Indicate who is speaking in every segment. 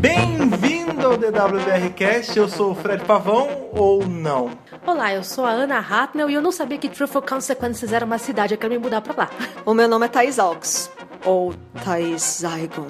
Speaker 1: Bem-vindo ao DWBRcast, eu sou o Fred Pavão ou não?
Speaker 2: Olá, eu sou a Ana Hartnell e eu não sabia que Truffle Consequences era uma cidade, eu quero me mudar pra lá.
Speaker 3: O meu nome é Thaís Alves. Ou Thaís Zygon.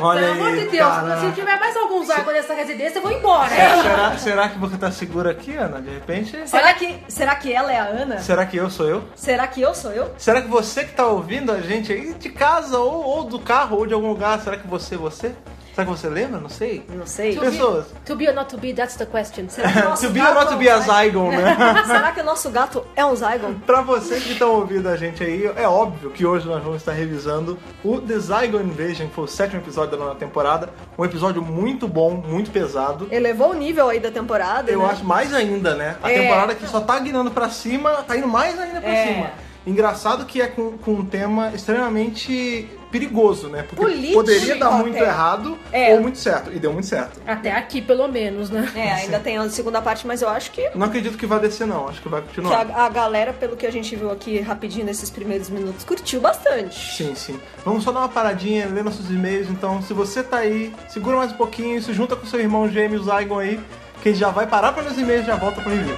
Speaker 1: Olha
Speaker 2: Pelo
Speaker 1: aí,
Speaker 2: amor de Deus,
Speaker 1: cara. É,
Speaker 2: se tiver mais alguns água nessa residência, eu vou embora.
Speaker 1: Será, será que você tá segura aqui, Ana? De repente?
Speaker 3: Será que, será que ela é a Ana?
Speaker 1: Será que eu sou eu?
Speaker 3: Será que eu sou eu?
Speaker 1: Será que você que tá ouvindo a gente aí de casa ou, ou do carro ou de algum lugar, será que você é você? Será que você lembra? Não sei.
Speaker 3: Não sei.
Speaker 2: To
Speaker 1: Sim.
Speaker 2: be-
Speaker 1: Pessoas.
Speaker 2: To be or not to be, that's the question.
Speaker 1: to be or not to be a Zygon, né?
Speaker 3: é um será que o nosso gato é um Zygon?
Speaker 1: Pra vocês que estão ouvindo a gente aí, é óbvio que hoje nós vamos estar revisando o The Zygon Invasion, que foi o sétimo episódio da nona temporada. Um episódio muito bom, muito pesado.
Speaker 3: Elevou o nível aí da temporada.
Speaker 1: Eu
Speaker 3: né?
Speaker 1: acho mais ainda, né? A
Speaker 3: É.
Speaker 1: temporada que só tá guinando pra cima, tá indo mais ainda pra
Speaker 3: É.
Speaker 1: cima. Engraçado que é com, com um tema extremamente perigoso, né? Porque
Speaker 3: Político
Speaker 1: poderia dar
Speaker 3: até.
Speaker 1: muito errado
Speaker 3: É.
Speaker 1: ou muito certo. E deu muito certo.
Speaker 2: Até aqui, pelo menos, né?
Speaker 3: É, ainda tem a segunda parte, mas eu acho que,
Speaker 1: Não acredito que vai descer, não. Acho que vai
Speaker 3: que
Speaker 1: continuar.
Speaker 3: a, a galera, pelo que a gente viu aqui rapidinho nesses primeiros minutos, curtiu bastante.
Speaker 1: Sim, sim. Vamos só dar uma paradinha, ler nossos e-mails. Então, se você tá aí, segura mais um pouquinho, se junta com seu irmão gêmeo Zygon aí, que ele já vai parar para nos e-mails e já volta pro review.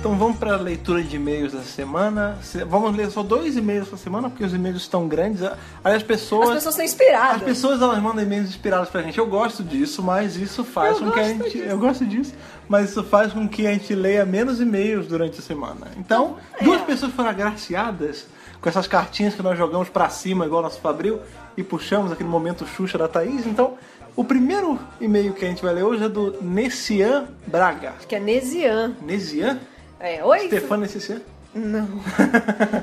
Speaker 1: Então vamos para a leitura de e-mails da semana. Se- Vamos ler só dois e-mails essa semana, porque os e-mails estão grandes. Aí as
Speaker 3: As
Speaker 1: pessoas.
Speaker 3: pessoas são
Speaker 1: As
Speaker 3: inspiradas.
Speaker 1: pessoas elas mandam e-mails inspirados pra gente. Eu gosto disso, mas isso faz
Speaker 3: Eu
Speaker 1: com que a
Speaker 3: gosto
Speaker 1: gente. Eu gosto disso, mas isso faz com que a gente leia menos e-mails durante a semana. Então,
Speaker 3: É.
Speaker 1: duas pessoas foram agraciadas com essas cartinhas que nós jogamos pra cima, igual nosso Fabril, e puxamos aqui no momento Xuxa da Thaís. Então, o primeiro e-mail que a gente vai ler hoje é do Nessian Braga.
Speaker 3: Que é Nesian.
Speaker 1: Nessian?
Speaker 3: É, oi.
Speaker 1: Stefano Nessian?
Speaker 3: Não.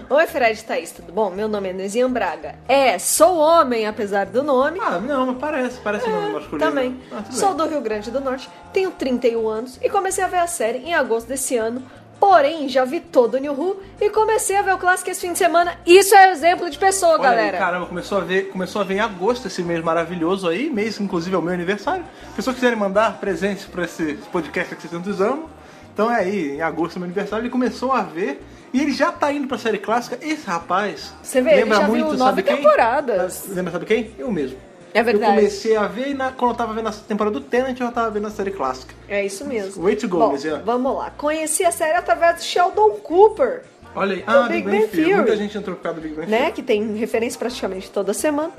Speaker 3: Oi, Fred e Thaís, tudo bom? Meu nome é Nesian Braga. É, sou homem, apesar do nome.
Speaker 1: Ah, não, mas parece, parece nome masculino.
Speaker 3: É, Também.
Speaker 1: Ah, tudo
Speaker 3: Sou
Speaker 1: bem.
Speaker 3: do Rio Grande do Norte, tenho 31 anos e comecei a ver a série em agosto desse ano. Porém, já vi todo o New Who e comecei a ver o clássico esse fim de semana. Isso é exemplo de pessoa,
Speaker 1: Olha aí,
Speaker 3: galera.
Speaker 1: caramba, começou a, ver, começou a ver em agosto esse mês maravilhoso aí, mês que inclusive é o meu aniversário. Se pessoas quiserem mandar presentes pra esse podcast que vocês tantos amam, então é aí, em agosto é meu aniversário, ele começou a ver e ele já tá indo pra série clássica. Esse rapaz
Speaker 3: Você vê, ele
Speaker 1: lembra
Speaker 3: já viu
Speaker 1: muito,
Speaker 3: nove
Speaker 1: sabe quem? Ah,
Speaker 3: temporadas.
Speaker 1: Lembra, sabe quem? Eu mesmo.
Speaker 3: É verdade.
Speaker 1: Eu comecei a ver e na- quando eu tava vendo a temporada do Tenant, eu já tava vendo a série clássica.
Speaker 3: É isso mesmo.
Speaker 1: Way to go,
Speaker 3: Bom,
Speaker 1: Nesian.
Speaker 3: Vamos lá. Conheci a série através do Sheldon Cooper.
Speaker 1: Olha aí,
Speaker 3: Do
Speaker 1: ah,
Speaker 3: É Big Bang Theory.
Speaker 1: Muita gente entrou por causa do Big Bang
Speaker 3: né?
Speaker 1: Theory.
Speaker 3: Que tem referência praticamente toda semana.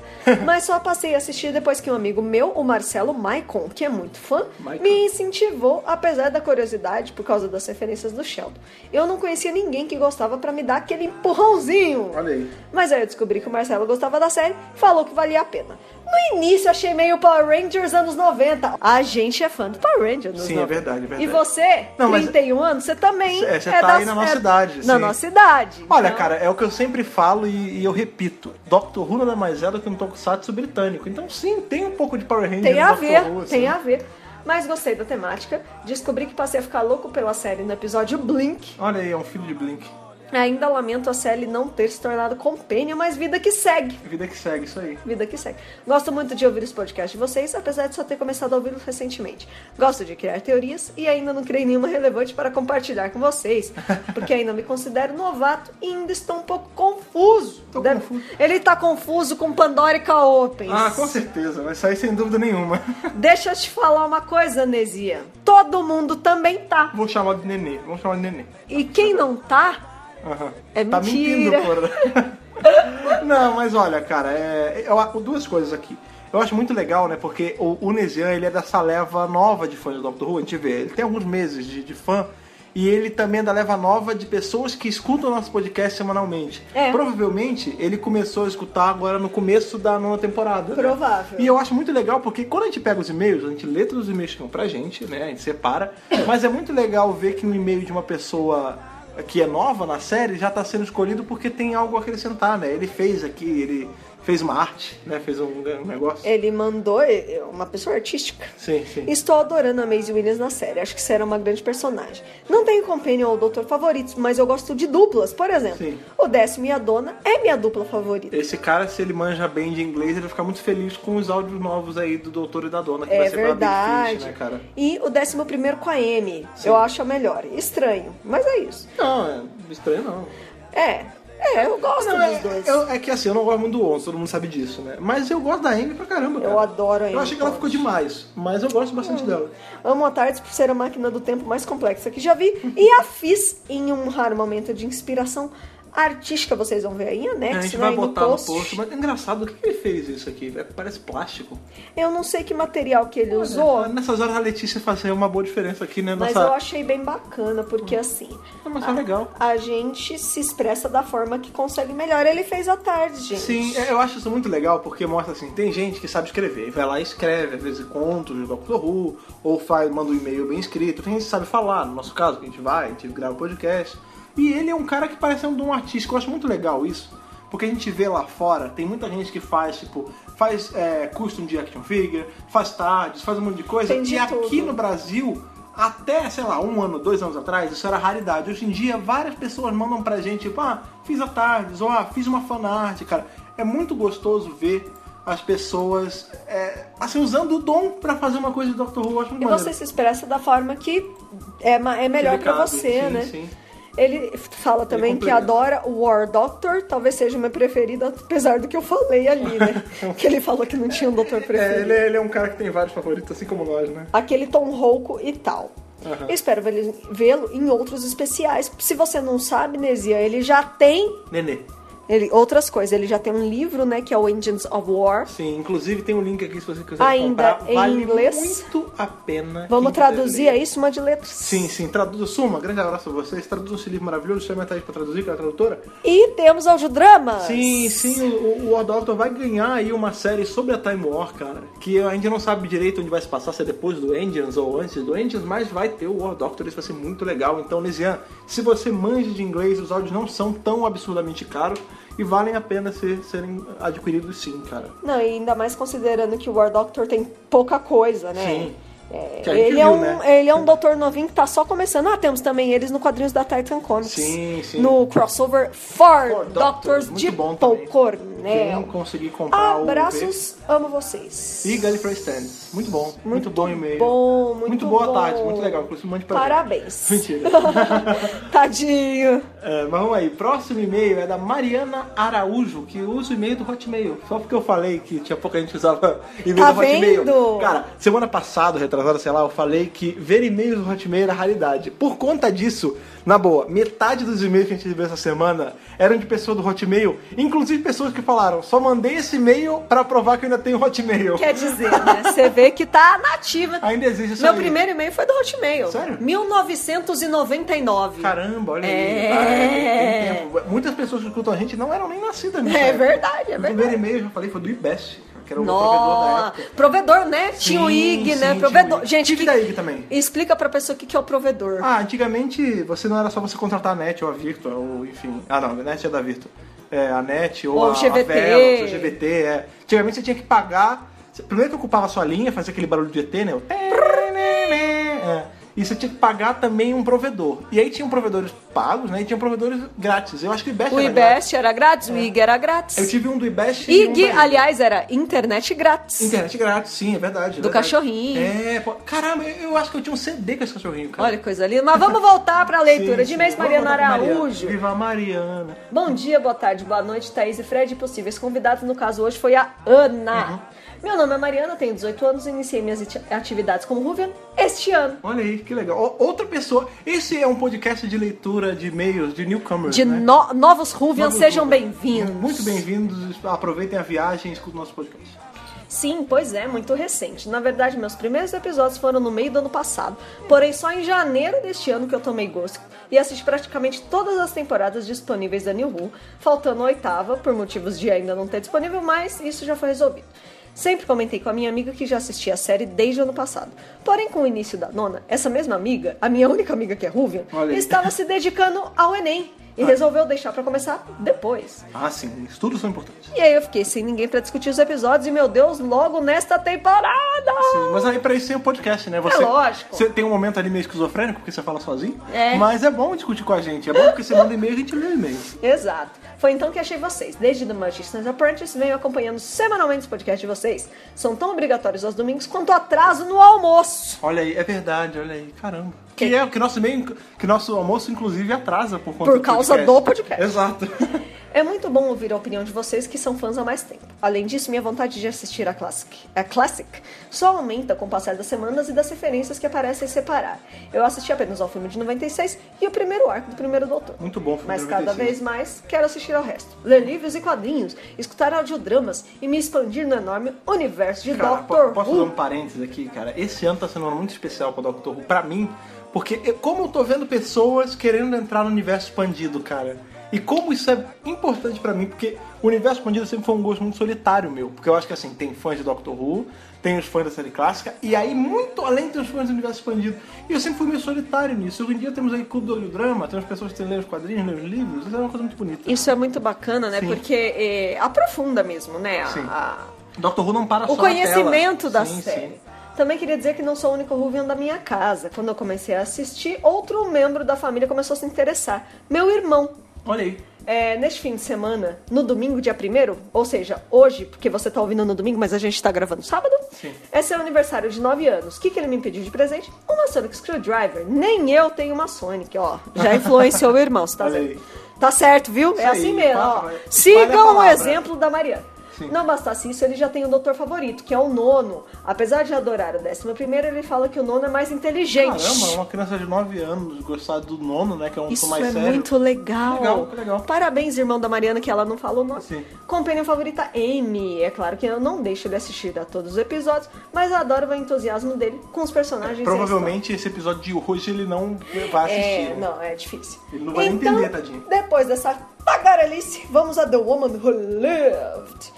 Speaker 3: Mas só passei a assistir depois que um amigo meu, o Marcelo Maicon, que é muito fã,
Speaker 1: Maicon.
Speaker 3: me incentivou, apesar da curiosidade por causa das referências do Sheldon. Eu não conhecia ninguém que gostava pra me dar aquele empurrãozinho.
Speaker 1: Olha aí.
Speaker 3: Mas aí eu descobri que o Marcelo gostava da série, falou que valia a pena. No início achei meio Power Rangers anos 90. A gente é fã do Power Rangers anos
Speaker 1: Sim, é
Speaker 3: 90.
Speaker 1: verdade, é verdade.
Speaker 3: E você,
Speaker 1: Não, mas-
Speaker 3: 31 anos, você também
Speaker 1: É, você tá aí na nossa
Speaker 3: é-
Speaker 1: idade,
Speaker 3: Na
Speaker 1: sim.
Speaker 3: nossa idade.
Speaker 1: Olha,
Speaker 3: então-
Speaker 1: cara, é o que eu sempre falo e, e eu repito. Doctor Who nada mais é do que um tokusatsu britânico. Então, sim, tem um pouco de Power Rangers
Speaker 3: Tem
Speaker 1: no
Speaker 3: a
Speaker 1: Doctor
Speaker 3: ver,
Speaker 1: Who, assim.
Speaker 3: tem a ver. Mas gostei da temática. Descobri que passei a ficar louco pela série no episódio Blink.
Speaker 1: Olha aí, é um filho de Blink.
Speaker 3: Ainda lamento a série não ter se tornado compênio, mas vida que segue.
Speaker 1: Vida que segue, isso aí.
Speaker 3: Vida que segue. Gosto muito de ouvir os podcasts de vocês, apesar de só ter começado a ouvi-los recentemente. Gosto de criar teorias e ainda não criei nenhuma relevante para compartilhar com vocês, porque ainda me considero novato e ainda estou um pouco confuso.
Speaker 1: Tô confuso.
Speaker 3: Ele tá confuso com Pandorica Opens.
Speaker 1: Ah, com certeza, vai sair sem dúvida nenhuma.
Speaker 3: Deixa eu te falar uma coisa, Nesia. Todo mundo também tá.
Speaker 1: Vou chamar de nenê, vamos chamar de nenê.
Speaker 3: E quem não tá,
Speaker 1: Aham.
Speaker 3: É
Speaker 1: tá
Speaker 3: mentira.
Speaker 1: mentindo, porra. Não, mas olha, cara, é, eu a- duas coisas aqui. Eu acho muito legal, né? Porque o, o Nezian, ele é dessa leva nova de fãs do Doctor Who, a gente vê. Ele tem alguns meses de, de fã. E ele também é da leva nova de pessoas que escutam o nosso podcast semanalmente.
Speaker 3: É.
Speaker 1: Provavelmente ele começou a escutar agora no começo da nona temporada. né?
Speaker 3: Provável.
Speaker 1: E eu acho muito legal porque quando a gente pega os e-mails, a gente lê todos os e-mails que vão pra gente, né? A gente separa. Mas é muito legal ver que um e-mail de uma pessoa que é nova na série já tá sendo escolhido porque tem algo a acrescentar, né? Ele fez aqui, ele fez uma arte, né? Fez um, um negócio.
Speaker 3: Ele mandou é, uma pessoa artística.
Speaker 1: Sim, sim.
Speaker 3: Estou adorando a Maisie Williams na série. Acho que será uma grande personagem. Não tenho companion ou doutor favoritos, mas eu gosto de duplas, por exemplo.
Speaker 1: Sim.
Speaker 3: O décimo e a dona é minha dupla favorita.
Speaker 1: Esse cara, se ele manja bem de inglês, ele vai ficar muito feliz com os áudios novos aí do Doutor e da Dona, que vai
Speaker 3: É
Speaker 1: ser pela Big
Speaker 3: verdade.
Speaker 1: Finish, né, cara?
Speaker 3: E o décimo primeiro com a Amy.
Speaker 1: Sim.
Speaker 3: Eu acho a melhor. Estranho, mas é isso.
Speaker 1: Não, é estranho não.
Speaker 3: É, é, eu gosto
Speaker 1: Não,
Speaker 3: dos
Speaker 1: é,
Speaker 3: dois.
Speaker 1: eu- é que assim, eu não gosto muito do Onze, todo mundo sabe disso, né? Mas eu gosto da Amy pra caramba.
Speaker 3: Eu
Speaker 1: cara.
Speaker 3: adoro a
Speaker 1: Eu
Speaker 3: Amy
Speaker 1: achei que ela
Speaker 3: Pond.
Speaker 1: ficou demais, mas eu gosto bastante dela.
Speaker 3: Amo a Tardes por ser a máquina do tempo mais complexa que já vi. E a fiz em um raro momento de inspiração artística. Vocês vão ver aí em anexo,
Speaker 1: É, a gente
Speaker 3: né,
Speaker 1: vai
Speaker 3: e
Speaker 1: botar no post. mas é engraçado, o que que ele fez isso aqui? É, Parece plástico.
Speaker 3: Eu não sei que material que ele usou,
Speaker 1: É, Nessas horas a Letícia fazia uma boa diferença aqui, né?
Speaker 3: mas
Speaker 1: Nossa...
Speaker 3: eu achei bem bacana, porque assim...
Speaker 1: Ah, mas tá legal.
Speaker 3: A gente se expressa da forma que consegue melhor. Ele fez a tarde, gente.
Speaker 1: Sim, é, eu acho isso muito legal porque mostra assim, tem gente que sabe escrever, e vai lá e escreve, às vezes contos do Doctor Who, ou faz, manda um e-mail bem escrito, tem gente que sabe falar, no nosso caso, que a gente vai, a gente grava podcast. E ele é um cara que parece um dom artístico, eu acho muito legal isso. Porque a gente vê lá fora, tem muita gente que faz, tipo, faz é, custom de action figure, faz tardes, faz um monte de coisa.
Speaker 3: Tem de
Speaker 1: e aqui
Speaker 3: tudo.
Speaker 1: no Brasil, até, sei lá, um ano, dois anos atrás, isso era raridade. Hoje em dia, várias pessoas mandam pra gente, tipo, ah, fiz a tardes, ou ah, fiz uma fanart, cara. É muito gostoso ver as pessoas, é, assim, usando o dom pra fazer uma coisa de Dr. Who, eu acho muito
Speaker 3: E
Speaker 1: maneiro.
Speaker 3: você se expressa da forma que é, ma- é melhor pra
Speaker 1: Delicado,
Speaker 3: você,
Speaker 1: sim,
Speaker 3: né?
Speaker 1: sim.
Speaker 3: Ele fala também que
Speaker 1: complementa.
Speaker 3: adora o War Doctor, talvez seja o meu preferido, apesar do que eu falei ali, né? que ele falou que não tinha um doutor preferido.
Speaker 1: É, ele, é- ele é um cara que tem vários favoritos, assim como nós, né?
Speaker 3: Aquele tom rouco e tal.
Speaker 1: Aham.
Speaker 3: Eu espero vê-lo- vê-lo em outros especiais. Se você não sabe, Nesia, ele já tem
Speaker 1: Nenê.
Speaker 3: ele, outras coisas. Ele já tem um livro, né, que é o Engines of War.
Speaker 1: Sim, inclusive tem um link aqui se você quiser
Speaker 3: Ainda
Speaker 1: comprar.
Speaker 3: em
Speaker 1: vale
Speaker 3: inglês.
Speaker 1: muito a pena.
Speaker 3: Vamos
Speaker 1: quem quiser
Speaker 3: traduzir
Speaker 1: ler.
Speaker 3: aí, suma de letras.
Speaker 1: é. Sim, sim, traduza. Suma, grande abraço a vocês. Traduza esse livro maravilhoso. Chama a Thaís pra traduzir, que é a tradutora.
Speaker 3: E temos audiodramas.
Speaker 1: Sim, sim, o, o War Doctor vai ganhar aí uma série sobre a Time War, cara. Que a gente não sabe direito onde vai se passar, se é depois do Engines ou antes do Engines, mas vai ter o War Doctor, isso vai ser muito legal. Então, Nesian, se você manja de inglês, os áudios não são tão absurdamente caros e valem a pena ser, serem adquiridos sim, cara.
Speaker 3: Não, e ainda mais considerando que o War Doctor tem pouca coisa, né?
Speaker 1: Sim.
Speaker 3: É,
Speaker 1: Que a gente
Speaker 3: ele, é
Speaker 1: viu,
Speaker 3: um,
Speaker 1: né?
Speaker 3: ele é um doutor novinho que tá só começando. Ah, temos também eles no quadrinhos da Titan Comics.
Speaker 1: Sim, sim.
Speaker 3: No crossover For,
Speaker 1: For Doctors,
Speaker 3: Doctors
Speaker 1: muito
Speaker 3: de
Speaker 1: bom também.
Speaker 3: Paul Cornell.
Speaker 1: Quem conseguir comprar o
Speaker 3: Abraços, amo vocês.
Speaker 1: E Gallifrey Stands. Muito bom. Muito, bom e-mail.
Speaker 3: Bom, muito,
Speaker 1: boa
Speaker 3: bom.
Speaker 1: tarde, muito legal. Inclusive, mande pra
Speaker 3: Parabéns.
Speaker 1: gente. Mentira.
Speaker 3: Tadinho.
Speaker 1: É, mas vamos aí. Próximo e-mail é da Mariana Araújo, que usa o e-mail do Hotmail. Só porque eu falei que tinha pouca gente que usava e-mail
Speaker 3: Tá
Speaker 1: do Hotmail.
Speaker 3: vendo?
Speaker 1: Cara, semana passada, retrasada, sei lá, eu falei que ver e-mails do Hotmail era raridade. Por conta disso, na boa, metade dos e-mails que a gente recebeu essa semana eram de pessoas do Hotmail, inclusive pessoas que falaram, só mandei esse e-mail pra provar que eu ainda tenho Hotmail.
Speaker 3: Quer dizer, né? Você vê que tá nativa.
Speaker 1: Ainda existe isso
Speaker 3: Meu
Speaker 1: aí.
Speaker 3: primeiro e-mail foi do Hotmail.
Speaker 1: Sério?
Speaker 3: 1999.
Speaker 1: Caramba, olha
Speaker 3: É.
Speaker 1: aí. Tem tempo. Muitas pessoas que escutam a gente não eram nem nascidas, né?
Speaker 3: É verdade, é
Speaker 1: O primeiro
Speaker 3: verdade.
Speaker 1: e-mail, eu já falei, foi do IBEST, que era o provedor da
Speaker 3: Nossa,
Speaker 1: época.
Speaker 3: provedor, né? Tinha o
Speaker 1: Sim,
Speaker 3: IG,
Speaker 1: sim,
Speaker 3: né?
Speaker 1: tinha o
Speaker 3: Provedor.
Speaker 1: IG.
Speaker 3: Gente,
Speaker 1: Tive da IG também.
Speaker 3: Explica pra pessoa o que, que é o provedor.
Speaker 1: Ah, antigamente você não era só você contratar a NET ou a Virtua, ou enfim. Ah, não, a NET é da Virtua. É, a NET ou,
Speaker 3: Ou
Speaker 1: a,
Speaker 3: o GVT.
Speaker 1: a Velox, o GVT, é. Antigamente você tinha que pagar. você- Primeiro que ocupava a sua linha, fazia aquele barulho de ET, né? O É. E você tinha que pagar também um provedor. E aí tinham provedores pagos, né? E tinham provedores grátis. Eu acho que o IBEST
Speaker 3: o
Speaker 1: era grátis.
Speaker 3: IBEST era grátis, o IG era grátis.
Speaker 1: é Eu tive um do IBEST e um
Speaker 3: IG,
Speaker 1: da Ig.
Speaker 3: aliás, era internet grátis.
Speaker 1: Internet grátis, sim, é verdade. é
Speaker 3: Do
Speaker 1: verdade.
Speaker 3: cachorrinho.
Speaker 1: É, pô, caramba, eu, eu acho que eu tinha um CD com esse cachorrinho, cara.
Speaker 3: Olha que coisa linda. Mas vamos voltar pra leitura
Speaker 1: Sim,
Speaker 3: de
Speaker 1: sim.
Speaker 3: mês
Speaker 1: Vamos
Speaker 3: Mariana
Speaker 1: voltar pra Mariana.
Speaker 3: Araújo.
Speaker 1: Viva a Mariana.
Speaker 3: Bom dia, boa tarde, boa noite, Thaís e Fred. Possíveis convidados, no caso hoje, foi a Ana.
Speaker 1: Uhum.
Speaker 3: Meu nome é Mariana, tenho 18 anos e iniciei minhas ati- atividades como Ruvian este ano.
Speaker 1: Olha aí, que legal. Ó, Outra pessoa. Esse é um podcast de leitura de e-mails de newcomers.
Speaker 3: De
Speaker 1: né?
Speaker 3: no- novos Ruvians,
Speaker 1: Novos
Speaker 3: sejam
Speaker 1: newcomers.
Speaker 3: bem-vindos.
Speaker 1: Muito bem-vindos. Aproveitem a viagem e escutem o nosso podcast.
Speaker 3: Sim, pois é, muito recente. Na verdade, meus primeiros episódios foram no meio do ano passado. Porém, só em janeiro deste ano que eu tomei gosto e assisti praticamente todas as temporadas disponíveis da New Who, faltando a oitava, por motivos de ainda não ter disponível, mas isso já foi resolvido. Sempre comentei com a minha amiga que já assistia a série desde o ano passado. Porém, com o início da nona, essa mesma amiga, a minha única amiga que é Ruvian,
Speaker 1: Olha aí.
Speaker 3: estava se dedicando ao Enem. E resolveu deixar pra começar depois.
Speaker 1: Ah, sim, estudos são importantes.
Speaker 3: E aí eu fiquei sem ninguém pra discutir os episódios e, meu Deus, logo nesta temporada!
Speaker 1: Sim, mas aí pra isso tem o podcast, né? Você,
Speaker 3: É lógico.
Speaker 1: Você tem um momento ali meio esquizofrênico, porque você fala sozinho.
Speaker 3: É.
Speaker 1: Mas é bom discutir com a gente. É bom porque você manda e-mail e a gente lê o e-mail.
Speaker 3: Exato. Foi então que achei vocês. Desde The Magician's Apprentice, venho acompanhando semanalmente os podcasts de vocês. São tão obrigatórios aos domingos quanto atraso no almoço.
Speaker 1: Olha aí, é verdade, olha aí, caramba. Que é que nosso e-mail, que nosso almoço, inclusive, atrasa por conta
Speaker 3: Por
Speaker 1: do
Speaker 3: causa
Speaker 1: podcast.
Speaker 3: do podcast.
Speaker 1: Exato.
Speaker 3: É muito bom ouvir a opinião de vocês que são fãs há mais tempo. Além disso, minha vontade de assistir a Classic, a Classic só aumenta com o passar das semanas e das referências que aparecem separar. Eu assisti apenas ao filme de 96 e o primeiro arco do primeiro doutor.
Speaker 1: Muito bom o filme
Speaker 3: Mas
Speaker 1: de
Speaker 3: cada
Speaker 1: 96.
Speaker 3: vez mais quero assistir ao resto. Ler livros e quadrinhos, escutar audiodramas e me expandir no enorme universo de
Speaker 1: Cara, po-
Speaker 3: Doctor
Speaker 1: posso
Speaker 3: Who.
Speaker 1: dar um parênteses aqui, cara? Esse ano tá sendo um ano muito especial pra Doctor Who, pra mim, porque eu- como eu tô vendo pessoas querendo entrar no universo expandido, cara. E como isso é importante pra mim, porque o universo expandido sempre foi um gosto muito solitário meu. Porque eu acho que assim, tem fãs de Doctor Who, tem os fãs da série clássica, e aí muito além tem os fãs do universo expandido. E eu sempre fui meio solitário nisso. Hoje em dia temos aí Clube do Olho Drama, temos pessoas que lêem os quadrinhos, lêem os livros, isso é uma coisa muito bonita.
Speaker 3: Isso é muito bacana, né?
Speaker 1: Sim.
Speaker 3: Porque eh, aprofunda mesmo, né? a-
Speaker 1: Sim.
Speaker 3: a-
Speaker 1: Doctor Who não para
Speaker 3: o
Speaker 1: só na tela.
Speaker 3: conhecimento da
Speaker 1: Sim,
Speaker 3: série.
Speaker 1: sim.
Speaker 3: Também queria dizer que não sou o único Ruvian da minha casa. Quando eu comecei a assistir, outro membro da família começou a se interessar. Meu irmão.
Speaker 1: Olha aí.
Speaker 3: É, neste fim de semana, no domingo, dia 1 ou seja, hoje, porque você tá ouvindo no domingo, mas a gente tá gravando sábado,
Speaker 1: Sim.
Speaker 3: é seu aniversário de 9 anos. O que, que ele me pediu de presente? Uma Sonic Screwdriver. Nem eu tenho uma Sonic, ó. Já influenciou o irmão, você tá
Speaker 1: Olha
Speaker 3: vendo?
Speaker 1: aí.
Speaker 3: Tá certo, viu? é
Speaker 1: aí,
Speaker 3: assim mesmo, ó.
Speaker 1: fala, espalha a
Speaker 3: Sigam o
Speaker 1: palavra.
Speaker 3: exemplo da Mariana.
Speaker 1: Sim.
Speaker 3: Não bastasse isso, ele já tem o doutor favorito, que é o nono. Apesar de adorar o décimo primeiro, ele fala que o nono é mais inteligente.
Speaker 1: Caramba, uma criança de 9 anos gostar do nono, né? Que é um
Speaker 3: Isso
Speaker 1: som mais
Speaker 3: é
Speaker 1: sério.
Speaker 3: muito legal.
Speaker 1: Que legal, que legal.
Speaker 3: Parabéns, irmão da Mariana, que ela não falou o nome.
Speaker 1: Sim.
Speaker 3: Companhia favorita, Amy. É claro que eu não deixo ele assistir a todos os episódios, mas adoro o entusiasmo dele com os personagens. e a
Speaker 1: Provavelmente esse episódio de hoje ele não vai
Speaker 3: história.
Speaker 1: assistir.
Speaker 3: É,
Speaker 1: né?
Speaker 3: não, é difícil.
Speaker 1: Ele não vai nem
Speaker 3: então,
Speaker 1: entender, tadinho.
Speaker 3: Depois dessa tagarelice, vamos a The Woman Who Lived.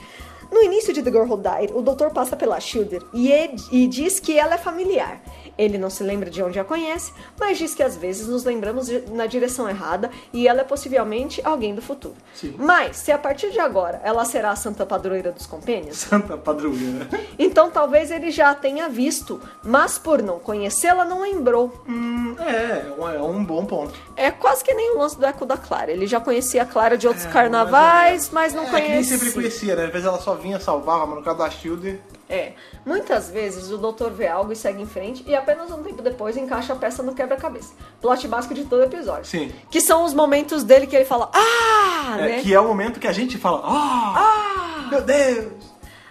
Speaker 3: No início de The Girl Who Died, o doutor passa pela Shilder e, e- e diz que ela é familiar. Ele não se lembra de onde a conhece, mas diz que às vezes nos lembramos de- na direção errada e ela é possivelmente alguém do futuro.
Speaker 1: Sim.
Speaker 3: Mas, se a partir de agora ela será a santa padroeira dos compênios,
Speaker 1: Santa Padroeira.
Speaker 3: então talvez ele já a tenha visto, mas por não conhecê-la não lembrou.
Speaker 1: Hum, é, é um- é um bom ponto.
Speaker 3: É quase que nem o lance do Eco da Clara. Ele já conhecia a Clara de outros
Speaker 1: É,
Speaker 3: carnavais,
Speaker 1: mais
Speaker 3: mas
Speaker 1: ou
Speaker 3: não
Speaker 1: menos. é, que nem
Speaker 3: conhecia.
Speaker 1: sempre conhecia, né? Às vezes ela só vinha salvava, mas no caso da Shield.
Speaker 3: É. Muitas vezes o doutor vê algo e segue em frente, e apenas um tempo depois encaixa a peça no quebra-cabeça. Plot básico de todo episódio.
Speaker 1: Sim.
Speaker 3: Que são os momentos dele que ele fala, ah!
Speaker 1: É,
Speaker 3: né?
Speaker 1: Que é o momento que a gente fala: Ah! Meu Deus!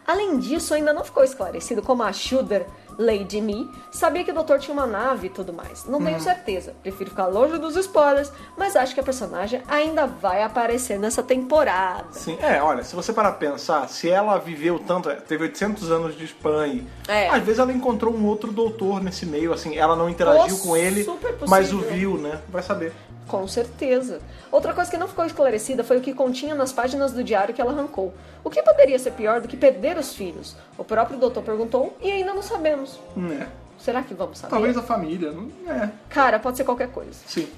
Speaker 3: Além disso, ainda não ficou esclarecido como a Shudder, Lady Me, sabia que o doutor tinha uma nave e tudo mais. Não
Speaker 1: Uhum.
Speaker 3: tenho certeza, prefiro ficar longe dos spoilers, mas acho que a personagem ainda vai aparecer nessa temporada.
Speaker 1: Sim, é, olha, se você parar pra pensar, se ela viveu tanto, teve 800 anos de Espanha,
Speaker 3: É.
Speaker 1: às vezes ela encontrou um outro doutor nesse meio, assim, ela não interagiu
Speaker 3: Pô,
Speaker 1: com ele,
Speaker 3: super possível.
Speaker 1: mas o viu, né? Vai saber.
Speaker 3: Com certeza. Outra coisa que não ficou esclarecida foi o que continha nas páginas do diário que ela arrancou. O que poderia ser pior do que perder os filhos? O próprio doutor perguntou e ainda não sabemos.
Speaker 1: É.
Speaker 3: Será que vamos saber?
Speaker 1: Talvez a família, não é.
Speaker 3: Cara, pode ser qualquer coisa.
Speaker 1: Sim.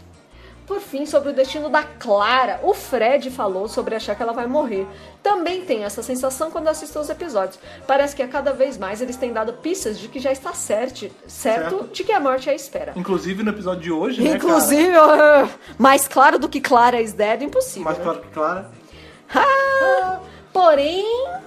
Speaker 3: Por fim, sobre o destino da Clara, o Fred falou sobre achar que ela vai morrer. Também tem essa sensação quando assisto os episódios. Parece que a cada vez mais eles têm dado pistas de que já está certo, certo,
Speaker 1: Certo.
Speaker 3: de que a morte é a espera.
Speaker 1: Inclusive no episódio de hoje, né, cara?
Speaker 3: Inclusive, mais claro do que Clara is dead, impossível.
Speaker 1: Mais
Speaker 3: né?
Speaker 1: claro que Clara.
Speaker 3: Ah, Porém,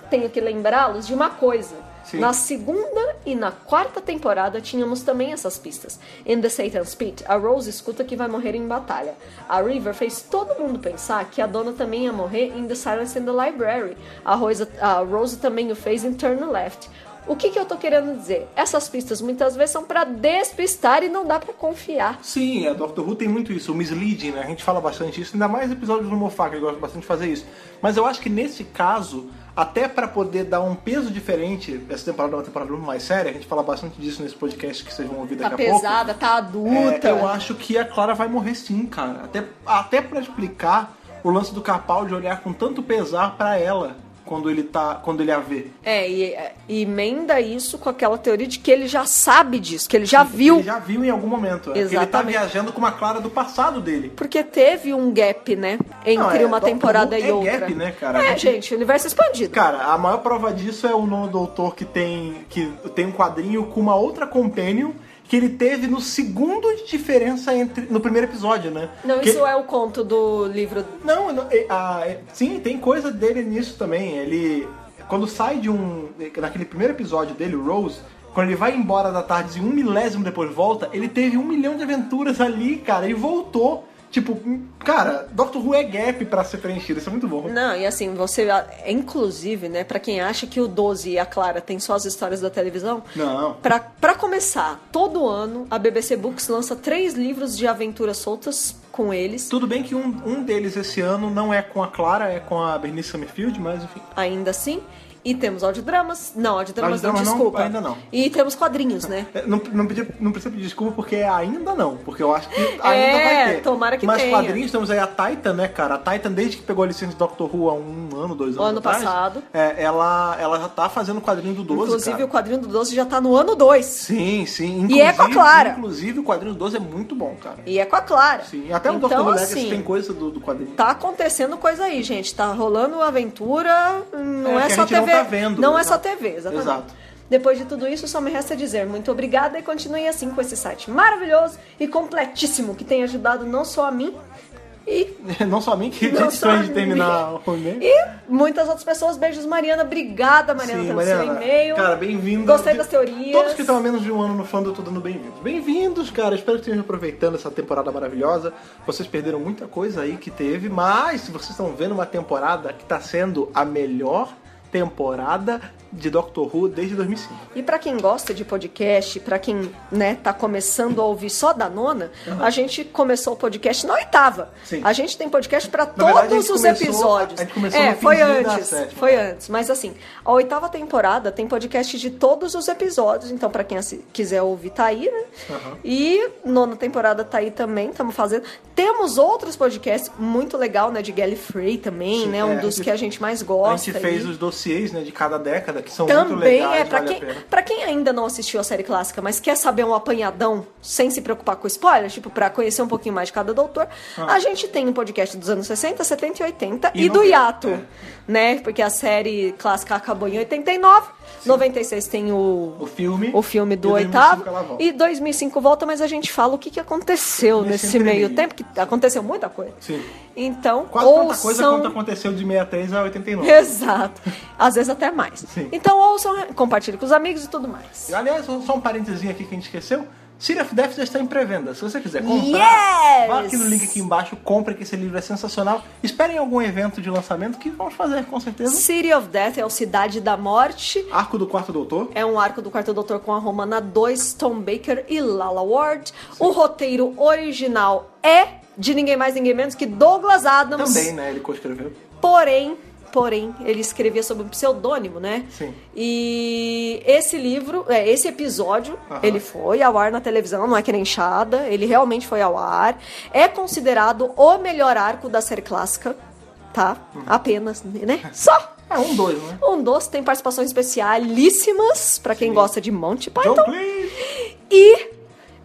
Speaker 3: tenho que lembrá-los de uma coisa.
Speaker 1: Sim.
Speaker 3: Na segunda e na quarta temporada tínhamos também essas pistas. Em The Satan's Pit, a Rose escuta que vai morrer em batalha. A River fez todo mundo pensar que a dona também ia morrer em The Silence in the Library. A Rose, a Rose também o fez em Turn Left. O que, que eu tô querendo dizer? Essas pistas muitas vezes são pra despistar e não dá pra confiar.
Speaker 1: Sim, a Doctor Who tem muito isso, o misleading, né? A gente fala bastante isso, ainda mais episódios do Mofá, que ele gosta bastante de fazer isso. Mas eu acho que nesse caso, até pra poder dar um peso diferente, essa temporada é uma temporada muito mais séria, a gente fala bastante disso nesse podcast que vocês vão ouvir
Speaker 3: Tá
Speaker 1: daqui a pouco.
Speaker 3: pesada, tá adulta.
Speaker 1: É, eu acho que a Clara vai morrer sim, cara. Até, até para explicar o lance do Capaldi olhar com tanto pesar pra ela quando ele tá, quando ele a vê.
Speaker 3: É, e, e emenda isso com aquela teoria de que ele já sabe disso, que ele já viu.
Speaker 1: Ele já viu em algum momento. é, porque Ele tá
Speaker 3: Exatamente.
Speaker 1: viajando com uma clara do passado dele.
Speaker 3: Porque teve um gap, né? Entre
Speaker 1: Não, é,
Speaker 3: uma
Speaker 1: Doctor
Speaker 3: temporada
Speaker 1: Who
Speaker 3: e
Speaker 1: é
Speaker 3: outra.
Speaker 1: gap, né, cara?
Speaker 3: É, gente, universo expandido.
Speaker 1: Cara, a maior prova disso é o nono doutor que tem, que tem um quadrinho com uma outra companion que ele teve no segundo de diferença entre no primeiro episódio, né?
Speaker 3: Não,
Speaker 1: Que-
Speaker 3: isso é o conto do livro.
Speaker 1: Não, não, é, ah, é, sim, tem coisa dele nisso também. Ele. Quando sai de um. Naquele primeiro episódio dele, o Rose, quando ele vai embora da tarde e um milésimo depois volta, ele teve um milhão de aventuras ali, cara, e voltou. Tipo, cara, Doctor Who é gap pra ser preenchido, isso é muito bom.
Speaker 3: Não, e assim, você. Inclusive, né, pra quem acha que o 12 e a Clara tem só as histórias da televisão.
Speaker 1: Não.
Speaker 3: Pra, pra começar, todo ano a BBC Books lança três livros de aventuras soltas com eles.
Speaker 1: Tudo bem que um, um deles esse ano não é com a Clara, é com a Bernice Summerfield, mas enfim.
Speaker 3: ainda assim. E temos audiodramas. Não, audiodramas não,
Speaker 1: Audiodramas não,
Speaker 3: desculpa.
Speaker 1: ainda não.
Speaker 3: E temos quadrinhos, né?
Speaker 1: É, Não, não, pedi- não precisa pedir desculpa porque ainda não, porque eu acho que ainda
Speaker 3: É,
Speaker 1: vai ter.
Speaker 3: tomara que
Speaker 1: Mas
Speaker 3: tenha.
Speaker 1: quadrinhos, temos aí a Titan, né, cara? A Titan, desde que pegou a licença do Doctor Who há um ano, dois anos
Speaker 3: Ano
Speaker 1: atrás,
Speaker 3: passado.
Speaker 1: é, ela, ela já tá fazendo o quadrinho do 12,
Speaker 3: Inclusive,
Speaker 1: cara.
Speaker 3: o quadrinho do 12 já tá no ano 2.
Speaker 1: Sim, sim.
Speaker 3: E é com a
Speaker 1: Inclusive-
Speaker 3: Clara.
Speaker 1: Inclusive, o quadrinho do 12 é muito bom, cara.
Speaker 3: E é com a Clara.
Speaker 1: Sim, até o
Speaker 3: então,
Speaker 1: Doctor Who Legacy
Speaker 3: assim,
Speaker 1: tem coisa do, do quadrinho.
Speaker 3: Tá acontecendo coisa aí, gente. Tá rolando aventura. Não
Speaker 1: É,
Speaker 3: é,
Speaker 1: que a
Speaker 3: só
Speaker 1: gente não
Speaker 3: TV.
Speaker 1: tá vendo,
Speaker 3: não é
Speaker 1: exato.
Speaker 3: só TV, exatamente.
Speaker 1: Exato.
Speaker 3: Depois de tudo isso, só me resta dizer muito obrigada e continue assim com esse site maravilhoso e completíssimo que tem ajudado não só a mim e
Speaker 1: Não só a mim, que
Speaker 3: Não
Speaker 1: gente
Speaker 3: só a
Speaker 1: estranho de
Speaker 3: mim.
Speaker 1: terminar o e-mail.
Speaker 3: E muitas outras pessoas. Beijos, Mariana. Obrigada, Mariana,
Speaker 1: Sim,
Speaker 3: pelo
Speaker 1: Mariana.
Speaker 3: seu e-mail.
Speaker 1: Cara, bem-vindo.
Speaker 3: Gostei das teorias.
Speaker 1: Todos que estão há menos de um ano no fã, eu tô dando bem-vindos. Bem-vindos, cara. Espero que estejam aproveitando essa temporada maravilhosa. Vocês perderam muita coisa aí que teve, mas vocês estão vendo uma temporada que tá sendo a melhor temporada de Doctor Who desde 2005.
Speaker 3: E pra quem gosta de podcast, pra quem, né, tá começando a ouvir só da nona, a gente começou o podcast na oitava.
Speaker 1: Sim.
Speaker 3: A gente tem podcast pra
Speaker 1: Na verdade, a
Speaker 3: todos
Speaker 1: gente
Speaker 3: os
Speaker 1: começou-
Speaker 3: episódios.
Speaker 1: a gente começou
Speaker 3: é,
Speaker 1: no
Speaker 3: foi
Speaker 1: finzinho da
Speaker 3: antes.
Speaker 1: sétima.
Speaker 3: Foi antes, mas assim, a oitava temporada tem podcast de todos os episódios, então pra quem assi- quiser ouvir tá aí, né?
Speaker 1: Aham.
Speaker 3: E nona temporada tá aí também, estamos fazendo. Temos outros podcasts muito legal, né, de Gallifrey também,
Speaker 1: Sim,
Speaker 3: né, um
Speaker 1: é, a
Speaker 3: dos
Speaker 1: gente-
Speaker 3: que a gente mais
Speaker 1: A
Speaker 3: gosta.
Speaker 1: gente fez
Speaker 3: aí.
Speaker 1: os dossiês né, de cada década, que são muito
Speaker 3: Também
Speaker 1: legais,
Speaker 3: é, pra,
Speaker 1: vale a
Speaker 3: quem,
Speaker 1: pena.
Speaker 3: pra quem ainda não assistiu a série clássica, mas quer saber um apanhadão sem se preocupar com spoiler, tipo, pra conhecer um pouquinho mais de cada doutor, a gente tem um podcast dos anos 60, 70 e 80
Speaker 1: Ah. E
Speaker 3: e, do
Speaker 1: noventa,
Speaker 3: hiato,
Speaker 1: é.
Speaker 3: né? Porque a série clássica acabou em 89, 96 tem o,
Speaker 1: O filme.
Speaker 3: o filme
Speaker 1: E
Speaker 3: do
Speaker 1: o 2005
Speaker 3: oitavo,
Speaker 1: ela volta.
Speaker 3: e 2005 volta, mas a gente fala o que, que aconteceu
Speaker 1: Nesse
Speaker 3: nesse,
Speaker 1: entremeio.
Speaker 3: meio tempo, que aconteceu muita coisa.
Speaker 1: Sim.
Speaker 3: Então,
Speaker 1: Quase
Speaker 3: ouçam...
Speaker 1: tanta coisa quanto aconteceu de 63 a 89.
Speaker 3: Exato. Às vezes até mais.
Speaker 1: Sim.
Speaker 3: Então ouçam, compartilhe com os amigos e tudo mais.
Speaker 1: Aliás, só só um parênteses aqui que a gente esqueceu. City of Death já está em pré-venda. Se você quiser comprar,
Speaker 3: Yes!
Speaker 1: vá aqui no link aqui embaixo, compre que esse livro é sensacional. Esperem algum evento de lançamento que vamos fazer, com certeza.
Speaker 3: City of Death é o Cidade da Morte.
Speaker 1: Arco do Quarto Doutor.
Speaker 3: É um arco do Quarto Doutor com a Romana 2, Tom Baker e Lala Ward. O roteiro original é de ninguém mais, ninguém menos que Douglas Adams.
Speaker 1: Também, né? Ele coescreveu.
Speaker 3: Porém, porém, ele escrevia sob um pseudônimo, né?
Speaker 1: Sim.
Speaker 3: E esse livro, é, esse episódio,
Speaker 1: Aham.
Speaker 3: ele foi ao ar na televisão, não é que nem enxada, ele realmente foi ao ar. É considerado o melhor arco da série clássica, tá?
Speaker 1: Uhum.
Speaker 3: Apenas, né? Só!
Speaker 1: É um, dois, né?
Speaker 3: Um doce tem participações especialíssimas, pra quem gosta de Monty Python.
Speaker 1: John Cleese!
Speaker 3: E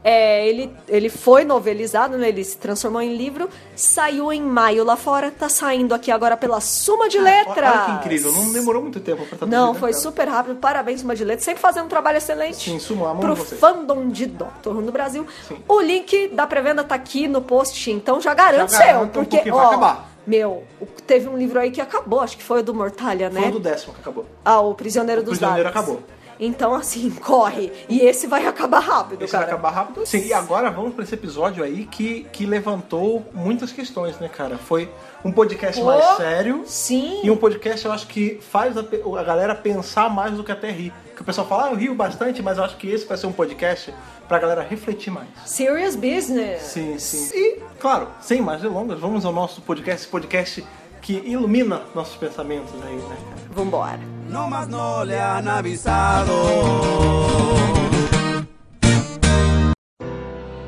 Speaker 3: é, ele, ele foi novelizado, né? ele se transformou em livro, saiu em maio lá fora, tá saindo aqui agora pela Suma de Letras.
Speaker 1: Ah, Olha que incrível, não demorou muito tempo pra traduzir.
Speaker 3: Não,
Speaker 1: né,
Speaker 3: foi
Speaker 1: cara?
Speaker 3: super rápido, parabéns, Suma de Letras, sempre fazendo um trabalho excelente.
Speaker 1: Sim, Suma, amamos
Speaker 3: Pro
Speaker 1: vocês.
Speaker 3: fandom de Doctor Who no Brasil.
Speaker 1: Sim.
Speaker 3: O link da pré-venda tá aqui no post, então já garanto
Speaker 1: Já garanto,
Speaker 3: seu, porque,
Speaker 1: porque vai
Speaker 3: ó,
Speaker 1: acabar.
Speaker 3: meu, o- teve um livro aí que acabou, acho que foi o do Mortalha, né?
Speaker 1: Foi o do décimo que acabou.
Speaker 3: Ah, o Prisioneiro
Speaker 1: O
Speaker 3: dos
Speaker 1: Prisioneiro
Speaker 3: Dados.
Speaker 1: acabou.
Speaker 3: Então, assim, corre. E esse vai acabar rápido,
Speaker 1: Esse
Speaker 3: cara.
Speaker 1: vai acabar rápido. Sim, e agora vamos pra esse episódio aí que, que levantou muitas questões, né, cara? Foi um podcast mais
Speaker 3: Pô,
Speaker 1: sério.
Speaker 3: Sim.
Speaker 1: E um podcast eu acho que faz a, pe- a galera pensar mais do que até rir. Porque o pessoal fala, ah, eu rio bastante, mas eu acho que esse vai ser um podcast pra galera refletir mais.
Speaker 3: Serious business.
Speaker 1: Sim, sim. E, claro, sem mais delongas, vamos ao nosso podcast, esse podcast que ilumina nossos pensamentos aí, né? cara?
Speaker 3: Vambora.
Speaker 4: No más no le han avisado.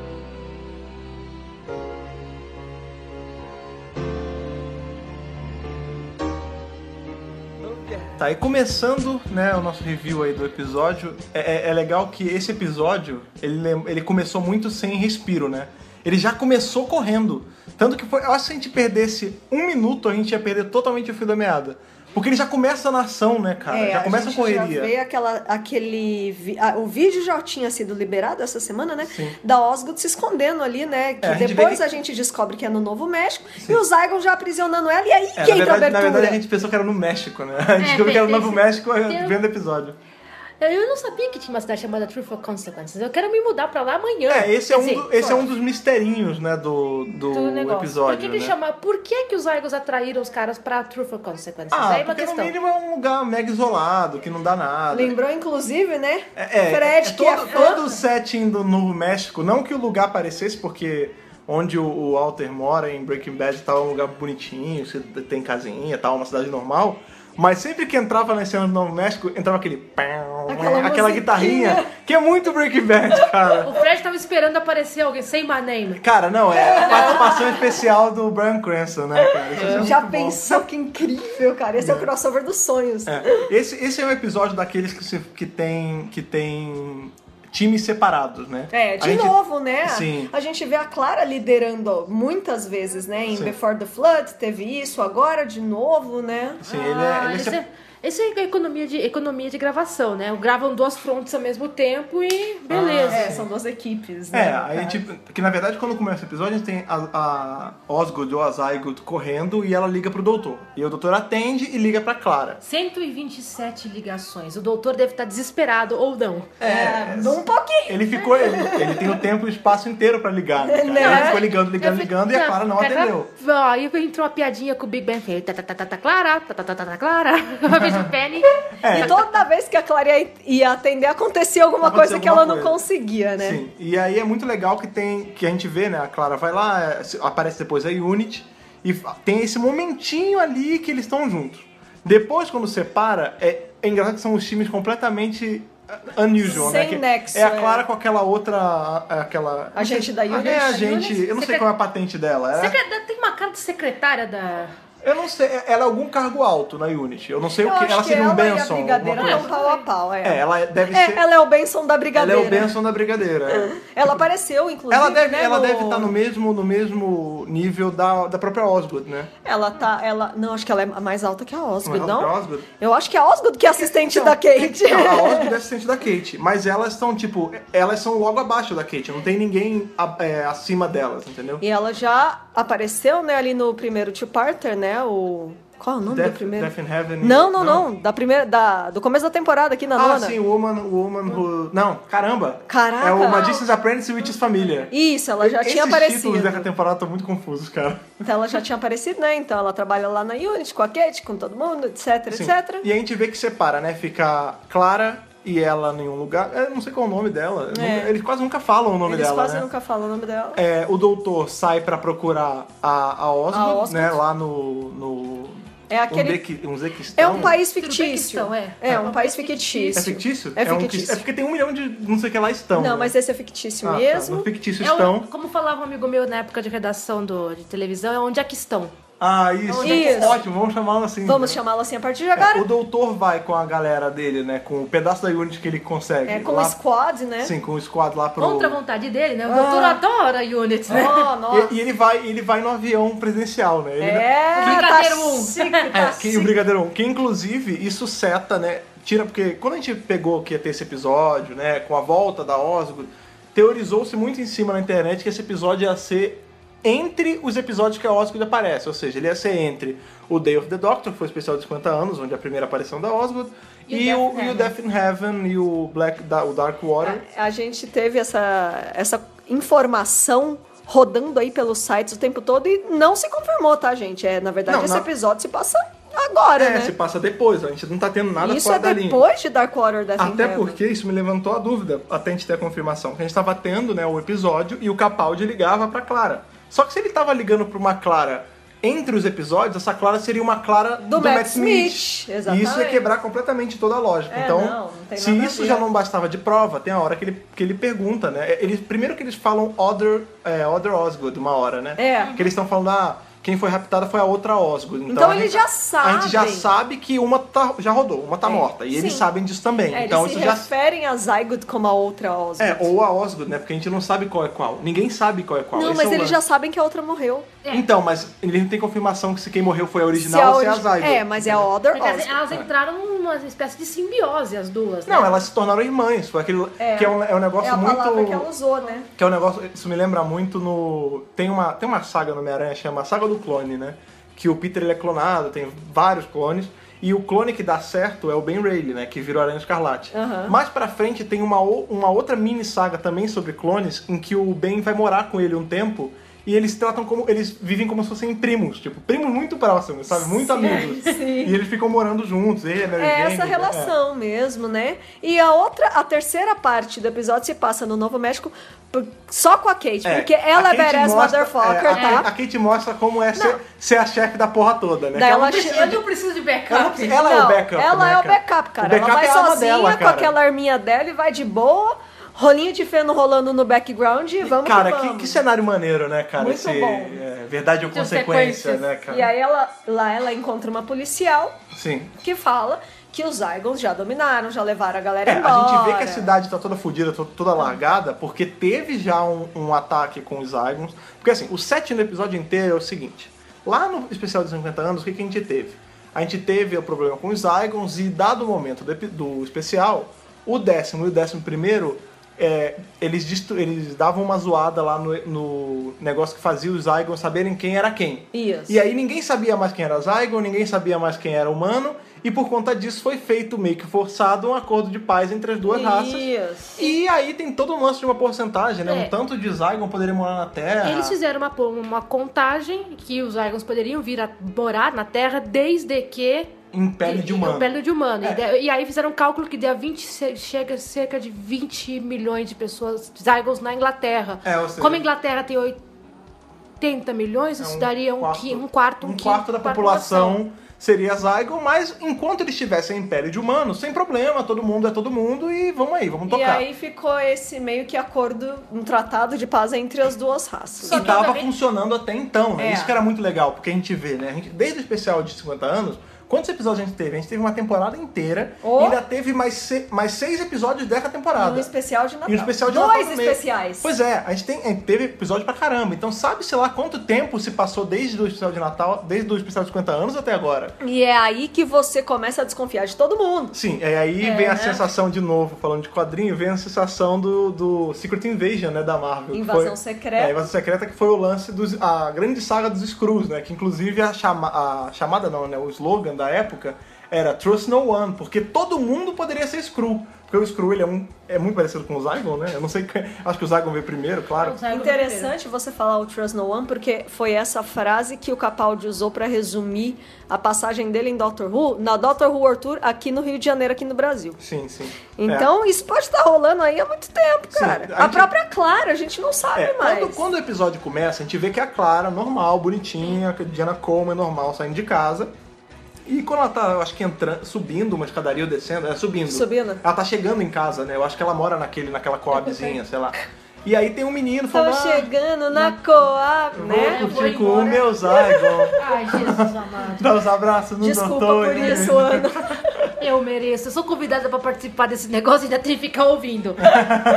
Speaker 5: Move your
Speaker 1: lá, Tá, e começando né, o nosso review aí do episódio, é, é- é legal que esse episódio, ele, lem- ele começou muito sem respiro, né? Ele já começou correndo. Tanto que foi, eu acho que se a gente perdesse um minuto, a gente ia perder totalmente o fio da meada. Porque ele já começa na ação, né, cara?
Speaker 3: É,
Speaker 1: já começa a,
Speaker 3: gente
Speaker 1: correria.
Speaker 3: Já veio aquela, aquele. vi- ah, o vídeo já tinha sido liberado essa semana, né?
Speaker 1: Sim.
Speaker 3: Da Osgood se escondendo ali, né? Que
Speaker 1: É, a gente
Speaker 3: depois
Speaker 1: vê que-
Speaker 3: a gente descobre que é no Novo México. E o Zygon já aprisionando ela. E aí
Speaker 1: É,
Speaker 3: que
Speaker 1: na,
Speaker 3: entra a
Speaker 1: verdade, na
Speaker 3: abertura.
Speaker 1: verdade, a gente pensou que era no México, né? A gente
Speaker 2: É,
Speaker 1: descobriu que era no Novo
Speaker 2: pensei-
Speaker 1: México
Speaker 2: Eu-
Speaker 1: vendo o episódio.
Speaker 2: Eu não sabia que tinha uma cidade chamada Truthful Consequences. Eu quero me mudar pra lá amanhã.
Speaker 1: É, esse é,
Speaker 2: Quer
Speaker 1: um,
Speaker 2: dizer,
Speaker 1: do- esse é
Speaker 2: claro,
Speaker 1: um dos misterinhos, né, do, do,
Speaker 2: assim, do negócio.
Speaker 1: episódio.
Speaker 2: Por que, que
Speaker 1: né?
Speaker 2: chama... Por que, que os Argos atraíram os caras pra Truthful Consequences?
Speaker 1: Ah,
Speaker 2: Aí é uma
Speaker 1: porque no
Speaker 2: questão.
Speaker 1: mínimo é um lugar mega isolado, que não dá nada.
Speaker 3: Lembrou, inclusive, né?
Speaker 1: É, é,
Speaker 3: Fred,
Speaker 1: é
Speaker 3: que é
Speaker 1: todo,
Speaker 3: fã.
Speaker 1: todo o setting do Novo México, não que o lugar parecesse, porque onde o, o Walter mora em Breaking Bad tá um lugar bonitinho, você tem casinha, tal, uma cidade normal. Mas sempre que entrava na cena do Novo México, entrava aquele pão,
Speaker 3: Aquela
Speaker 1: né, aquela
Speaker 3: musiquinha.
Speaker 1: guitarrinha, que é muito Breaking Bad, cara.
Speaker 2: O Fred tava esperando aparecer alguém sem my name.
Speaker 1: Cara, não, é a participação especial do Brian Cranston, né, cara? Isso é
Speaker 3: Já
Speaker 1: muito bom.
Speaker 3: pensou que incrível, cara? Esse é, o crossover dos sonhos.
Speaker 1: É. Esse, esse é um episódio daqueles que, se- que tem que tem times separados, né?
Speaker 3: É,
Speaker 1: A
Speaker 3: de
Speaker 1: gente-
Speaker 3: novo, né?
Speaker 1: Sim.
Speaker 3: A gente vê a Clara liderando muitas vezes, né? Em
Speaker 1: Sim.
Speaker 3: Before the Flood teve isso, agora de novo, né?
Speaker 1: Sim, ele é, ele é
Speaker 2: esse,
Speaker 1: sep-
Speaker 2: é, esse é economia de, economia de gravação, né? Gravam duas frontes ao mesmo tempo e beleza.
Speaker 3: É, são duas equipes, né?
Speaker 1: É, aí tipo, que na verdade quando começa o episódio a gente tem a, a Osgood ou a Zygold correndo e ela liga pro doutor. E o doutor atende e liga pra Clara.
Speaker 2: 127 ligações. O doutor deve estar desesperado ou não.
Speaker 3: É, um pouquinho.
Speaker 1: Ele ficou, ele, ele tem o tempo e o espaço inteiro pra ligar, né? cara?
Speaker 3: Né?
Speaker 1: Ele ficou ligando, ligando,
Speaker 2: Eu fico-
Speaker 1: ligando e a Clara não
Speaker 2: Clara-
Speaker 1: atendeu.
Speaker 2: tá, Ó, aí entrou a piadinha com o Big Bang Theory. Tá, tá, tá, tá, tá, Clara, tá, tá, tá, tá, tá, Clara. Uma vez o Penny.
Speaker 1: É.
Speaker 3: E toda vez que a Clara ia- ia atender, acontecia alguma
Speaker 1: Aconteceu
Speaker 3: coisa que
Speaker 1: alguma
Speaker 3: ela não
Speaker 1: coisa.
Speaker 3: conseguia, né?
Speaker 1: Sim, e aí é muito legal que tem que a gente vê, né? A Clara vai lá, é, se- aparece depois a Unity e fa- tem esse momentinho ali que eles estão juntos. Depois, quando separa, é, é engraçado que são os times completamente uh, unusual, né?
Speaker 3: Sem
Speaker 1: Que
Speaker 3: nexo,
Speaker 1: é a
Speaker 3: é.
Speaker 1: Clara com aquela outra. Aquela.
Speaker 3: Agente da Unity.
Speaker 1: É a
Speaker 2: Unity,
Speaker 1: gente. Eu não sei
Speaker 2: secre-
Speaker 1: qual é a patente dela. é-
Speaker 2: Secretária- Tem uma cara de secretária da.
Speaker 1: eu não sei. é- Ela é algum cargo alto na Unity. Eu não sei
Speaker 3: Eu
Speaker 1: o que.
Speaker 3: acho
Speaker 1: Ela
Speaker 3: que
Speaker 1: seria
Speaker 3: ela
Speaker 1: um
Speaker 3: e a
Speaker 1: Benson. alguma
Speaker 3: Brigadeira
Speaker 1: coisa.
Speaker 3: estão pau a pau, é.
Speaker 1: É, ela deve
Speaker 3: É,
Speaker 1: ser.
Speaker 3: ela é o Benson da
Speaker 1: ela é
Speaker 3: Brigadeira.
Speaker 1: o Benson da Brigadeira. é.
Speaker 3: Ela apareceu, inclusive,
Speaker 1: Ela deve,
Speaker 3: né,
Speaker 1: ela
Speaker 3: no...
Speaker 1: deve estar no mesmo, no mesmo nível da, da própria Osgood, né?
Speaker 3: Ela tá... Ela... Não, acho que ela é mais alta que a Osgood,
Speaker 1: Mais
Speaker 3: não?
Speaker 1: alta que a Osgood?
Speaker 3: Eu acho que é a Osgood que é assistente da Kate.
Speaker 1: Não, a Osgood é assistente da Kate, mas elas estão, tipo, elas são logo abaixo da Kate, não tem ninguém a- é, acima delas, entendeu?
Speaker 3: E ela já apareceu, né, ali no primeiro two-parter, né? O. Qual é o nome do primeiro?
Speaker 1: Death in Heaven. e-
Speaker 3: Não, não, não, Da primeira. Da, do começo da temporada aqui na
Speaker 1: Ah,
Speaker 3: nona.
Speaker 1: sim, Woman, Woman Who... Não, caramba.
Speaker 3: Caraca.
Speaker 1: É o Magician's Apprentice Witches Família.
Speaker 3: Isso, ela já
Speaker 1: Esses
Speaker 3: tinha aparecido.
Speaker 1: títulos dessa temporada estão muito confusos, cara.
Speaker 3: Então ela já tinha aparecido, né? Então ela trabalha lá na Unity, com a Kate, com todo mundo, etc,
Speaker 1: Sim.
Speaker 3: etc.
Speaker 1: E é a gente vê que separa, né? Fica Clara e ela em um lugar... Eu não sei qual é o nome dela.
Speaker 3: É.
Speaker 1: Eles quase nunca falam o nome
Speaker 3: Eles
Speaker 1: dela,
Speaker 3: quase
Speaker 1: né?
Speaker 3: nunca falam o nome dela.
Speaker 1: É, o doutor sai pra procurar a, a Oslo,
Speaker 3: A Oslo.
Speaker 1: né? Lá no. no
Speaker 3: É aquele-
Speaker 1: Uzbeki- Uzbequistão.
Speaker 3: É um país
Speaker 2: Turbequistão,
Speaker 3: fictício.
Speaker 2: é.
Speaker 3: um, país fictício.
Speaker 1: então- É fictício?
Speaker 3: É
Speaker 1: um que-
Speaker 3: fictício.
Speaker 1: é porque tem um milhão de não sei o que lá estão.
Speaker 3: Não,
Speaker 1: né?
Speaker 3: mas esse é fictício
Speaker 1: Ah, tá.
Speaker 3: mesmo.
Speaker 1: No fictício
Speaker 2: É o-
Speaker 1: estão.
Speaker 2: como falava um amigo meu na época de redação do, de televisão, é onde é que estão.
Speaker 1: Ah, isso.
Speaker 3: Isso.
Speaker 1: Ótimo, vamos chamá-lo assim.
Speaker 3: é um Vamos
Speaker 1: né?
Speaker 3: chamá-lo assim a partir de
Speaker 1: É,
Speaker 3: agora.
Speaker 1: o doutor vai com a galera dele, né? Com o pedaço da Unity que ele consegue.
Speaker 3: É, com
Speaker 1: lá,
Speaker 3: o squad, né?
Speaker 1: Sim, com o squad lá pro. Ah.
Speaker 2: Contra a vontade dele, né? O doutor adora Units, né?
Speaker 3: Oh, nossa.
Speaker 1: E, e ele vai, ele vai no avião presidencial, né? Ele-
Speaker 3: É,
Speaker 2: Brigadeiro
Speaker 3: tá
Speaker 2: um.
Speaker 3: chique,
Speaker 1: É,
Speaker 3: tá
Speaker 1: que, o Brigadeiro 1, que inclusive isso seta, né? Tira, porque quando a gente pegou que ia ter esse episódio, né? Com a volta da Osgood, teorizou-se muito em cima na internet que esse episódio ia ser entre os episódios que a Osgood aparece. Ou seja, ele ia ser entre o Day of the Doctor, que foi o especial de 50 anos, onde é a primeira aparição da Osgood, e, o, e o Death in Heaven, Tá. e o, Black, da, o Dark Water.
Speaker 3: A, a gente teve essa, essa informação rodando aí pelos sites o tempo todo e não se confirmou, tá, gente? É, na verdade,
Speaker 1: Não,
Speaker 3: esse
Speaker 1: na-
Speaker 3: episódio se passa agora,
Speaker 1: é,
Speaker 3: né?
Speaker 1: se passa depois, a gente não tá tendo nada
Speaker 3: Isso
Speaker 1: fora
Speaker 3: é
Speaker 1: da linha.
Speaker 3: depois de Dark Water da
Speaker 1: Até porque isso me levantou a dúvida, até a gente ter a confirmação, que a gente tava tendo, né, o episódio e o Capaldi ligava pra Clara. Só que se ele tava ligando pra uma Clara entre os episódios, essa Clara seria uma Clara do,
Speaker 3: Matt
Speaker 1: Matt Smith. E
Speaker 3: Smith,
Speaker 1: isso ia
Speaker 3: exatamente.
Speaker 1: quebrar completamente toda a lógica.
Speaker 3: É,
Speaker 1: então,
Speaker 3: não, não tem
Speaker 1: se
Speaker 3: nada a
Speaker 1: isso
Speaker 3: ver.
Speaker 1: já não bastava de prova, tem a hora que ele, que ele pergunta, né? Eles, primeiro que eles falam é, Other, é, other Osgood uma hora, né?
Speaker 3: É.
Speaker 1: Que eles estão falando, ah, Quem foi raptada foi a outra Osgood. Então,
Speaker 3: Então
Speaker 1: a
Speaker 3: eles
Speaker 1: gente-
Speaker 3: já
Speaker 1: A gente já
Speaker 3: sabem. É.
Speaker 1: sabe que uma tá- já rodou, uma tá morta. E eles
Speaker 3: Sim.
Speaker 1: sabem disso também.
Speaker 3: É,
Speaker 1: então
Speaker 3: eles se
Speaker 1: isso já.
Speaker 3: referem a Zygote como a outra Osgood.
Speaker 1: É, ou a Osgood, né? Porque a gente não sabe qual é qual. Ninguém sabe qual é qual.
Speaker 3: Não,
Speaker 1: Esse
Speaker 3: mas
Speaker 1: é o
Speaker 3: eles já
Speaker 1: lance.
Speaker 3: sabem que a outra morreu.
Speaker 1: Então, mas eles não têm confirmação que se quem morreu foi a original ou se é a
Speaker 3: origi-
Speaker 1: Zygote.
Speaker 3: É, mas é a Other
Speaker 2: Quer dizer,
Speaker 3: Osgood.
Speaker 2: elas entraram numa espécie de simbiose, as duas.
Speaker 1: Não,
Speaker 2: né?
Speaker 1: elas se tornaram irmãs. Foi aquele.
Speaker 3: É.
Speaker 1: Que é um, é um negócio
Speaker 3: É a
Speaker 1: muito.
Speaker 3: palavra que ela usou, né?
Speaker 1: Que é um negócio. Isso me lembra muito no. Tem uma, tem uma saga no Homem-Aranha chama Saga do Clone, né? Que o Peter ele é clonado, tem vários clones. E o clone que dá certo é o Ben Reilly, né? Que virou Aranha Escarlate.
Speaker 3: Aham.
Speaker 1: Mais pra frente tem uma, o- uma outra mini saga também sobre clones, em que o Ben vai morar com ele um tempo. E eles tratam como. Eles vivem como se fossem primos. Tipo, primos muito próximos, sabe? Muito amigos.
Speaker 3: sim.
Speaker 1: E eles ficam morando juntos, ele, a Mary
Speaker 3: É
Speaker 1: Jane, né?
Speaker 3: essa relação mesmo, né? E a outra, a terceira parte do episódio se passa no Novo México por- só com a Kate, porque ela
Speaker 1: a
Speaker 3: é
Speaker 1: Kate
Speaker 3: badass
Speaker 1: mostra-
Speaker 3: motherfucker,
Speaker 1: é, a,
Speaker 3: tá?
Speaker 1: Kate- a Kate mostra como é ser, ser a chefe da porra toda, né?
Speaker 3: Daí
Speaker 1: Que
Speaker 3: ela
Speaker 1: não
Speaker 3: che-
Speaker 1: precisa
Speaker 2: Eu
Speaker 1: de-
Speaker 2: não preciso de
Speaker 1: Ela,
Speaker 2: backup.
Speaker 1: ela é o
Speaker 3: Não,
Speaker 1: backup.
Speaker 3: Ela
Speaker 1: né,
Speaker 3: é o
Speaker 1: cara?
Speaker 3: backup, cara.
Speaker 1: O backup
Speaker 3: ela vai
Speaker 1: é a alma
Speaker 3: sozinha
Speaker 1: dela,
Speaker 3: com
Speaker 1: cara.
Speaker 3: aquela arminha dela e vai de boa, rolinho de feno rolando no background e vamos
Speaker 1: Cara,
Speaker 3: que
Speaker 1: que,
Speaker 3: vamos.
Speaker 1: que cenário maneiro, né, cara?
Speaker 3: Muito
Speaker 1: Esse,
Speaker 3: bom.
Speaker 1: é, verdade ou
Speaker 2: Muitas
Speaker 1: consequência,
Speaker 2: sequências.
Speaker 1: né, cara?
Speaker 3: E aí ela, lá ela encontra uma policial
Speaker 1: Sim.
Speaker 3: que fala que os Zygons já dominaram, já levaram a galera
Speaker 1: É,
Speaker 3: embora.
Speaker 1: a gente vê que a cidade tá toda fodida, to- toda largada, porque teve já um, um ataque com os Zygons. Porque assim, o sétimo episódio inteiro é o seguinte: lá no especial dos 50 anos, o que, que a gente teve? A gente teve o problema com os Zygons e, dado o momento do, epi- do especial, o décimo e o décimo primeiro. é, eles, destru- eles davam uma zoada lá no, no negócio que fazia os Zygons saberem quem era quem.
Speaker 3: Isso.
Speaker 1: E aí ninguém sabia mais quem era Zygon, ninguém sabia mais quem era humano, e por conta disso foi feito meio que forçado um acordo de paz entre as duas raças.
Speaker 3: Isso.
Speaker 1: E aí tem todo um lance de uma porcentagem, né?
Speaker 2: É.
Speaker 1: Um tanto de Zygon poderia morar na Terra.
Speaker 2: Eles fizeram uma, po- uma contagem que os Argons poderiam vir a morar na Terra desde que.
Speaker 1: Em pele de humano. É
Speaker 2: Em pele de humano. E de- E, aí fizeram um cálculo que deu 20, ce- chega a cerca de 20 milhões de pessoas Zygons na Inglaterra.
Speaker 1: É, ou seja-
Speaker 2: Como a Inglaterra tem 80 milhões,
Speaker 1: É
Speaker 2: isso
Speaker 1: um
Speaker 2: daria um,
Speaker 1: quarto-
Speaker 2: qui- um quarto, um,
Speaker 1: Um
Speaker 2: quinto
Speaker 1: quarto da população seria Zygon, mas enquanto eles estivessem em pele de humano, sem problema, todo mundo é todo mundo e vamos aí, vamos
Speaker 3: E
Speaker 1: tocar.
Speaker 3: aí ficou esse meio que acordo, um tratado de paz entre as duas raças.
Speaker 2: Só
Speaker 1: e
Speaker 2: que,
Speaker 1: tava
Speaker 2: obviamente-
Speaker 1: funcionando até então, né?
Speaker 3: É.
Speaker 1: Isso que era muito legal, porque a gente vê, né? A gente- desde o especial de 50 anos, quantos episódios a gente teve? A gente teve uma temporada inteira
Speaker 3: Oh.
Speaker 1: e ainda teve mais, se- mais seis episódios dessa temporada.
Speaker 3: Um especial de Natal.
Speaker 1: E um especial de
Speaker 3: Dois
Speaker 1: Natal no meio.
Speaker 3: especiais.
Speaker 1: Pois é, a gente, tem, a gente teve episódio pra caramba. Então sabe, sei lá, quanto tempo se passou desde o especial de Natal, desde o especial de 50 anos até agora.
Speaker 3: E é aí que você começa a desconfiar de todo mundo.
Speaker 1: Sim, e aí
Speaker 3: É,
Speaker 1: vem
Speaker 3: né?
Speaker 1: a sensação de novo, falando de quadrinho, vem a sensação do, do Secret Invasion, né, da Marvel. que foi-
Speaker 3: Invasão Secreta.
Speaker 1: É, Invasão Secreta, que foi o lance dos. a grande saga dos Screws, né? Que inclusive a, chama, a chamada, não, né? O slogan da época era Trust No One, porque todo mundo poderia ser Screw. Porque o Screw, ele é, um, é muito parecido com o Zygon, né? Eu não sei, que- acho que o Zygon veio primeiro, claro.
Speaker 3: Interessante você falar o Trust No One, porque foi essa frase que o Capaldi usou pra resumir a passagem dele em Doctor Who, na Doctor Who Arthur, aqui no Rio de Janeiro, aqui no Brasil.
Speaker 1: Sim, sim. É.
Speaker 3: Então, isso pode estar rolando aí há muito tempo,
Speaker 1: Sim,
Speaker 3: cara.
Speaker 1: a
Speaker 3: a,
Speaker 1: gente-
Speaker 3: própria Clara, a gente não sabe
Speaker 1: É,
Speaker 3: mais.
Speaker 1: quando, quando o episódio começa, a gente vê que é a Clara, normal, bonitinha, que a Diana Coleman, é normal, saindo de casa. E quando ela tá, eu acho que entrando, subindo uma escadaria ou descendo, é subindo.
Speaker 3: Subindo. É
Speaker 1: Ela tá chegando em casa, né? Eu acho que ela mora naquele, naquela coabzinha, sei lá. E aí tem um menino
Speaker 3: Tava
Speaker 1: falando, ah,
Speaker 3: chegando na Coab, né?
Speaker 1: vou
Speaker 2: Eu vou
Speaker 1: curtir com o
Speaker 2: embora."
Speaker 1: meu Zygon,
Speaker 2: Ai, Jesus amado.
Speaker 1: dar os abraços no
Speaker 3: Desculpa
Speaker 1: doutor.
Speaker 3: por isso, Ana.
Speaker 2: Eu mereço. Eu sou convidada pra participar desse negócio e ainda tem que ficar ouvindo.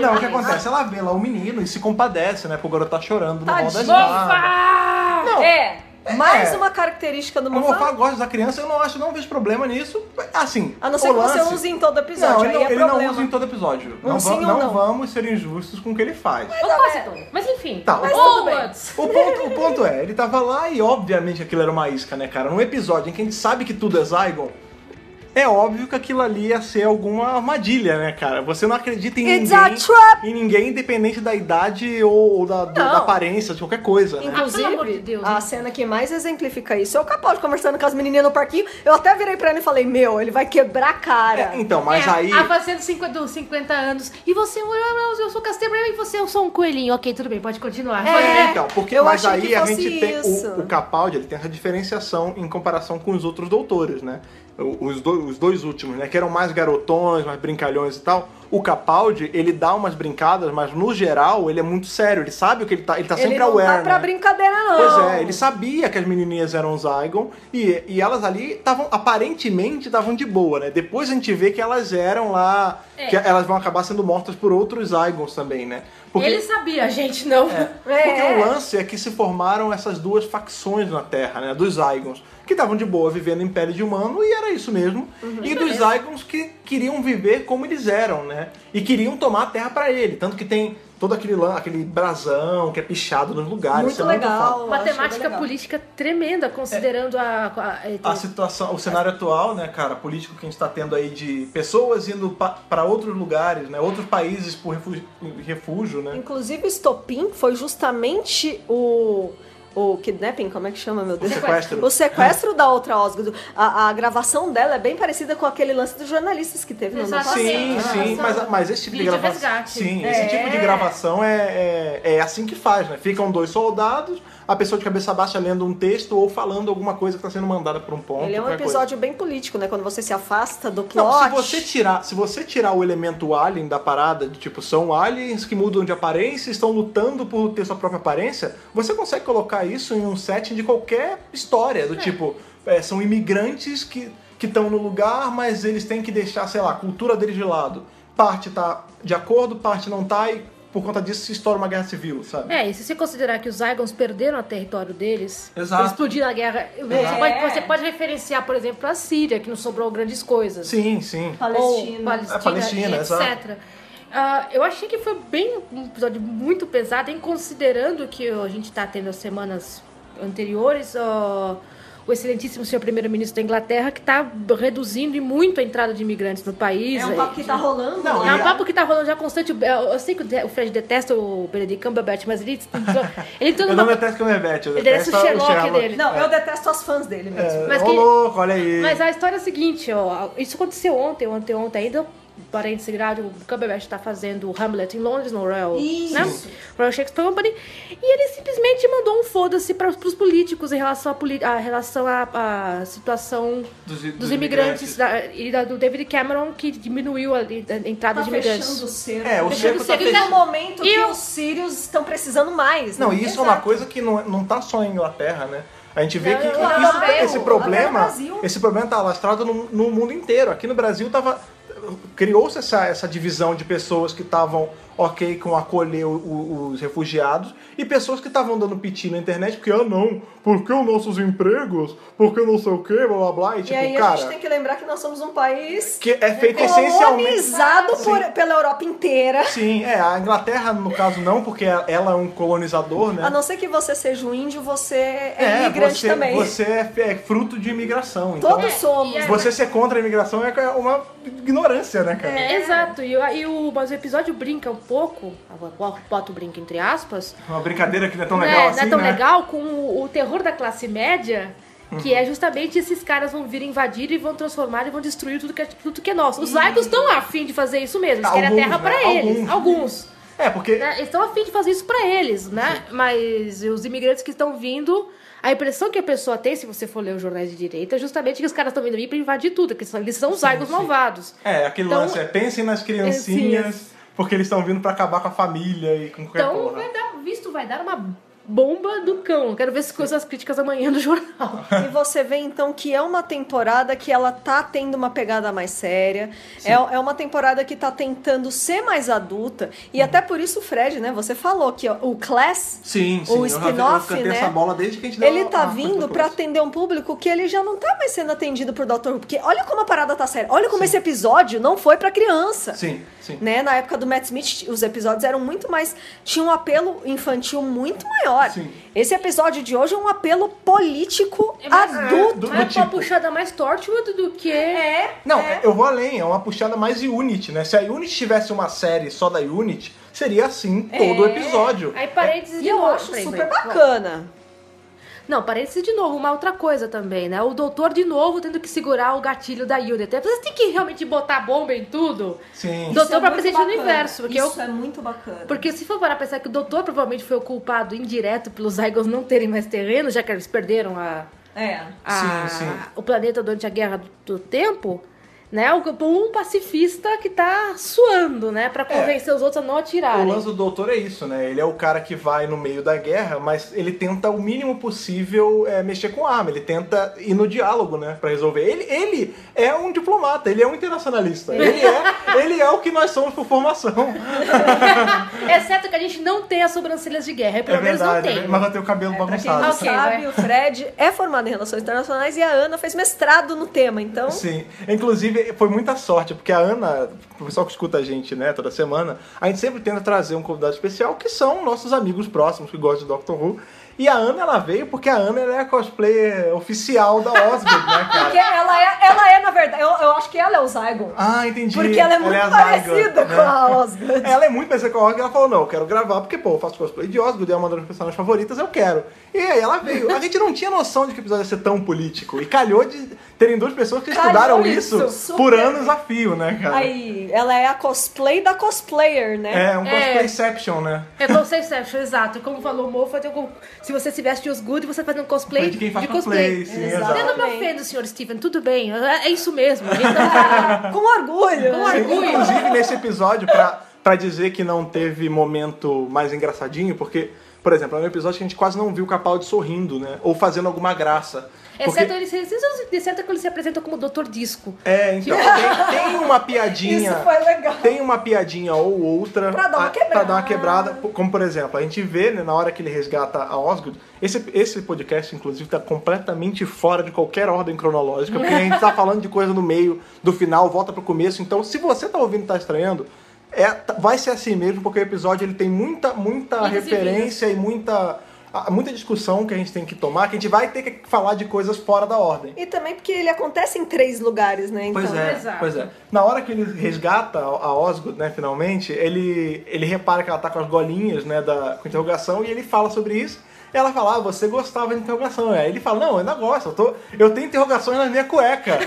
Speaker 1: Não, o que acontece? Ela vê lá o menino e se compadece, né? Porque o garoto tá chorando no hall da
Speaker 3: Tadinho.
Speaker 1: escola.
Speaker 2: Opa!
Speaker 1: Não,
Speaker 3: É, mais
Speaker 1: É.
Speaker 3: uma característica do
Speaker 1: O Mofá
Speaker 3: Mofá.
Speaker 1: gosta da criança, eu não acho, não vejo problema nisso. Assim,
Speaker 3: A não ser
Speaker 1: o
Speaker 3: que você
Speaker 1: lance-
Speaker 3: use em todo episódio,
Speaker 1: Não, ele,
Speaker 3: aí
Speaker 1: não,
Speaker 3: é
Speaker 1: ele
Speaker 3: problema.
Speaker 1: não usa em todo episódio. Não,
Speaker 3: sim
Speaker 1: va- não
Speaker 3: ou não?
Speaker 1: vamos ser injustos com o que ele faz.
Speaker 2: Ou quase todo. Mas enfim.
Speaker 1: Tá,
Speaker 2: Ou
Speaker 1: mas
Speaker 3: tudo bem.
Speaker 2: antes.
Speaker 1: O ponto, o ponto é, ele tava lá e obviamente aquilo era uma isca, né, cara? Num episódio em que a gente sabe que tudo é Zygon, é óbvio que aquilo ali ia ser alguma armadilha, né, cara? Você não acredita em
Speaker 3: It's a
Speaker 1: ninguém.
Speaker 3: trap!
Speaker 1: Em ninguém, independente da idade ou, ou da, do-
Speaker 3: Não.
Speaker 1: da aparência, de qualquer coisa, né?
Speaker 2: Ah, pelo amor de
Speaker 3: Inclusive,
Speaker 2: Deus,
Speaker 3: a
Speaker 2: né?
Speaker 3: cena que mais exemplifica isso é o Capaldi conversando com as menininhas no parquinho. Eu até virei pra ele e falei, meu, ele vai quebrar a cara.
Speaker 1: É, então, mas
Speaker 2: É,
Speaker 1: aí.
Speaker 2: A fazendo 50, dos 50 anos. E você, eu, eu, eu sou castelinho e você, eu sou um coelhinho. Ok, tudo bem, pode continuar.
Speaker 3: É.
Speaker 2: Pode-
Speaker 1: É, então, porque
Speaker 3: eu
Speaker 1: mas
Speaker 3: achei
Speaker 1: aí
Speaker 3: que
Speaker 1: a
Speaker 3: fosse
Speaker 1: gente tem
Speaker 3: isso.
Speaker 1: o, o Capaldi, ele tem essa diferenciação em comparação com os outros doutores, né? O- Os, do- os dois últimos, né? Que eram mais garotões, mais brincalhões e tal. o Capaldi, ele dá umas brincadas, mas no geral ele é muito sério. Ele sabe o que ele tá. Ele tá
Speaker 3: Ele
Speaker 1: sempre
Speaker 3: não
Speaker 1: aware.
Speaker 3: dá pra
Speaker 1: né?
Speaker 3: brincadeira, não.
Speaker 1: Pois é, ele sabia que as menininhas eram Zygon e, e elas ali estavam, aparentemente, estavam de boa, né? Depois a gente vê que elas eram lá,
Speaker 2: É.
Speaker 1: que elas vão acabar sendo mortas por outros Zygons também, né? Porque,
Speaker 2: Ele sabia, a gente não.
Speaker 1: porque
Speaker 3: É.
Speaker 1: o lance é que se formaram essas duas facções na Terra, né? Dos Zygons, que estavam de boa vivendo em pele de humano e era isso mesmo.
Speaker 3: Uhum.
Speaker 1: E dos Zygons que queriam viver como eles eram, né? E queriam tomar a Terra pra ele. Tanto que tem todo aquele, lan- aquele brasão que é pichado nos lugares.
Speaker 3: Muito
Speaker 1: isso é muito foda.
Speaker 3: legal.
Speaker 2: Uma
Speaker 3: achei bem
Speaker 2: temática
Speaker 3: legal.
Speaker 2: política tremenda, considerando a. a-
Speaker 1: a situação, o cenário atual, né, cara, político que a gente tá tendo aí de pessoas indo para outros lugares, né, outros países por refúgio, refúgio né?
Speaker 3: Inclusive, estopim foi justamente o. O kidnapping, como é que chama, meu Deus?
Speaker 1: sequestro.
Speaker 3: O sequestro da outra Osgood. A, a gravação dela é bem parecida com aquele lance dos jornalistas que teve no ano
Speaker 2: Exato.
Speaker 3: passado.
Speaker 1: Sim,
Speaker 2: Sim,
Speaker 1: sim,
Speaker 2: gravação.
Speaker 1: mas, mas esse tipo de
Speaker 2: Vídeo
Speaker 1: gravação.
Speaker 2: resgate.
Speaker 1: Sim,
Speaker 2: É.
Speaker 1: esse tipo de gravação é, é, é assim que faz, né? Ficam dois soldados, a pessoa de cabeça baixa lendo um texto ou falando alguma coisa que tá sendo mandada pra um ponto.
Speaker 3: Ele é um
Speaker 1: qualquer
Speaker 3: episódio bem político, né? Quando você se afasta do plot.
Speaker 1: Coisa. Não, se você tirar, se você tirar o elemento alien da parada, de tipo, são aliens que mudam de aparência e estão lutando por ter sua própria aparência, você consegue colocar isso em um setting de qualquer história, do tipo, é, são imigrantes que que estão no lugar, mas eles têm que deixar, sei lá, a cultura deles de lado. Parte tá de acordo, parte não tá e por conta disso se estoura uma guerra civil, sabe?
Speaker 2: É, e se você considerar que os Zygons perderam o território deles,
Speaker 1: Exato.
Speaker 2: eles explodiram a guerra, você, pode,
Speaker 3: É.
Speaker 2: você pode referenciar, por exemplo, a Síria, que não sobrou grandes coisas.
Speaker 1: Sim, sim.
Speaker 2: Ou
Speaker 3: Palestina.
Speaker 2: Palestina,
Speaker 1: É, Palestina,
Speaker 2: e etc.
Speaker 1: exato.
Speaker 2: Ah, eu achei que foi bem um episódio muito pesado, em considerando que a gente está tendo as semanas anteriores ah, o excelentíssimo senhor primeiro-ministro da Inglaterra que está reduzindo e muito a entrada de imigrantes no país.
Speaker 3: É um papo que tá rolando.
Speaker 1: Não,
Speaker 3: né?
Speaker 2: É um papo que tá rolando já constante. Eu, eu sei que o De- o Fred detesta o Benedict Cumberbatch, mas ele entrou, ele entrou
Speaker 1: Eu não
Speaker 2: numa...
Speaker 1: detesto que eu me mete, eu
Speaker 2: Ele parece
Speaker 1: detesto
Speaker 2: o
Speaker 1: o
Speaker 2: Sherlock
Speaker 1: Sherlock.
Speaker 2: dele.
Speaker 3: Não, eu detesto as fãs dele mesmo.
Speaker 1: É,
Speaker 2: Mas
Speaker 1: ô
Speaker 2: que-
Speaker 1: louco, olha aí.
Speaker 2: Mas a história é a seguinte, ó. Isso aconteceu ontem, ontem, ontem ainda. Parênteses grade, o Cumberbatch tá fazendo o Hamlet em Londres, no Royal,
Speaker 3: Isso.
Speaker 2: né? Royal Shakespeare Company. E ele simplesmente mandou um foda-se para os políticos em relação à poli- à relação à- à situação
Speaker 1: Dos-
Speaker 2: dos,
Speaker 1: dos
Speaker 2: imigrantes,
Speaker 1: imigrantes.
Speaker 2: da- e da- do David Cameron, que diminuiu a, a entrada
Speaker 3: Tá
Speaker 2: de
Speaker 3: fechando o
Speaker 2: imigrantes.
Speaker 3: cerco.
Speaker 1: É, o
Speaker 2: Fechando
Speaker 1: cerco tá
Speaker 2: o cerco.
Speaker 3: Aquele é o
Speaker 1: fechado.
Speaker 3: momento
Speaker 2: E
Speaker 3: que
Speaker 2: eu-
Speaker 3: os sírios estão precisando mais.
Speaker 1: Não,
Speaker 3: né?
Speaker 1: e isso é uma
Speaker 3: Exato.
Speaker 1: coisa que não, não tá só em Inglaterra, né? A gente vê
Speaker 2: Não,
Speaker 1: que
Speaker 2: não,
Speaker 1: isso-
Speaker 3: não, não,
Speaker 1: esse
Speaker 3: não, não, no
Speaker 1: problema,
Speaker 3: Brasil.
Speaker 1: esse problema tá alastrado no, no mundo inteiro. Aqui no Brasil tava criou-se essa, essa divisão de pessoas que estavam ok com acolher o- o- os refugiados e pessoas que estavam dando piti na internet porque ah não, porque os nossos empregos, porque não sei o que, blá blá blá e,
Speaker 3: E
Speaker 1: tipo
Speaker 3: aí a
Speaker 1: cara
Speaker 3: gente tem que lembrar que nós somos um país
Speaker 1: que é feito essencialmente
Speaker 3: colonizado por-
Speaker 1: Sim.
Speaker 3: pela Europa inteira.
Speaker 1: Sim, é, a Inglaterra, no caso, não, porque ela é um colonizador, né?
Speaker 3: A não ser que você seja um índio, você é, imigrante
Speaker 1: você,
Speaker 3: também.
Speaker 1: Você é, é fruto de imigração. Então,
Speaker 3: Todos somos.
Speaker 2: e aí-
Speaker 1: você ser contra a imigração é uma ignorância, né, cara?
Speaker 2: É, Exato, e, o- e o, mas o episódio brinca um pouco, bota o brinco entre aspas,
Speaker 1: Uma brincadeira que não é tão
Speaker 2: né,
Speaker 1: legal assim,
Speaker 2: não é tão
Speaker 1: né?
Speaker 2: legal com o, o terror da classe média, que é justamente esses caras vão vir invadir e vão transformar e vão destruir tudo que é, tudo que é nosso. Os Zygons estão afim de fazer isso mesmo, eles querem a
Speaker 1: Alguns,
Speaker 2: terra pra
Speaker 1: né?
Speaker 2: eles,
Speaker 1: Alguns.
Speaker 2: alguns.
Speaker 1: É, porque
Speaker 2: né, Eles estão afim de fazer isso pra eles, né? Mas os imigrantes que estão vindo, a impressão que a pessoa tem, se você for ler os jornais de direita, é justamente que os caras estão vindo vir pra invadir tudo, que eles são, eles são os Zygons malvados.
Speaker 1: é aquele
Speaker 2: Então-
Speaker 1: lance, é pensem nas criancinhas, porque eles estão vindo pra acabar com a família e com qualquer
Speaker 2: Então
Speaker 1: porra.
Speaker 2: vai dar, visto vai dar uma bomba do cão. Quero ver se coisas as críticas amanhã no jornal.
Speaker 3: E você vê então que é uma temporada que ela tá tendo uma pegada mais séria. É, é uma temporada que tá tentando ser mais adulta.
Speaker 1: Uhum.
Speaker 3: E até por isso, Fred, né? Você falou que ó, o Class,
Speaker 1: Sim, sim,
Speaker 3: o
Speaker 1: eu já- eu
Speaker 3: spin-off,
Speaker 1: cantei
Speaker 3: né?
Speaker 1: essa bola Ah, desde que a gente deu
Speaker 3: ele
Speaker 1: a-
Speaker 3: tá
Speaker 1: a-
Speaker 3: vindo pra atender um público que ele já não tá mais sendo atendido por Dr. Who. Porque olha como a parada tá séria. Olha como esse episódio não foi pra criança.
Speaker 1: Sim, sim.
Speaker 3: Né? Na época do Matt Smith, os episódios eram muito mais. tinham um apelo infantil muito maior.
Speaker 1: Sim.
Speaker 3: Esse episódio de hoje é um apelo político
Speaker 2: É mais-
Speaker 3: adulto.
Speaker 1: do-
Speaker 2: Mas
Speaker 1: tipo.
Speaker 2: uma puxada mais Torchwood do que.
Speaker 3: É.
Speaker 1: Não, eu vou além, é uma puxada mais Unity, né? Se a Unity tivesse uma série só da Unity, seria assim todo o episódio.
Speaker 2: Aí parênteses
Speaker 3: E
Speaker 2: de
Speaker 3: eu
Speaker 2: novo.
Speaker 3: acho
Speaker 2: Peraí,
Speaker 3: super
Speaker 2: peraí.
Speaker 3: bacana.
Speaker 2: Não, parênteses de novo, uma outra coisa também, né? O doutor de novo tendo que segurar o gatilho da Yuri. Até vocês têm que realmente botar bomba em tudo.
Speaker 1: Sim.
Speaker 2: Doutor pra presidente do universo. Porque, eu,
Speaker 3: é muito bacana.
Speaker 2: porque se for para pensar que o doutor provavelmente foi o culpado indireto pelos Zygons não terem mais terreno, já que eles perderam a,
Speaker 3: É.
Speaker 2: a-
Speaker 1: Sim, sim.
Speaker 2: o planeta durante a guerra do, do tempo, né? Um pacifista que tá suando, né? Pra convencer os outros a não
Speaker 1: É. O
Speaker 2: atirarem.
Speaker 1: lance do doutor é isso, né? Ele é o cara que vai no meio da guerra, mas ele tenta o mínimo possível é, mexer com a arma. Ele tenta ir no diálogo, né? Pra resolver. Ele, ele é um diplomata, ele é um internacionalista. Ele é, ele é o que nós somos por formação.
Speaker 2: Exceto que a gente não tem as sobrancelhas de guerra. Pelo
Speaker 1: é
Speaker 2: menos
Speaker 1: verdade,
Speaker 2: não tem.
Speaker 1: mas eu tenho o cabelo
Speaker 3: Pra quem não
Speaker 1: bagunçado.
Speaker 2: Ok,
Speaker 3: sabe,
Speaker 2: vai.
Speaker 3: o Fred é formado em Relações Internacionais e a Ana fez mestrado no tema, então.
Speaker 1: Sim. Inclusive, foi muita sorte, porque a Ana, o pessoal que escuta a gente, né, toda semana, a gente sempre tenta trazer um convidado especial que são nossos amigos próximos que gostam de Doctor Who. E a Ana, ela veio porque a Ana ela é a cosplayer oficial da Osgood, né,
Speaker 3: Porque
Speaker 1: cara?
Speaker 3: ela é, ela é na verdade, eu, eu acho que ela é o Zygon.
Speaker 1: Ah, entendi.
Speaker 3: Porque ela é muito
Speaker 1: a Zygon,
Speaker 3: parecida
Speaker 1: né?
Speaker 3: com a Osgood.
Speaker 1: Ela é muito parecida com a Osgood. Ela falou, não, eu quero gravar porque, pô, eu faço cosplay de Osgood, é uma das minhas personagens favoritas, eu quero. E aí ela veio. A gente não tinha noção de que o episódio ia ser tão político. E calhou de terem duas pessoas que
Speaker 3: Calhou
Speaker 1: estudaram
Speaker 3: isso,
Speaker 1: isso,
Speaker 3: super.
Speaker 1: por anos a fio, né, cara?
Speaker 3: Aí, ela é a cosplay da cosplayer, né?
Speaker 1: É, um
Speaker 2: É.
Speaker 1: cosplayception, né?
Speaker 2: É conceito, exato. Como falou o Moffat, eu com- se você se veste de Osgood, você faz um cosplay
Speaker 1: Mas de quem faz
Speaker 2: cosplay.
Speaker 1: cosplay, sim,
Speaker 3: exato.
Speaker 2: Eu não me ofendo, senhor Steven, tudo bem. É é isso mesmo. Então,
Speaker 3: Com orgulho.
Speaker 2: Com
Speaker 3: né?
Speaker 2: orgulho.
Speaker 1: Inclusive, nesse episódio, pra, pra dizer que não teve momento mais engraçadinho, porque, por exemplo, é um episódio que a gente quase não viu o Capaldi sorrindo, né? Ou fazendo alguma graça. Porque-
Speaker 2: exceto, ele, se- exceto quando ele se apresenta como Dr. Disco.
Speaker 1: É, então tem, tem uma piadinha.
Speaker 3: Isso foi legal.
Speaker 1: Tem uma piadinha ou outra
Speaker 3: Pra dar uma
Speaker 1: a-
Speaker 3: quebrada.
Speaker 1: pra dar uma quebrada. Como por exemplo, a gente vê né, na hora que ele resgata a Osgood. Esse, esse podcast, inclusive, tá completamente fora de qualquer ordem cronológica, porque a gente tá falando de coisa no meio, do final, volta pro começo. Então, se você tá ouvindo e tá estranhando, é, tá- vai ser assim mesmo, porque o episódio ele tem muita, muita
Speaker 2: Idas e
Speaker 1: referência e muita. a- Muita discussão que a gente tem que tomar, que a gente vai ter que falar de coisas fora da ordem.
Speaker 3: E também porque ele acontece em três lugares, né? Então,
Speaker 1: Pois é,
Speaker 2: exato.
Speaker 1: pois é. Na hora que ele resgata a Osgood, né, finalmente, ele, ele repara que ela tá com as golinhas, né, da, com interrogação, e ele fala sobre isso. E ela fala, ah, você gostava de interrogação. Aí ele fala, não, eu ainda gosto, eu, tô, eu tenho interrogações na minha cueca.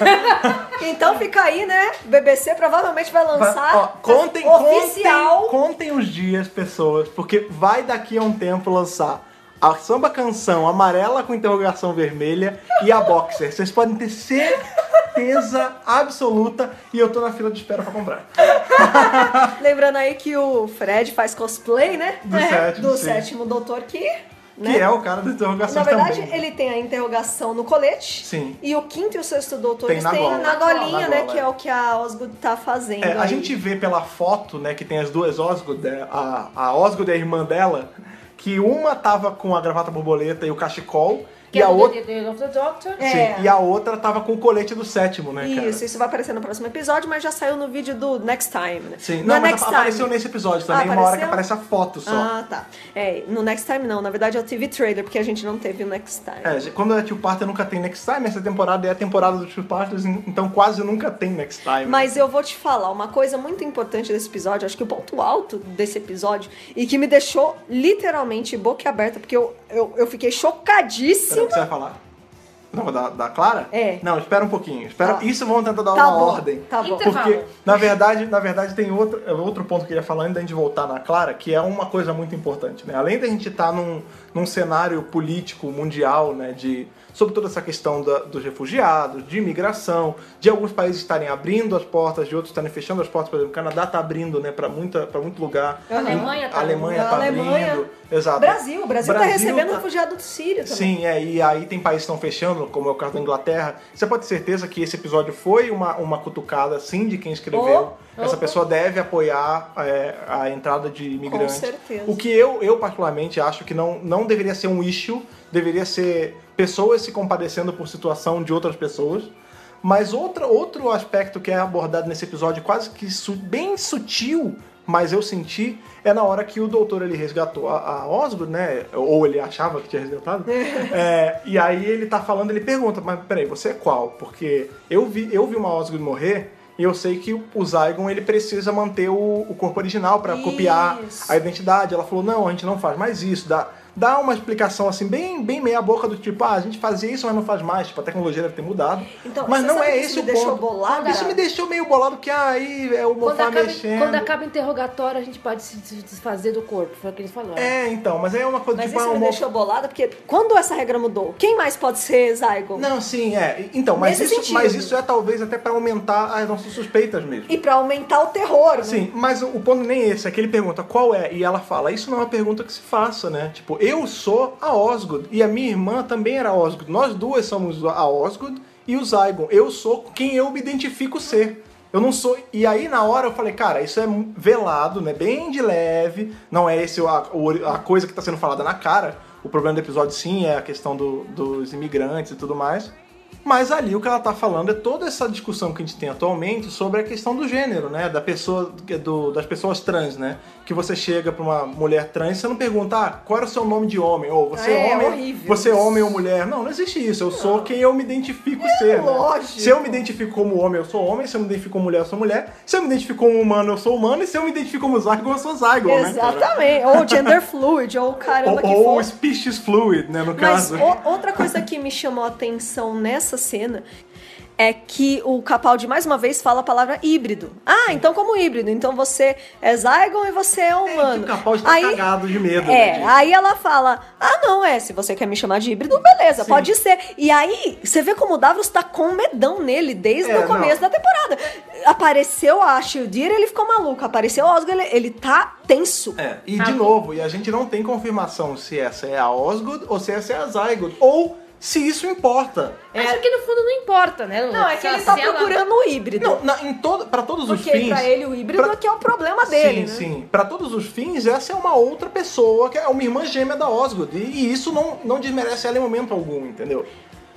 Speaker 3: Então fica aí, né? BBC provavelmente vai lançar
Speaker 1: Ó, contem,
Speaker 3: oficial.
Speaker 1: contem, contem os dias, pessoas, porque vai daqui a um tempo lançar a samba canção amarela com interrogação vermelha e a boxer. Vocês podem ter certeza absoluta e eu tô na fila de espera pra comprar.
Speaker 3: Lembrando aí que o Fred faz cosplay, né?
Speaker 1: Do sétimo,
Speaker 3: Do
Speaker 1: sim.
Speaker 3: sétimo doutor que.
Speaker 1: Que
Speaker 3: Né?
Speaker 1: é o cara da interrogação
Speaker 3: Na verdade,
Speaker 1: também.
Speaker 3: ele tem a interrogação no colete.
Speaker 1: Sim.
Speaker 3: E o quinto e o sexto doutor
Speaker 1: Tem
Speaker 3: eles
Speaker 1: na
Speaker 3: têm
Speaker 1: gola.
Speaker 3: na golinha,
Speaker 1: Na
Speaker 3: né?
Speaker 1: gola,
Speaker 3: Que é
Speaker 1: é.
Speaker 3: o que a Osgood tá fazendo.
Speaker 1: É, a
Speaker 3: aí.
Speaker 1: gente vê pela foto, né, que tem as duas Osgood, né, a, a Osgood é a irmã dela, que uma tava com a gravata borboleta e o cachecol,
Speaker 2: Que
Speaker 1: e
Speaker 2: é
Speaker 1: a
Speaker 2: do
Speaker 1: outra...
Speaker 2: The Day of the Doctor.
Speaker 3: É.
Speaker 1: Sim, e a outra tava com o colete do sétimo, né, cara?
Speaker 3: Isso, isso vai aparecer no próximo episódio, mas já saiu no vídeo do Next Time, né?
Speaker 1: Sim,
Speaker 3: é
Speaker 1: não, mas
Speaker 3: Next Time.
Speaker 1: apareceu nesse episódio também,
Speaker 3: Ah,
Speaker 1: uma hora que aparece
Speaker 3: apareceu?
Speaker 1: a foto só.
Speaker 3: Ah, tá. É, no Next Time não, na verdade é o TV Trailer, porque a gente não teve o Next Time.
Speaker 1: É, gente, quando é Tio Parter nunca tem Next Time, essa temporada é a temporada do Tio Parters, então quase nunca tem Next Time.
Speaker 3: Mas eu vou te falar uma coisa muito importante desse episódio, acho que o ponto alto desse episódio, e que me deixou literalmente boquiaberta, porque eu, eu, eu fiquei
Speaker 1: Pera, o
Speaker 3: chocadíssima.
Speaker 1: que você vai falar? Não, da, da Clara?
Speaker 3: É.
Speaker 1: Não, espera um pouquinho. Espera,
Speaker 3: Tá.
Speaker 1: Isso vamos tentar dar
Speaker 3: Tá
Speaker 1: uma
Speaker 3: bom,
Speaker 1: ordem. Então,
Speaker 3: tá bom.
Speaker 1: Porque,
Speaker 2: Intervalo.
Speaker 1: na verdade, na verdade tem outro, é outro ponto que eu ia falar antes da gente voltar na Clara, que é uma coisa muito importante, né? Além da gente estar num, num cenário político mundial, né, de sobre toda essa questão da- dos refugiados, de imigração, de alguns países estarem abrindo as portas, de outros estarem fechando as portas, por exemplo, o Canadá está abrindo, né, para muita para muito lugar.
Speaker 2: A Alemanha
Speaker 1: a
Speaker 2: tá-
Speaker 1: Alemanha tá
Speaker 3: A Alemanha.
Speaker 1: abrindo. Exato.
Speaker 3: Brasil, o Brasil, tá recebendo
Speaker 1: tá-
Speaker 3: refugiado do Sírio também.
Speaker 1: Sim, é, e aí tem países que estão fechando, como é o caso da Inglaterra. Você pode ter certeza que esse episódio foi uma, uma cutucada, sim, de quem escreveu.
Speaker 2: Oh,
Speaker 1: Essa
Speaker 2: oh.
Speaker 1: pessoa deve apoiar é, a entrada de imigrantes.
Speaker 3: Com certeza.
Speaker 1: O que eu, eu particularmente, acho que não, não deveria ser um issue, deveria ser pessoas se compadecendo por situação de outras pessoas. Mas outra, outro aspecto que é abordado nesse episódio, quase que su- bem sutil, mas eu senti, é na hora que o doutor ele resgatou a, a Osgood, né? Ou ele achava que tinha resgatado. É, e aí ele tá falando, ele pergunta, mas peraí, você é qual? Porque eu vi, eu vi uma Osgood morrer e eu sei que o Zygon ele precisa manter o, o corpo original pra copiar
Speaker 3: Isso.
Speaker 1: a identidade. Ela falou, não, a gente não faz mais isso, dá, dá uma explicação assim, bem, bem meia boca do tipo, ah, a gente fazia isso, mas não faz mais, tipo, a tecnologia deve ter mudado.
Speaker 3: Então,
Speaker 1: mas
Speaker 3: você
Speaker 1: não
Speaker 3: sabe
Speaker 1: é
Speaker 3: que
Speaker 1: esse
Speaker 3: isso
Speaker 1: o
Speaker 3: me deixou
Speaker 1: ponto.
Speaker 3: bolada?
Speaker 1: Isso me deixou meio bolado, porque aí é o
Speaker 2: Quando
Speaker 1: mofá
Speaker 2: acaba,
Speaker 1: mexendo.
Speaker 2: quando acaba o interrogatório, a gente pode se des- desfazer do corpo. Foi o que eles falaram.
Speaker 1: É, então, mas aí é uma coisa
Speaker 3: Mas
Speaker 1: tipo, ah,
Speaker 3: isso
Speaker 1: o
Speaker 3: me
Speaker 1: mofá-
Speaker 3: deixou bolada, porque quando essa regra mudou, quem mais pode ser Zygon?
Speaker 1: Não, sim, é. Então, mas
Speaker 3: Nesse
Speaker 1: isso,
Speaker 3: sentido.
Speaker 1: mas isso é talvez até pra aumentar as nossas suspeitas mesmo.
Speaker 3: E pra aumentar o terror, né?
Speaker 1: Sim, mas o o ponto nem é esse, é que ele pergunta qual é, e ela fala, isso não é uma pergunta que se faça, né? Tipo, eu sou a Osgood, e a minha irmã também era Osgood. Nós duas somos a Osgood e o Zygon. Eu sou quem eu me identifico ser. Eu não sou. E aí, na hora, eu falei, cara, isso é velado, né? Bem de leve. Não é esse a, o- a coisa que tá sendo falada na cara. O problema do episódio, sim, é a questão do- dos imigrantes e tudo mais. Mas ali o que ela tá falando é toda essa discussão que a gente tem atualmente sobre a questão do gênero, né? Da pessoa, do- das pessoas trans, né? Que você chega pra uma mulher trans e você não pergunta ah, qual era o seu nome de homem, ou você
Speaker 3: É,
Speaker 1: é homem.
Speaker 3: horrível.
Speaker 1: Você é homem ou mulher. Não, não existe isso. Eu sou quem eu me identifico ser. né?
Speaker 3: É lógico.
Speaker 1: Se eu me identifico como homem, eu sou homem. Se eu me identifico como mulher, eu sou mulher. Se eu me identifico como humano, eu sou humano. E se eu me identifico como Zygon, eu sou Zygon, né? cara?
Speaker 3: Exatamente. Ou gender fluid, ou caramba que
Speaker 1: Ou, ou
Speaker 3: for.
Speaker 1: species fluid, né? No
Speaker 3: Mas
Speaker 1: caso.
Speaker 3: o- outra coisa que me chamou a atenção nessa cena é que o Capaldi mais uma vez fala a palavra híbrido. Ah, então como híbrido, então você é Zygon e você é humano.
Speaker 1: que o Capaldi tá cagado de medo, né,
Speaker 3: É,
Speaker 1: disso.
Speaker 3: aí ela fala: "Ah, não, é, se você quer me chamar de híbrido, beleza,
Speaker 1: Sim.
Speaker 3: pode ser". E aí, você vê como o Davros tá com medão nele desde
Speaker 1: É,
Speaker 3: o começo
Speaker 1: não.
Speaker 3: da temporada. Apareceu a Shildira, ele ficou maluco. Apareceu o Osgo, ele, ele tá tenso.
Speaker 1: É, e de
Speaker 2: Ah,
Speaker 3: Tá.
Speaker 2: sim.
Speaker 1: novo, e a gente não tem confirmação se essa é a Osgood ou se essa é a Zygood, ou se isso importa.
Speaker 2: É. Acho que no fundo não importa, né?
Speaker 3: Não, é que
Speaker 2: Se
Speaker 3: ele
Speaker 2: ela-
Speaker 3: tá
Speaker 2: se ela-
Speaker 3: procurando o híbrido.
Speaker 1: Não, na, em todo, para todos
Speaker 3: Porque
Speaker 1: os fins.
Speaker 3: pra ele o híbrido
Speaker 1: pra-
Speaker 3: é que é o problema dele,
Speaker 1: sim,
Speaker 3: né?
Speaker 1: sim. Pra todos os fins, essa é uma outra pessoa, que é uma irmã gêmea da Osgood. E, e isso não, não desmerece ela em momento algum, entendeu?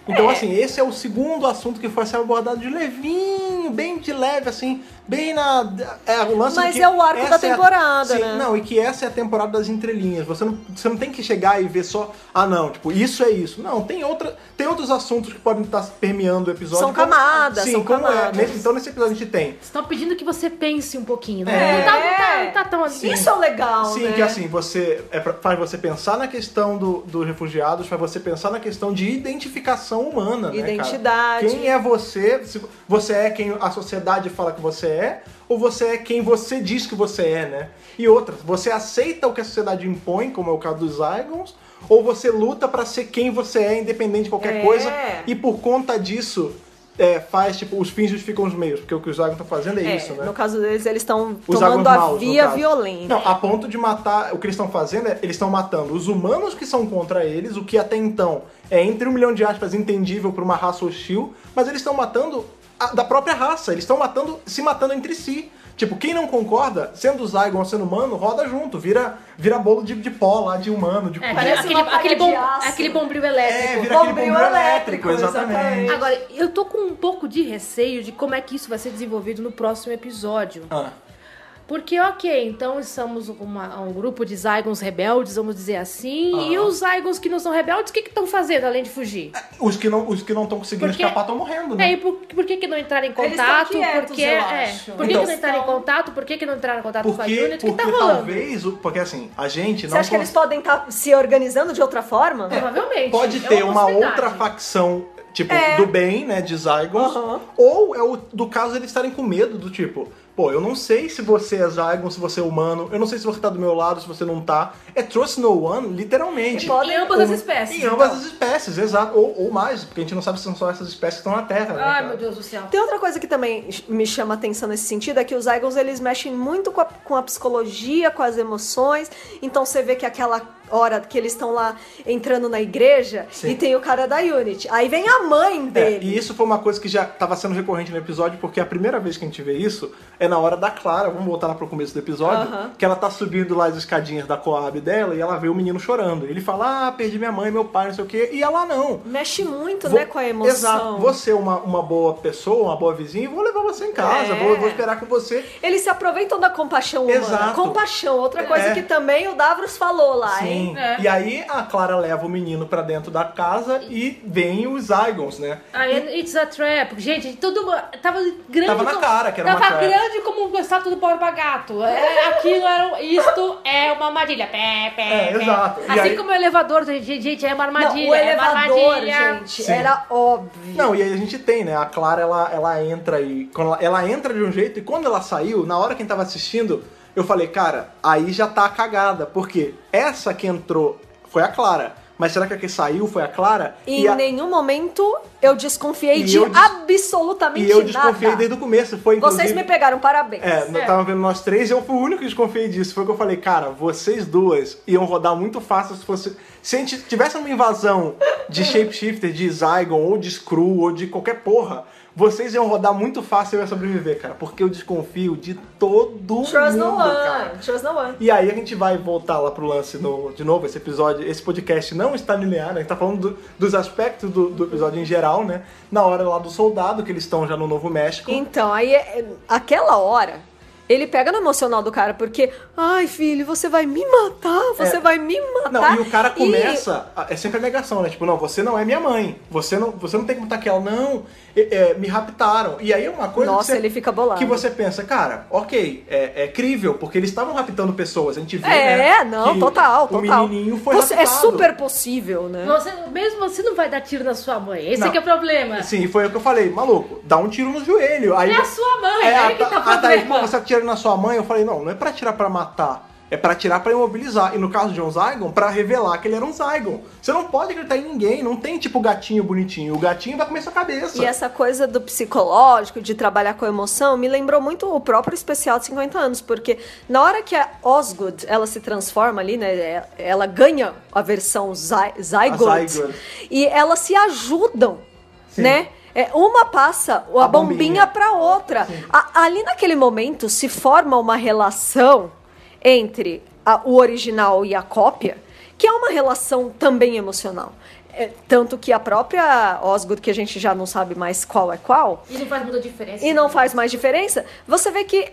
Speaker 1: Então, assim, esse é o segundo assunto que foi ser abordado de levinho, bem de leve, assim, bem na. É, o lance
Speaker 3: Mas
Speaker 1: de que
Speaker 3: é o arco da
Speaker 1: essa é a-
Speaker 3: temporada,
Speaker 1: sim,
Speaker 3: né?
Speaker 1: Não, e que essa é a temporada das entrelinhas. Você não, você não tem que chegar e ver só, ah, não, tipo, isso é isso. Não, tem, outra, tem outros assuntos que podem estar permeando o episódio.
Speaker 3: São
Speaker 1: como-
Speaker 3: camadas,
Speaker 1: sim,
Speaker 3: são
Speaker 1: como
Speaker 3: camadas.
Speaker 1: É. Nesse- então, nesse episódio a gente tem
Speaker 2: Estão pedindo que você pense um pouquinho, né?
Speaker 1: É.
Speaker 2: Não, tá, não, tá, não tá tão assim.
Speaker 3: Isso é o legal,
Speaker 1: Sim,
Speaker 3: né?
Speaker 1: que assim, você é pra- faz você pensar na questão do- dos refugiados, faz você pensar na questão de identificação humana, né, cara?
Speaker 3: Identidade.
Speaker 1: Quem é você? Se você é quem a sociedade fala que você é, ou você é quem você diz que você é, né? E outra, você aceita o que a sociedade impõe, como é o caso dos Zygons, ou você luta pra ser quem você é, independente de qualquer
Speaker 3: É.
Speaker 1: coisa, e por conta disso é, faz, tipo, os fins justificam os meios, porque o que os Zygons estão fazendo é,
Speaker 3: É,
Speaker 1: isso, né?
Speaker 3: No caso deles, eles estão
Speaker 1: Os
Speaker 3: tomando
Speaker 1: Zygons
Speaker 3: a
Speaker 1: maus, no
Speaker 3: via
Speaker 1: caso.
Speaker 3: violenta.
Speaker 1: Não, a ponto de matar. O que eles estão fazendo é. Eles estão matando os humanos que são contra eles, o que até então é entre um milhão de aspas entendível para uma raça hostil, mas eles estão matando a- da própria raça. Eles estão matando, se matando entre si. Tipo, quem não concorda, sendo Zygon ou sendo humano, roda junto, vira, vira bolo de, de pó lá, de humano, de
Speaker 2: É,
Speaker 3: Parece
Speaker 2: aquele,
Speaker 3: uma palha
Speaker 2: aquele,
Speaker 3: de
Speaker 2: bom,
Speaker 3: aço.
Speaker 2: aquele bombril elétrico.
Speaker 1: É, vira aquele
Speaker 3: Bombril
Speaker 1: bombril elétrico,
Speaker 3: elétrico,
Speaker 1: exatamente.
Speaker 3: exatamente.
Speaker 2: Agora, eu tô com um pouco de receio de como é que isso vai ser desenvolvido no próximo episódio.
Speaker 1: Ah,
Speaker 2: Porque, ok, então estamos uma- um grupo de Zygons rebeldes, vamos dizer assim. E
Speaker 1: Aham.
Speaker 2: os Zygons que não são rebeldes, o que estão fazendo além de fugir?
Speaker 1: os que não estão conseguindo
Speaker 2: Porque-
Speaker 1: escapar estão morrendo,
Speaker 2: É,
Speaker 1: né?
Speaker 2: e por, por que, que não entraram em
Speaker 3: Eles estão
Speaker 2: contato?
Speaker 3: quietos,
Speaker 2: por que,
Speaker 3: eu
Speaker 2: é,
Speaker 3: acho.
Speaker 2: por que,
Speaker 1: Então-
Speaker 2: que não entraram em contato? Por que, que não entraram em contato
Speaker 3: é
Speaker 2: com a
Speaker 1: porque
Speaker 2: Unit? O que
Speaker 1: porque
Speaker 2: tá rolando?
Speaker 1: talvez. o- Porque assim, a gente não
Speaker 3: Você acha que
Speaker 1: cons-
Speaker 3: eles podem estar se organizando de outra forma?
Speaker 2: Provavelmente.
Speaker 1: Pode
Speaker 2: é
Speaker 1: ter uma,
Speaker 2: possibilidade.
Speaker 1: outra facção, tipo,
Speaker 3: É.
Speaker 1: do bem, né, de Zygons.
Speaker 3: Aham.
Speaker 1: Ou é o do caso eles estarem com medo, do tipo, pô, eu não sei se você é Zygon, se você é humano, eu não sei se você tá do meu lado, se você não tá. É Trust No One, literalmente.
Speaker 3: E pode-
Speaker 2: Em ambas
Speaker 1: Um-
Speaker 2: as espécies.
Speaker 1: Em ambas
Speaker 2: então.
Speaker 1: as espécies, exato. Ou, ou mais, porque a gente não sabe se são só essas espécies que estão na Terra, né?
Speaker 2: Ai,
Speaker 1: cara?
Speaker 2: meu Deus do céu.
Speaker 3: Tem outra coisa que também me chama atenção nesse sentido, é que os Zygons, eles mexem muito com a, com a psicologia, com as emoções, então você vê que aquela hora que eles estão lá entrando na igreja,
Speaker 1: Sim.
Speaker 3: e tem o cara da Unity, aí vem a mãe
Speaker 1: É,
Speaker 3: dele.
Speaker 1: e isso foi uma coisa que já estava sendo recorrente no episódio, porque a primeira vez que a gente vê isso é na hora da Clara, vamos voltar lá pro começo do episódio,
Speaker 3: Aham.
Speaker 1: que ela tá subindo lá as escadinhas da Coab dela e ela vê o menino chorando. Ele fala, ah, perdi minha mãe, meu pai, não sei o quê, e ela não.
Speaker 3: Mexe muito,
Speaker 1: Vou-
Speaker 3: né, com a emoção.
Speaker 1: Exato. Você é uma, uma boa pessoa, uma boa vizinha, vou levar você em casa,
Speaker 3: É.
Speaker 1: vou, vou esperar com você.
Speaker 3: Eles se aproveitam da compaixão humana.
Speaker 1: Exato.
Speaker 3: Compaixão, outra coisa
Speaker 1: É.
Speaker 3: que também o Davros falou lá, hein?
Speaker 1: Sim.
Speaker 2: É.
Speaker 1: E aí a Clara leva o menino pra dentro da casa e vem os Zygons, né?
Speaker 2: Ah, é- It's a Trap. Gente, tudo. Tava grande.
Speaker 1: Tava na
Speaker 2: como-
Speaker 1: cara que era uma
Speaker 2: Tava
Speaker 1: trap.
Speaker 2: grande como o estátua do Borba Gato. É, aquilo era. um- Isto é uma uma armadilha. Pé, pé,
Speaker 1: É,
Speaker 2: pé.
Speaker 1: exato. E
Speaker 2: Assim
Speaker 1: aí-
Speaker 2: como o elevador, gente, gente, é uma armadilha.
Speaker 3: Não, o
Speaker 2: é uma
Speaker 3: elevador,
Speaker 2: armadilha.
Speaker 3: gente,
Speaker 1: Sim.
Speaker 3: era óbvio.
Speaker 1: Não, e aí a gente tem, né? A Clara, ela, ela entra e. Quando ela, ela entra de um jeito e quando ela saiu, na hora quem tava assistindo, eu falei, cara, aí já tá a cagada. Porque essa que entrou foi a Clara. Mas será que a que saiu foi a Clara?
Speaker 3: Em
Speaker 1: e a-
Speaker 3: nenhum momento eu desconfiei
Speaker 1: E
Speaker 3: de
Speaker 1: eu des-
Speaker 3: absolutamente
Speaker 1: e eu
Speaker 3: nada.
Speaker 1: desconfiei desde o começo. Foi inclusive.
Speaker 3: Vocês me pegaram, parabéns.
Speaker 1: É, eu tava vendo nós três e eu fui o único que desconfiei disso. Foi o que eu falei, cara, vocês duas iam rodar muito fácil se fosse. Se a gente tivesse uma invasão de shapeshifter, de Zygon, ou de Screw, ou de qualquer porra, vocês iam rodar muito fácil e eu ia sobreviver, cara. Porque eu desconfio de todo
Speaker 3: Trust
Speaker 1: mundo.
Speaker 3: no
Speaker 1: cara.
Speaker 3: one, trust no one.
Speaker 1: E aí a gente vai voltar lá pro lance no- de novo, esse episódio, esse podcast não está linear, né? A gente tá falando do- dos aspectos do, do episódio em geral, né? Na hora lá do soldado, que eles estão já no Novo México.
Speaker 3: Então, aí, é- é- aquela hora, ele pega no emocional do cara, porque, ai, filho, você vai me matar, você
Speaker 1: É.
Speaker 3: vai me
Speaker 1: Não,
Speaker 3: matar.
Speaker 1: e o cara começa. a- É sempre a negação, né? Tipo, não, você não é minha mãe. Você não, você não tem como estar aqui. Ela, não, é, é, me raptaram. E aí é uma coisa.
Speaker 3: Nossa,
Speaker 1: que você,
Speaker 3: ele fica bolado.
Speaker 1: Que você pensa, cara, ok, é, é crível, porque eles estavam raptando pessoas. A gente viu.
Speaker 3: É,
Speaker 1: né,
Speaker 3: não,
Speaker 1: que
Speaker 3: total,
Speaker 1: O
Speaker 3: total.
Speaker 1: menininho foi
Speaker 3: Você- é
Speaker 1: raptado.
Speaker 3: super possível, né?
Speaker 2: Você, mesmo você não vai dar tiro na sua mãe. Esse
Speaker 1: Não.
Speaker 2: é que é o problema.
Speaker 1: Sim, foi o que eu falei, maluco, dá um tiro no joelho. Aí,
Speaker 2: É a sua mãe,
Speaker 1: a
Speaker 2: aí que
Speaker 1: Tha-
Speaker 2: tá o
Speaker 1: a Thaís, pô,
Speaker 2: problema.
Speaker 1: você atira na sua mãe, eu falei, não, não é pra atirar pra matar. É pra atirar pra imobilizar. E no caso de um Zygon, pra revelar que ele era um Zygon. Você não pode acreditar em ninguém, não tem tipo gatinho bonitinho. O gatinho vai comer sua cabeça.
Speaker 2: é
Speaker 3: E essa coisa do psicológico, de trabalhar com emoção, me lembrou muito o próprio especial de 50 anos, porque na hora que a Osgood, ela se transforma ali, né, é- ela ganha a versão Zy-
Speaker 1: A
Speaker 3: Zygote,
Speaker 1: Zygote.
Speaker 3: e elas se ajudam,
Speaker 1: Sim.
Speaker 3: né? É, uma passa a,
Speaker 1: A
Speaker 3: bombinha
Speaker 1: bombinha.
Speaker 3: pra outra. A- ali naquele momento se forma uma relação entre a- o original e a cópia, que é uma relação também emocional. É, tanto que a própria Osgood, que a gente já não sabe mais qual é qual,
Speaker 2: E não faz muita diferença.
Speaker 3: e não faz mais diferença, você vê que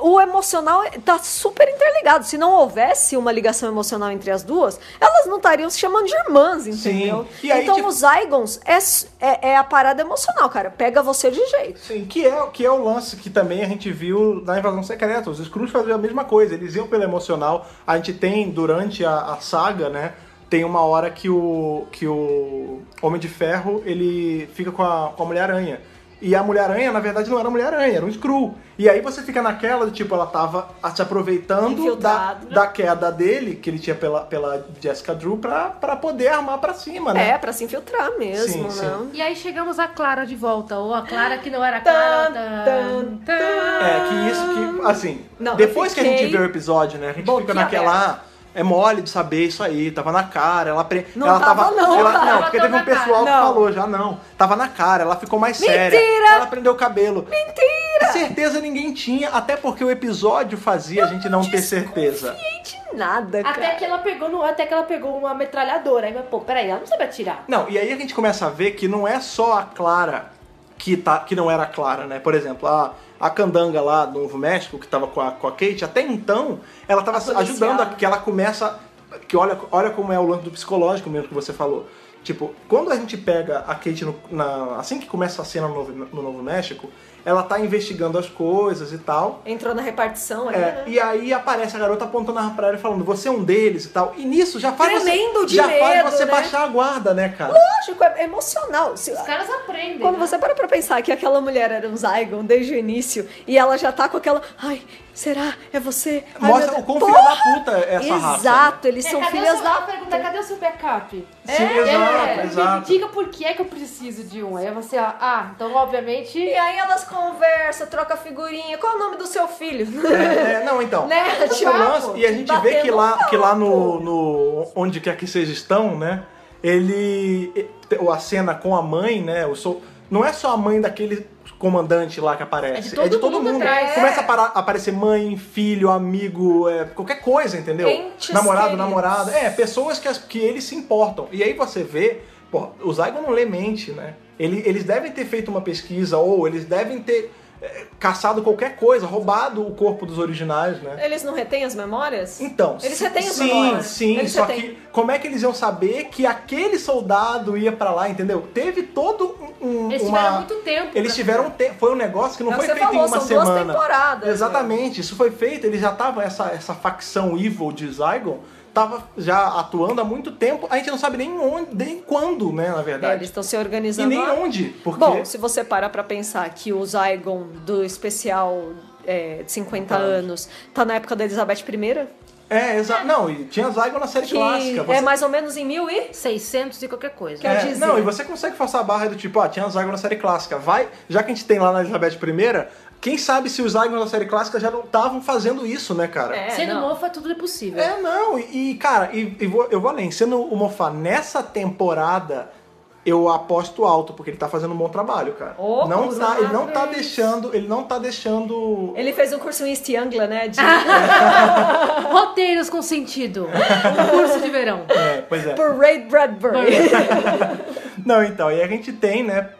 Speaker 3: o emocional tá super interligado. Se não houvesse uma ligação emocional entre as duas, elas não estariam se chamando de irmãs, entendeu?
Speaker 1: Sim. E aí,
Speaker 3: então,
Speaker 1: tipo-
Speaker 3: os Zygons é, s- é, é a parada emocional, cara. Pega você de jeito.
Speaker 1: Sim, que é, que é o lance que também a gente viu na Invasão Secreta. Os Skrulls faziam a mesma coisa, eles iam pelo emocional. A gente tem, durante a, a saga, né, tem uma hora que o, que o Homem de Ferro, ele fica com a, com a Mulher-Aranha. E a Mulher-Aranha, na verdade, não era a Mulher-Aranha, era um Skrull. E aí você fica naquela, de, tipo, ela tava a- se aproveitando da,
Speaker 3: Infiltrado.
Speaker 1: da queda dele, que ele tinha pela, pela Jessica Drew, pra, pra poder armar pra cima, né?
Speaker 3: É, pra se infiltrar mesmo,
Speaker 1: Sim,
Speaker 3: né?
Speaker 2: E aí chegamos a Clara de volta, ou a Clara que não era a
Speaker 3: Tan,
Speaker 2: Clara.
Speaker 3: tan,
Speaker 2: tan, tan.
Speaker 1: É, que isso que, assim,
Speaker 3: Ah. Não,
Speaker 1: depois
Speaker 3: eu
Speaker 1: que a gente
Speaker 3: fiquei
Speaker 1: vê o episódio, né, a gente
Speaker 3: boquiaberta.
Speaker 1: fica naquela, ah, é mole de saber isso aí, tava na cara, ela pre...
Speaker 3: Não
Speaker 1: ela
Speaker 3: tava não,
Speaker 1: ela-
Speaker 3: cara.
Speaker 1: não, porque
Speaker 2: Tava
Speaker 1: teve um
Speaker 2: na cara.
Speaker 1: pessoal que
Speaker 3: Não.
Speaker 1: falou já, não, tava na cara, ela ficou mais
Speaker 3: Mentira!
Speaker 1: séria, ela prendeu o cabelo. Mentira! Certeza ninguém tinha, até porque o episódio fazia a gente não ter certeza.
Speaker 3: De nada, cara.
Speaker 2: Até que ela pegou no, até que ela pegou uma metralhadora. Aí, mas, pô, peraí, ela não sabe atirar.
Speaker 1: Não, e aí a gente começa a ver que não é só a Clara que, tá, que não era a Clara, né? Por exemplo, a, a Candanga lá do Novo México, que tava com a, com a Kate, até então ela tava
Speaker 3: A policial.
Speaker 1: ajudando, a, que ela começa. Que olha, olha como é o lance do psicológico mesmo que você falou. Tipo, quando a gente pega a Kate no- na- assim que começa a cena no Novo, no Novo México, ela tá investigando as coisas e tal.
Speaker 3: Entrou na repartição ali,
Speaker 1: É,
Speaker 3: né?
Speaker 1: e aí aparece a garota apontando a arma pra ela e falando, você é um deles e tal. E nisso já faz
Speaker 3: Tremendo
Speaker 1: você,
Speaker 3: de
Speaker 1: já faz
Speaker 3: medo,
Speaker 1: você
Speaker 3: né?
Speaker 1: baixar a guarda, né, cara?
Speaker 3: Lógico, é emocional. Se-
Speaker 2: Os caras aprendem.
Speaker 3: Quando
Speaker 2: né?
Speaker 3: você para pra pensar que aquela mulher era um Zygon desde o início e ela já tá com aquela. Ai, será? É você? Ai,
Speaker 1: Mostra
Speaker 3: meu
Speaker 1: o
Speaker 3: Deus."
Speaker 1: quão
Speaker 3: Pô!
Speaker 1: filho da puta é essa raça.
Speaker 3: Exato, eles
Speaker 2: É,
Speaker 3: são
Speaker 2: cadê
Speaker 3: filhas
Speaker 2: o seu-
Speaker 3: da.
Speaker 2: Ela pergunta, cadê o seu backup? é,
Speaker 1: Sim, exato,
Speaker 2: me
Speaker 1: exato.
Speaker 2: Diga por que é que eu preciso de um. Aí você, ah, então
Speaker 3: E
Speaker 2: obviamente...
Speaker 3: aí elas conversam, trocam figurinha. Qual o nome do seu filho?
Speaker 1: É, é, não, então.
Speaker 3: Né?
Speaker 1: O
Speaker 3: Tipo,
Speaker 1: lance- e a gente vê
Speaker 3: batendo
Speaker 1: que lá,
Speaker 3: papo.
Speaker 1: que lá no, no- Onde quer que vocês estão, né? Ele. e- Ou a cena com a mãe, né? Eu sou, não é só a mãe daquele comandante lá que aparece.
Speaker 2: É de todo mundo atrás.
Speaker 1: Começa a parar- aparecer mãe, filho, amigo, é, qualquer coisa, entendeu?
Speaker 3: Entes
Speaker 1: Namorado,
Speaker 3: queridos.
Speaker 1: namorada. É, pessoas que, as- que eles se importam. E aí você vê. Pô, o Zygon não lê mente, né? Ele- eles devem ter feito uma pesquisa ou eles devem ter é, caçado qualquer coisa, roubado o corpo dos originais, né?
Speaker 3: Eles não retêm as memórias?
Speaker 1: Então,
Speaker 3: Eles
Speaker 1: se-
Speaker 3: retêm as
Speaker 1: sim,
Speaker 3: memórias.
Speaker 1: sim,
Speaker 3: Eles
Speaker 1: só
Speaker 3: retêm.
Speaker 1: que como é que eles iam saber que aquele soldado ia pra lá, entendeu? Teve todo um- um-
Speaker 2: Eles
Speaker 1: uma-
Speaker 2: tiveram muito tempo
Speaker 1: Eles
Speaker 2: pra-
Speaker 1: tiveram um tempo. Foi um negócio que não
Speaker 3: É o
Speaker 1: foi
Speaker 3: que você
Speaker 1: feito
Speaker 3: falou,
Speaker 1: em uma
Speaker 3: são duas
Speaker 1: semana.
Speaker 3: temporadas, né?
Speaker 1: Exatamente. Isso foi feito. Eles já estavam essa essa facção evil de Zygon tava já atuando há muito tempo. A gente não sabe nem onde, nem quando, né, na
Speaker 3: É,
Speaker 1: verdade.
Speaker 3: eles estão se
Speaker 1: e
Speaker 3: organizando.
Speaker 1: nem
Speaker 3: lá.
Speaker 1: onde, porque
Speaker 3: Bom, se você para pra pensar que o Zygon do especial é, de 50 anos tá na época da Elizabeth I,
Speaker 1: é, exa... não, e tinha Zygon na série
Speaker 3: que
Speaker 1: clássica.
Speaker 3: é
Speaker 1: você-
Speaker 3: mais ou menos em mil e...
Speaker 2: 600 e qualquer coisa.
Speaker 3: Quer
Speaker 1: É,
Speaker 3: dizer-
Speaker 1: Não, e você consegue forçar a barra do tipo, ah, tinha Zygon na série clássica. Vai, já que a gente tem lá na Elizabeth I, quem sabe se os Zygons da série clássica já não estavam fazendo isso, né, cara?
Speaker 3: É,
Speaker 2: Sendo
Speaker 3: não.
Speaker 2: mofa, tudo é possível.
Speaker 1: É, não, e, e, cara, e, e vou- eu vou além, sendo o Mofá nessa temporada, eu aposto alto, porque ele tá fazendo um bom trabalho, cara.
Speaker 3: Ô,
Speaker 1: não
Speaker 3: Cruz,
Speaker 1: tá, ele não
Speaker 2: parabéns.
Speaker 1: tá deixando, ele não tá deixando.
Speaker 3: Ele fez um curso em East Anglia, né? de-
Speaker 1: É.
Speaker 2: Roteiros com sentido. Um curso de verão.
Speaker 1: É, pois é.
Speaker 3: por Ray Bradbury.
Speaker 1: Não, então, e a gente tem, né,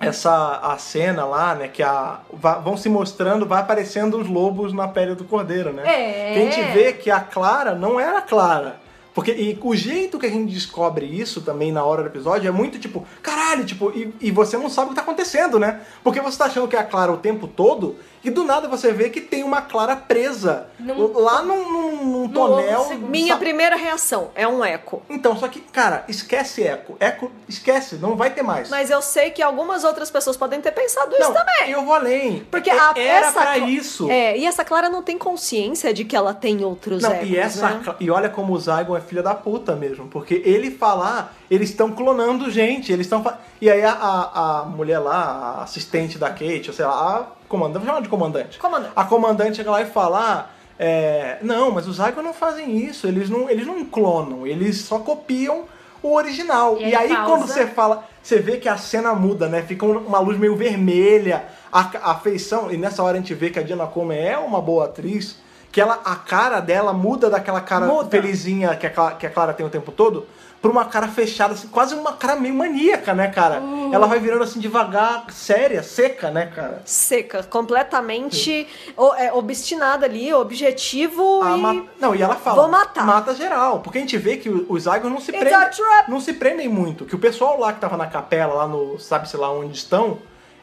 Speaker 1: essa a cena lá, né, que a va- vão se mostrando, vai aparecendo os lobos na pele do cordeiro, né?
Speaker 2: É.
Speaker 1: Que a gente vê que a Clara não era Clara. Porque e o jeito que a gente descobre isso também na hora do episódio é muito tipo, caralho, tipo, e, e você não sabe o que tá acontecendo, né? Porque você tá achando que é a Clara o tempo todo e do nada você vê que tem uma Clara presa
Speaker 2: Num-
Speaker 1: lá num, num, num tonel.
Speaker 2: ovo segundo.
Speaker 1: sa-
Speaker 3: Minha primeira reação é um eco.
Speaker 1: Então, só que, cara, esquece eco. Eco, esquece, não vai ter mais.
Speaker 3: Mas eu sei que algumas outras pessoas podem ter pensado isso
Speaker 1: Não,
Speaker 3: também.
Speaker 1: Eu vou além.
Speaker 3: Porque
Speaker 1: É-
Speaker 3: a
Speaker 1: era
Speaker 3: essa
Speaker 1: pra
Speaker 3: Cla-
Speaker 1: isso.
Speaker 3: É, e essa Clara não tem consciência de que ela tem outros
Speaker 1: Não,
Speaker 3: egos,
Speaker 1: e essa
Speaker 3: né?
Speaker 1: Cla- e olha como o Zygon é filha da puta mesmo, porque ele falar, eles estão clonando gente, eles estão fa- e aí a, a, a mulher lá, a assistente da Kate, ou sei lá, a comandante, vamos chamar de comandante.
Speaker 3: Comandante.
Speaker 1: A comandante chega lá e fala, ah, é, não, mas os Zygon não fazem isso, eles não, eles não clonam, eles só copiam o original.
Speaker 2: E
Speaker 1: E,
Speaker 2: aí
Speaker 1: aí
Speaker 2: pausa.
Speaker 1: quando você fala, você vê que a cena muda, né? Fica um- uma luz meio vermelha, a, a feição, e nessa hora a gente vê que a Diana Comer é uma boa atriz, que ela, a cara dela muda daquela cara
Speaker 3: Muda.
Speaker 1: felizinha que a, Cla- que a Clara tem o tempo todo, pra uma cara fechada, assim, quase uma cara meio maníaca, né, cara? Ela vai virando assim devagar, séria, seca, né, cara?
Speaker 3: Seca, completamente o- é, obstinada ali, objetivo
Speaker 1: A
Speaker 3: e.
Speaker 1: ma- Não, e ela fala.
Speaker 3: Vou matar.
Speaker 1: Mata geral. Porque a gente vê que o- os Zygons não se
Speaker 3: It's
Speaker 1: prendem.
Speaker 3: a trap.
Speaker 1: Não se prendem muito. Que o pessoal lá que tava na capela, lá no. Sabe-se lá onde estão,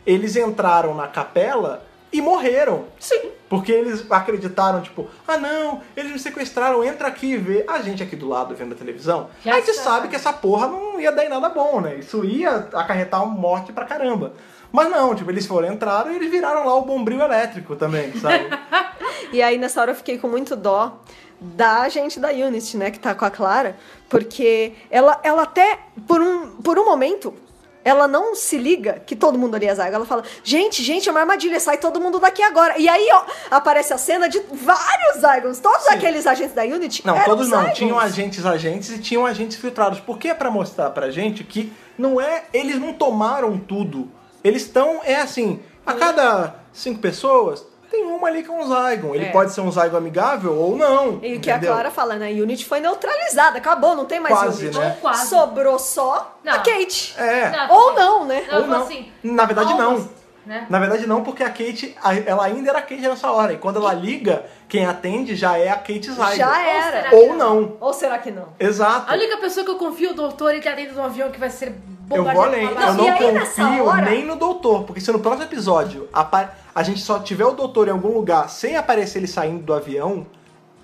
Speaker 1: eles entraram na capela e morreram.
Speaker 3: Sim.
Speaker 1: Porque eles acreditaram, tipo, ah não, eles me sequestraram, entra aqui e vê. A gente aqui do lado vendo a televisão,
Speaker 2: Já
Speaker 1: a gente
Speaker 2: sabe.
Speaker 1: sabe que essa porra não ia dar em nada bom, né? Isso ia acarretar uma morte pra caramba. Mas não, tipo, eles foram, entraram e eles viraram lá o bombril elétrico também, sabe?
Speaker 3: E aí nessa hora eu fiquei com muito dó da gente da Unity, né, que tá com a Clara, porque ela, ela até, por um, por um momento, ela não se liga que todo mundo ali é Zygon. Ela fala, gente, gente, é uma armadilha, sai todo mundo daqui agora. E aí, ó, aparece a cena de vários Zygons. Todos aqueles agentes da Unity
Speaker 1: Não,
Speaker 3: eram
Speaker 1: todos não. um
Speaker 3: Zygons.
Speaker 1: Tinham agentes agentes e tinham agentes filtrados. Porque é pra mostrar pra gente que não é. Eles não tomaram tudo. Eles estão. É assim, a cada cinco pessoas, tem uma ali que é um Zygon. Ele
Speaker 3: É.
Speaker 1: pode ser um Zygon amigável ou não.
Speaker 3: E o que a
Speaker 1: entendeu?
Speaker 3: Clara fala, né, a Unity foi neutralizada, acabou, não tem mais
Speaker 1: Quase,
Speaker 3: Unity.
Speaker 1: né?
Speaker 2: Ou quase.
Speaker 3: Sobrou só
Speaker 2: Não.
Speaker 3: a Kate.
Speaker 1: É.
Speaker 2: Não.
Speaker 3: Ou não, né?
Speaker 2: Não,
Speaker 1: Ou não.
Speaker 2: assim,
Speaker 1: Na verdade,
Speaker 2: almost,
Speaker 1: não.
Speaker 2: Né?
Speaker 1: Na verdade, não, porque a Kate. a- Ela ainda era a Kate nessa hora. E quando ela liga, quem atende já é a Kate Zygon.
Speaker 3: Já
Speaker 2: será
Speaker 3: era.
Speaker 2: que
Speaker 1: Ou não.
Speaker 3: Ou será que não?
Speaker 1: Exato.
Speaker 2: A única pessoa que eu confio é o doutor, ele tá dentro de um avião que vai ser
Speaker 1: Eu
Speaker 2: bombardeado.
Speaker 1: vou além.
Speaker 2: com
Speaker 1: Eu
Speaker 2: balas.
Speaker 3: Não, e
Speaker 1: não
Speaker 3: aí, nessa
Speaker 1: confio
Speaker 3: hora-
Speaker 1: nem no doutor, porque se no próximo episódio apa- a gente só tiver o doutor em algum lugar sem aparecer ele saindo do avião,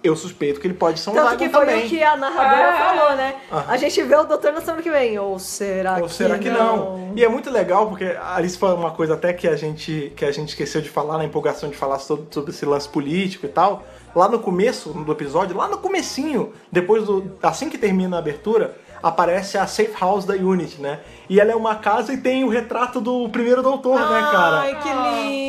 Speaker 1: eu suspeito que ele pode ser um
Speaker 3: Tanto que
Speaker 1: Zygon
Speaker 3: foi
Speaker 1: também.
Speaker 3: o que a narradora
Speaker 2: Ah.
Speaker 3: falou, né?
Speaker 1: Aham.
Speaker 3: A gente vê o doutor na semana que vem. Ou será
Speaker 1: Ou
Speaker 3: que
Speaker 1: será que não?
Speaker 3: não?
Speaker 1: E é muito legal, porque a- isso foi uma coisa até que a gente, que a gente esqueceu de falar, na empolgação de falar sobre, sobre esse lance político e tal. Lá no começo do episódio, lá no comecinho, depois do. Assim que termina a abertura, aparece a safe house da Unity, né? E ela é uma casa e tem o retrato do primeiro doutor, né, cara?
Speaker 3: Ai, que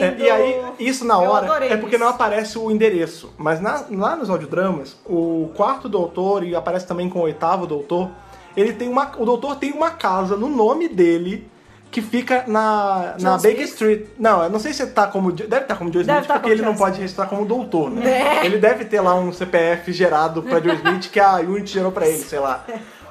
Speaker 1: É,
Speaker 3: lindo!
Speaker 1: e aí, isso na
Speaker 3: Eu
Speaker 1: hora
Speaker 3: adorei
Speaker 1: é porque
Speaker 3: isso.
Speaker 1: não aparece o endereço. Mas na- lá nos audiodramas, o quarto doutor, e aparece também com o oitavo doutor, ele tem uma. O doutor tem uma casa no nome dele que fica na, na
Speaker 3: John
Speaker 1: Baker
Speaker 3: Smith?
Speaker 1: Street. Não, eu não sei se tá como. Deve estar como Joe
Speaker 3: Deve
Speaker 1: Smith,
Speaker 3: tá
Speaker 1: porque
Speaker 3: como
Speaker 1: ele não
Speaker 3: John É.
Speaker 1: pode registrar como doutor, né? Ele deve ter lá um CPF gerado pra Joe Smith que a Unity gerou pra ele, sei lá.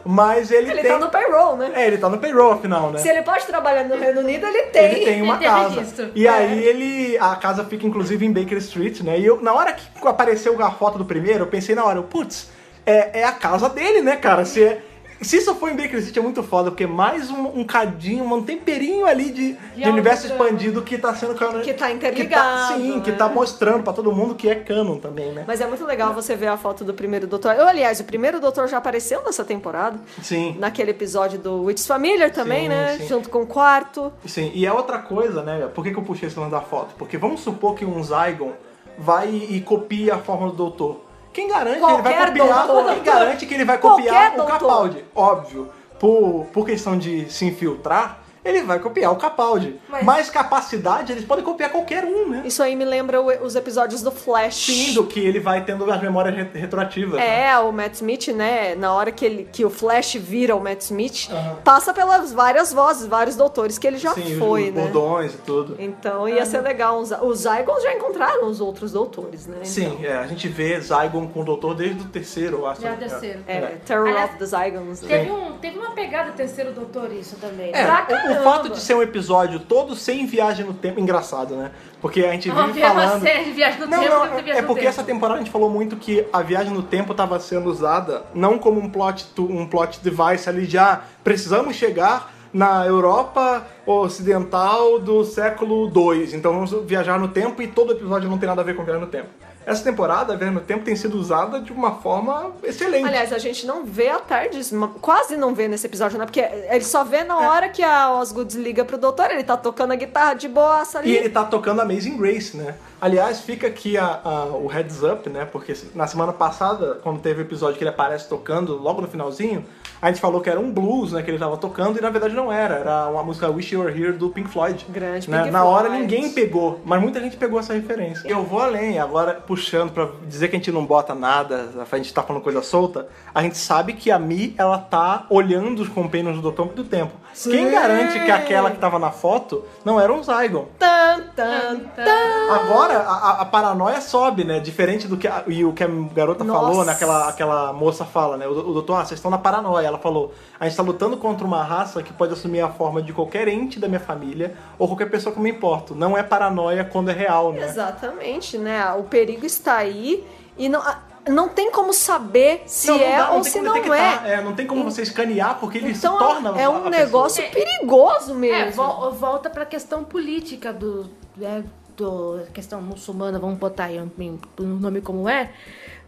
Speaker 1: Mas ele,
Speaker 3: Ele
Speaker 1: tem.
Speaker 3: tá no payroll, né?
Speaker 1: É, ele tá no payroll, afinal, né?
Speaker 3: Se ele pode trabalhar no Reino Unido, ele tem.
Speaker 1: Ele tem uma
Speaker 2: Ele tem
Speaker 1: casa.
Speaker 2: registro.
Speaker 1: E
Speaker 2: É.
Speaker 1: aí ele. A casa fica inclusive em Baker Street, né? E eu, na hora que apareceu a foto do primeiro, eu pensei na hora, eu, putz, é, é a casa dele, né, cara? Se é- Se isso for em Baker City é muito foda, porque é mais um, um cadinho, um temperinho ali de, de universo
Speaker 2: algo-
Speaker 1: expandido que tá sendo canon. Que
Speaker 3: Que tá
Speaker 1: tá,
Speaker 3: interligado,
Speaker 1: sim, que
Speaker 3: né?
Speaker 1: tá mostrando pra todo mundo que é canon também, né?
Speaker 3: Mas é muito legal você ver a foto do primeiro doutor. Eu, aliás, o primeiro doutor já apareceu nessa temporada.
Speaker 1: Sim.
Speaker 3: Naquele episódio do Witch Familiar também,
Speaker 1: Sim,
Speaker 3: né?
Speaker 1: sim.
Speaker 3: Junto com o quarto.
Speaker 1: Sim, e é outra coisa, né? Por que, que eu puxei esse lance da foto? Porque vamos supor que um Zygon vai e e copia a forma do doutor. Quem garante que ele vai
Speaker 3: Qualquer
Speaker 1: copiar?
Speaker 3: doutor.
Speaker 1: Quem garante que ele vai
Speaker 3: Qualquer
Speaker 1: copiar o
Speaker 3: doutor.
Speaker 1: Capaldi? Óbvio. Por, por questão de se infiltrar, ele vai copiar o Capaldi. Mas,
Speaker 2: Mas-
Speaker 1: capacidade, eles podem copiar qualquer um, né?
Speaker 3: Isso aí me lembra o- os episódios do Flash.
Speaker 1: Sim, do que ele vai tendo as memórias re- retroativas. né?
Speaker 3: É, o Matt Smith, né? Na hora que, ele, que o Flash vira o Matt Smith,
Speaker 1: Aham.
Speaker 3: passa pelas várias vozes, vários doutores que ele já
Speaker 1: Sim, os-
Speaker 3: foi,
Speaker 1: os
Speaker 3: né?
Speaker 1: bordões e tudo.
Speaker 3: Então ia ser legal. Os, os Zygons já encontraram os outros doutores, né?
Speaker 1: Sim, é, a gente vê Zygon com o doutor desde o terceiro, eu acho. né?
Speaker 2: Já terceiro.
Speaker 3: É, Terror
Speaker 2: Aliás,
Speaker 3: of the Zygons. né?
Speaker 2: Teve, um, teve uma pegada terceiro doutor isso também.
Speaker 1: É,
Speaker 2: Pra
Speaker 1: o- o,
Speaker 2: caramba.
Speaker 1: fato de ser um episódio todo sem viagem no tempo, engraçado, né? Porque a gente
Speaker 2: Uma
Speaker 1: vive
Speaker 2: viagem- é uma
Speaker 1: falando.
Speaker 2: série de viagem no
Speaker 1: não,
Speaker 2: tempo,
Speaker 1: não,
Speaker 2: outra
Speaker 1: é
Speaker 2: viagem no
Speaker 1: porque
Speaker 2: tempo.
Speaker 1: essa temporada a gente falou muito que a viagem no tempo estava sendo usada não como um plot, to- um plot device ali já precisamos chegar na Europa ocidental do século 2, então vamos viajar no tempo e todo episódio não tem nada a ver com viagem no tempo. Essa temporada, a viagem no tempo tem sido usada de uma forma excelente.
Speaker 3: Aliás, a gente não vê a tardes, ma- quase não vê nesse episódio, né? Porque ele só vê
Speaker 1: É.
Speaker 3: na hora que a Osgood liga pro doutor, ele tá tocando a guitarra de boassa
Speaker 1: E
Speaker 3: ali.
Speaker 1: ele tá tocando Amazing Grace, né? Aliás, fica aqui a- a- o heads up, né? Porque na semana passada, quando teve o episódio que ele aparece tocando, logo no finalzinho, a gente falou que era um blues, né? Que ele tava tocando, e na verdade não era. Era uma música Wish You Were Here do Pink Floyd.
Speaker 3: Grande
Speaker 1: né?
Speaker 3: Pink
Speaker 1: Na hora
Speaker 3: Floyd.
Speaker 1: ninguém pegou, mas muita gente pegou essa referência. Eu vou além, agora puxando pra dizer que a gente não bota nada, a gente tá falando coisa solta, a gente sabe que a Mi, ela tá olhando os companheiros do Doutor do Tempo. Quem
Speaker 3: Sim.
Speaker 1: garante que aquela que tava na foto não era um Zygon?
Speaker 3: Tan, tan, tan.
Speaker 1: Agora a, a- a paranoia sobe, né? Diferente do que a, e o que a garota
Speaker 3: Nossa.
Speaker 1: falou, né? Aquela, aquela moça fala, né? O, o doutor, ah, vocês estão na paranoia. Ela falou: a gente tá lutando contra uma raça que pode assumir a forma de qualquer ente da minha família ou qualquer pessoa que eu me importo. Não é paranoia quando é real, né?
Speaker 3: Exatamente, né? O perigo está aí e não, a- não tem como saber se
Speaker 1: Não, não
Speaker 3: é
Speaker 1: dá, não
Speaker 3: ou
Speaker 1: tem
Speaker 3: se
Speaker 1: como
Speaker 3: não
Speaker 1: detectar.
Speaker 3: é.
Speaker 1: Não tem como você escanear porque ele
Speaker 3: Então
Speaker 1: se torna
Speaker 3: é
Speaker 1: a
Speaker 3: um
Speaker 1: pessoa.
Speaker 3: negócio
Speaker 2: É.
Speaker 3: perigoso mesmo.
Speaker 2: É, vol- volta pra questão política do, né, do questão muçulmana, vamos botar aí um, um nome como é,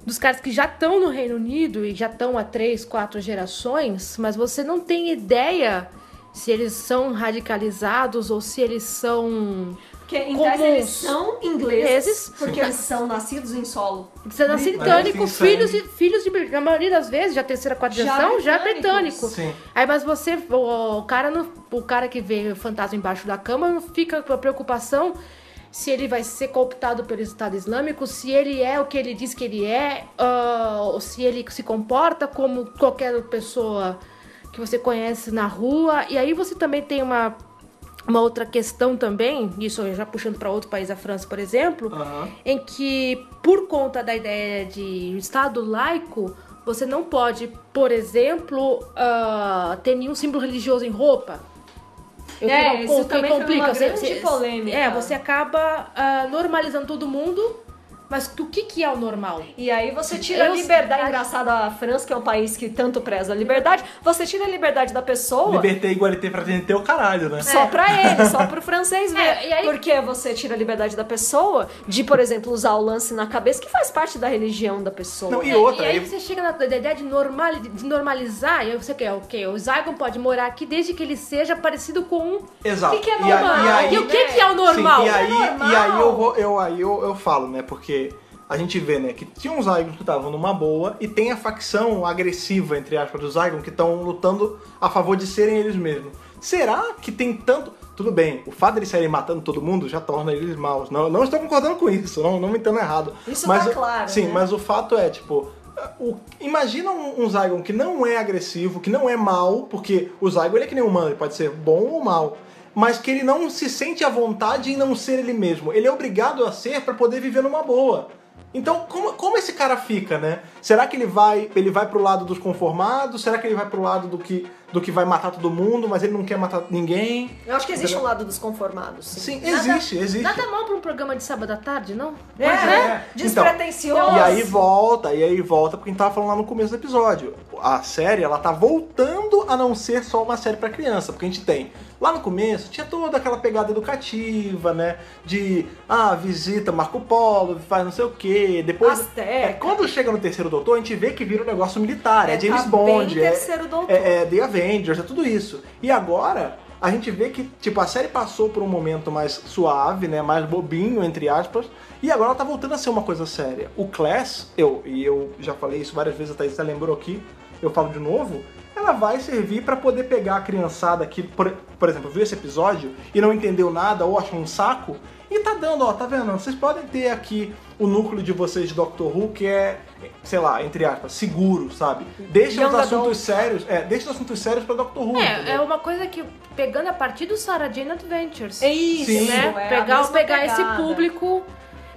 Speaker 2: dos caras que já estão no Reino Unido e já estão há três, quatro gerações, mas você não tem ideia se eles são radicalizados ou se eles são
Speaker 3: Porque em
Speaker 2: Comuns.
Speaker 3: tese eles são ingleses,
Speaker 2: Ingleses.
Speaker 3: porque eles são nascidos em solo.
Speaker 2: Você nasce britânico,
Speaker 1: Sim,
Speaker 2: filhos,
Speaker 1: sim.
Speaker 2: de, filhos de bri- na maioria das vezes, já terceira, quarta
Speaker 3: Já
Speaker 2: geração, já é
Speaker 3: britânicos.
Speaker 2: britânico.
Speaker 1: Sim.
Speaker 2: Aí, mas você, o, o cara não, o cara que vê o fantasma embaixo da cama, não fica com a preocupação se ele vai ser cooptado pelo Estado Islâmico, se ele é o que ele diz que ele é, ah, ou se ele se comporta como qualquer pessoa que você conhece na rua. E aí você também tem uma, uma outra questão também, isso já puxando para outro país, a França, por exemplo,
Speaker 1: Aham.
Speaker 2: em que, por conta da ideia de um Estado laico, você não pode, por exemplo, ah, ter nenhum símbolo religioso em roupa. O
Speaker 3: É,
Speaker 2: com-
Speaker 3: isso também foi uma grande polêmica.
Speaker 2: É, você acaba ah, normalizando todo mundo, mas o que, que é o normal?
Speaker 3: E aí você tira
Speaker 2: Eu-
Speaker 3: a liberdade. Engraçado, a França, que é um país que tanto preza a liberdade, você tira a liberdade da pessoa
Speaker 1: Libertei, igualitei, fraternitei o caralho, né?
Speaker 3: só pra ele, só pro francês ver.
Speaker 2: É, e aí-
Speaker 3: Porque você tira a liberdade da pessoa de, por exemplo, usar o lance na cabeça, que faz parte da religião da pessoa.
Speaker 1: Não, e outra,
Speaker 2: e aí
Speaker 1: e-
Speaker 2: você chega na da ideia de, normal, de normalizar, e aí você quer, ok, o Zygon pode morar aqui desde que ele seja parecido com um...
Speaker 1: Exato.
Speaker 3: O que que é
Speaker 1: E a-
Speaker 3: normal?
Speaker 1: E, aí,
Speaker 2: E o que, que é o normal?
Speaker 1: Sim, e aí,
Speaker 3: é normal.
Speaker 1: e aí eu vou, eu aí eu, eu falo, né? Porque a gente vê, né, que tinha uns Zygon que estavam numa boa e tem a facção agressiva, entre aspas, dos Zygon que estão lutando a favor de serem eles mesmos. Será que tem tanto. Tudo bem, o fato de eles saírem matando todo mundo já torna eles maus. Não, não estou concordando com isso, não, não me entendo errado.
Speaker 3: Isso
Speaker 1: mas
Speaker 3: tá
Speaker 1: eu-
Speaker 3: claro,
Speaker 1: Sim,
Speaker 3: né?
Speaker 1: mas o fato é, tipo. o- imagina um, um Zygon que não é agressivo, que não é mal, porque o Zygon ele é que nem humano, ele pode ser bom ou mal, mas que ele não se sente à vontade em não ser ele mesmo. Ele é obrigado a ser pra poder viver numa boa. Então, como, como esse cara fica, né? Será que ele vai ele vai pro lado dos conformados? Será que ele vai pro lado do que, do que vai matar todo mundo, mas ele não quer matar ninguém?
Speaker 3: Eu acho que existe um lado dos conformados. Sim.
Speaker 1: Sim,
Speaker 2: Nada-
Speaker 1: existe, existe.
Speaker 2: Nada mal pra um programa de sábado à tarde, não?
Speaker 3: É,
Speaker 1: é.
Speaker 3: despretensioso.
Speaker 1: E aí volta, e aí volta porque a gente tava falando lá no começo do episódio. A série, ela tá voltando a não ser só uma série pra criança, porque a gente tem. Lá no começo tinha toda aquela pegada educativa, né? De ah, visita Marco Polo, faz não sei o quê. Depois.
Speaker 3: Azteca.
Speaker 1: É, quando chega no terceiro doutor, a gente vê que vira um negócio militar, é,
Speaker 3: É,
Speaker 1: James
Speaker 3: tá
Speaker 1: Bond,
Speaker 3: bem
Speaker 1: é,
Speaker 3: terceiro doutor.
Speaker 1: é, é The Avengers, é tudo isso. E agora a gente vê que tipo a série passou por um momento mais suave, né, mais bobinho entre aspas, e agora ela tá voltando a ser uma coisa séria. O Class, eu e eu já falei isso várias vezes, a Thaís já lembrou aqui, eu falo de novo. Ela vai servir pra poder pegar a criançada que, por, por exemplo, viu esse episódio e não entendeu nada ou achou um saco e tá dando, ó, tá vendo? Vocês podem ter aqui o núcleo de vocês de Doctor Who que é, sei lá, entre aspas, seguro, sabe? Deixa os
Speaker 3: Young
Speaker 1: assuntos
Speaker 3: adult.
Speaker 1: sérios, é, deixa os assuntos sérios pra Doctor Who.
Speaker 2: É,
Speaker 1: entendeu?
Speaker 2: é uma coisa que pegando a partir do Sarah Jane Adventures.
Speaker 3: É isso,
Speaker 1: Sim.
Speaker 2: né?
Speaker 3: é a
Speaker 2: pegar
Speaker 3: mesma
Speaker 2: pegar esse
Speaker 3: pegada.
Speaker 2: público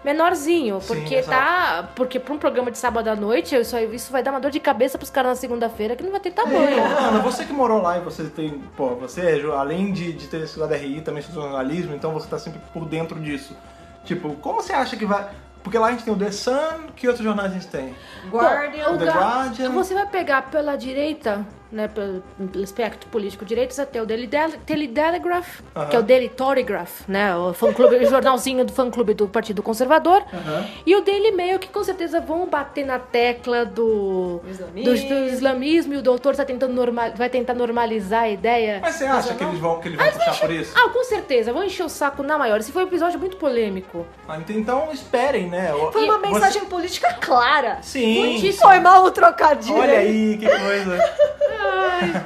Speaker 2: menorzinho,
Speaker 1: Sim,
Speaker 2: porque
Speaker 1: exato.
Speaker 2: tá, porque para um programa de sábado à noite, eu só- isso vai dar uma dor de cabeça pros caras na segunda-feira que não vai ter tamanho.
Speaker 1: É, Ana, você que morou lá e você tem. Pô, você, é jo- além de, de ter estudado RI, também estudou jornalismo, então você tá sempre por dentro disso. Tipo, como você acha que vai. Porque lá a gente tem o The Sun, que outros jornais a gente tem?
Speaker 3: Guardian.
Speaker 2: Então, O
Speaker 1: The
Speaker 2: ga-
Speaker 1: Guardian.
Speaker 2: Você vai pegar pela direita, né, pelo, pelo espectro político direito, você tem o Daily, Del- Daily Telegraph,
Speaker 1: Aham.
Speaker 2: que é o Daily Telegraph, né, o fã-clube, o jornalzinho do fã-clube do Partido Conservador,
Speaker 1: Aham.
Speaker 2: e o Daily Mail, que com certeza vão bater na tecla do...
Speaker 3: Islamismo.
Speaker 2: Do, do islamismo e o doutor tá tentando norma- vai tentar normalizar a ideia.
Speaker 1: Mas você acha que eles vão, que eles vão puxar por isso?
Speaker 2: Ah, com certeza, vão encher o saco na maior. Esse foi um episódio muito polêmico.
Speaker 1: Ah, Então esperem, né?
Speaker 3: Foi uma
Speaker 1: Você-
Speaker 3: mensagem política clara.
Speaker 1: Sim.
Speaker 2: Muitíssimo.
Speaker 3: Foi mal o trocadilho.
Speaker 1: Olha aí, que coisa.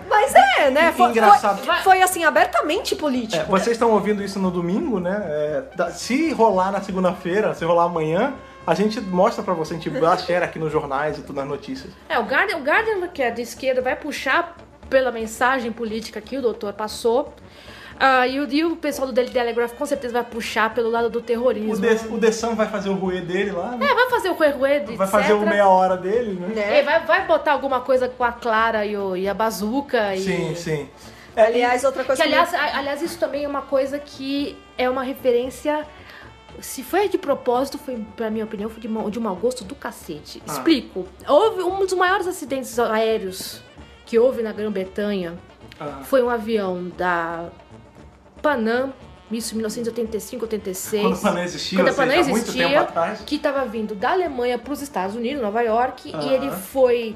Speaker 3: Mas é, né?
Speaker 1: Que
Speaker 3: Foi,
Speaker 1: engraçado.
Speaker 3: foi- foi, assim, abertamente político.
Speaker 1: É, vocês estão ouvindo isso no domingo, né? É, da- se rolar na segunda-feira, se rolar amanhã, a gente mostra pra você, a gente dá share aqui nos jornais e tudo nas notícias.
Speaker 2: É, o Guardian, o Guardian, que é de esquerda, vai puxar pela mensagem política que o doutor passou. Ah, e, o, e o pessoal do Daily Telegraph com certeza vai puxar pelo lado do terrorismo.
Speaker 1: O, de, o The Sun vai fazer o ruê dele lá, né?
Speaker 2: É, vai fazer o Ruerue, etc.
Speaker 1: Vai fazer o meia hora dele, né?
Speaker 3: né?
Speaker 2: É, vai, vai botar alguma coisa com a Clara e, o- e a bazuca. e-
Speaker 1: Sim, sim. É,
Speaker 3: Aliás, outra coisa
Speaker 2: Que, aliás, a- aliás, isso também é uma coisa que é uma referência. Se foi de propósito, foi, pra minha opinião, foi de, mau- de um mau gosto do cacete.
Speaker 1: Ah.
Speaker 2: Explico. Houve um dos maiores acidentes aéreos que houve na Grã-Bretanha.
Speaker 1: ah,
Speaker 2: Foi um avião da Panam, isso em 1985,
Speaker 1: quando a
Speaker 2: 86.
Speaker 1: Panam existia,
Speaker 2: Quando a
Speaker 1: ou seja,
Speaker 2: Panam
Speaker 1: há muito
Speaker 2: existia,
Speaker 1: tempo atrás.
Speaker 2: Que estava vindo da Alemanha para os Estados Unidos, Nova York,
Speaker 1: Aham.
Speaker 2: e ele foi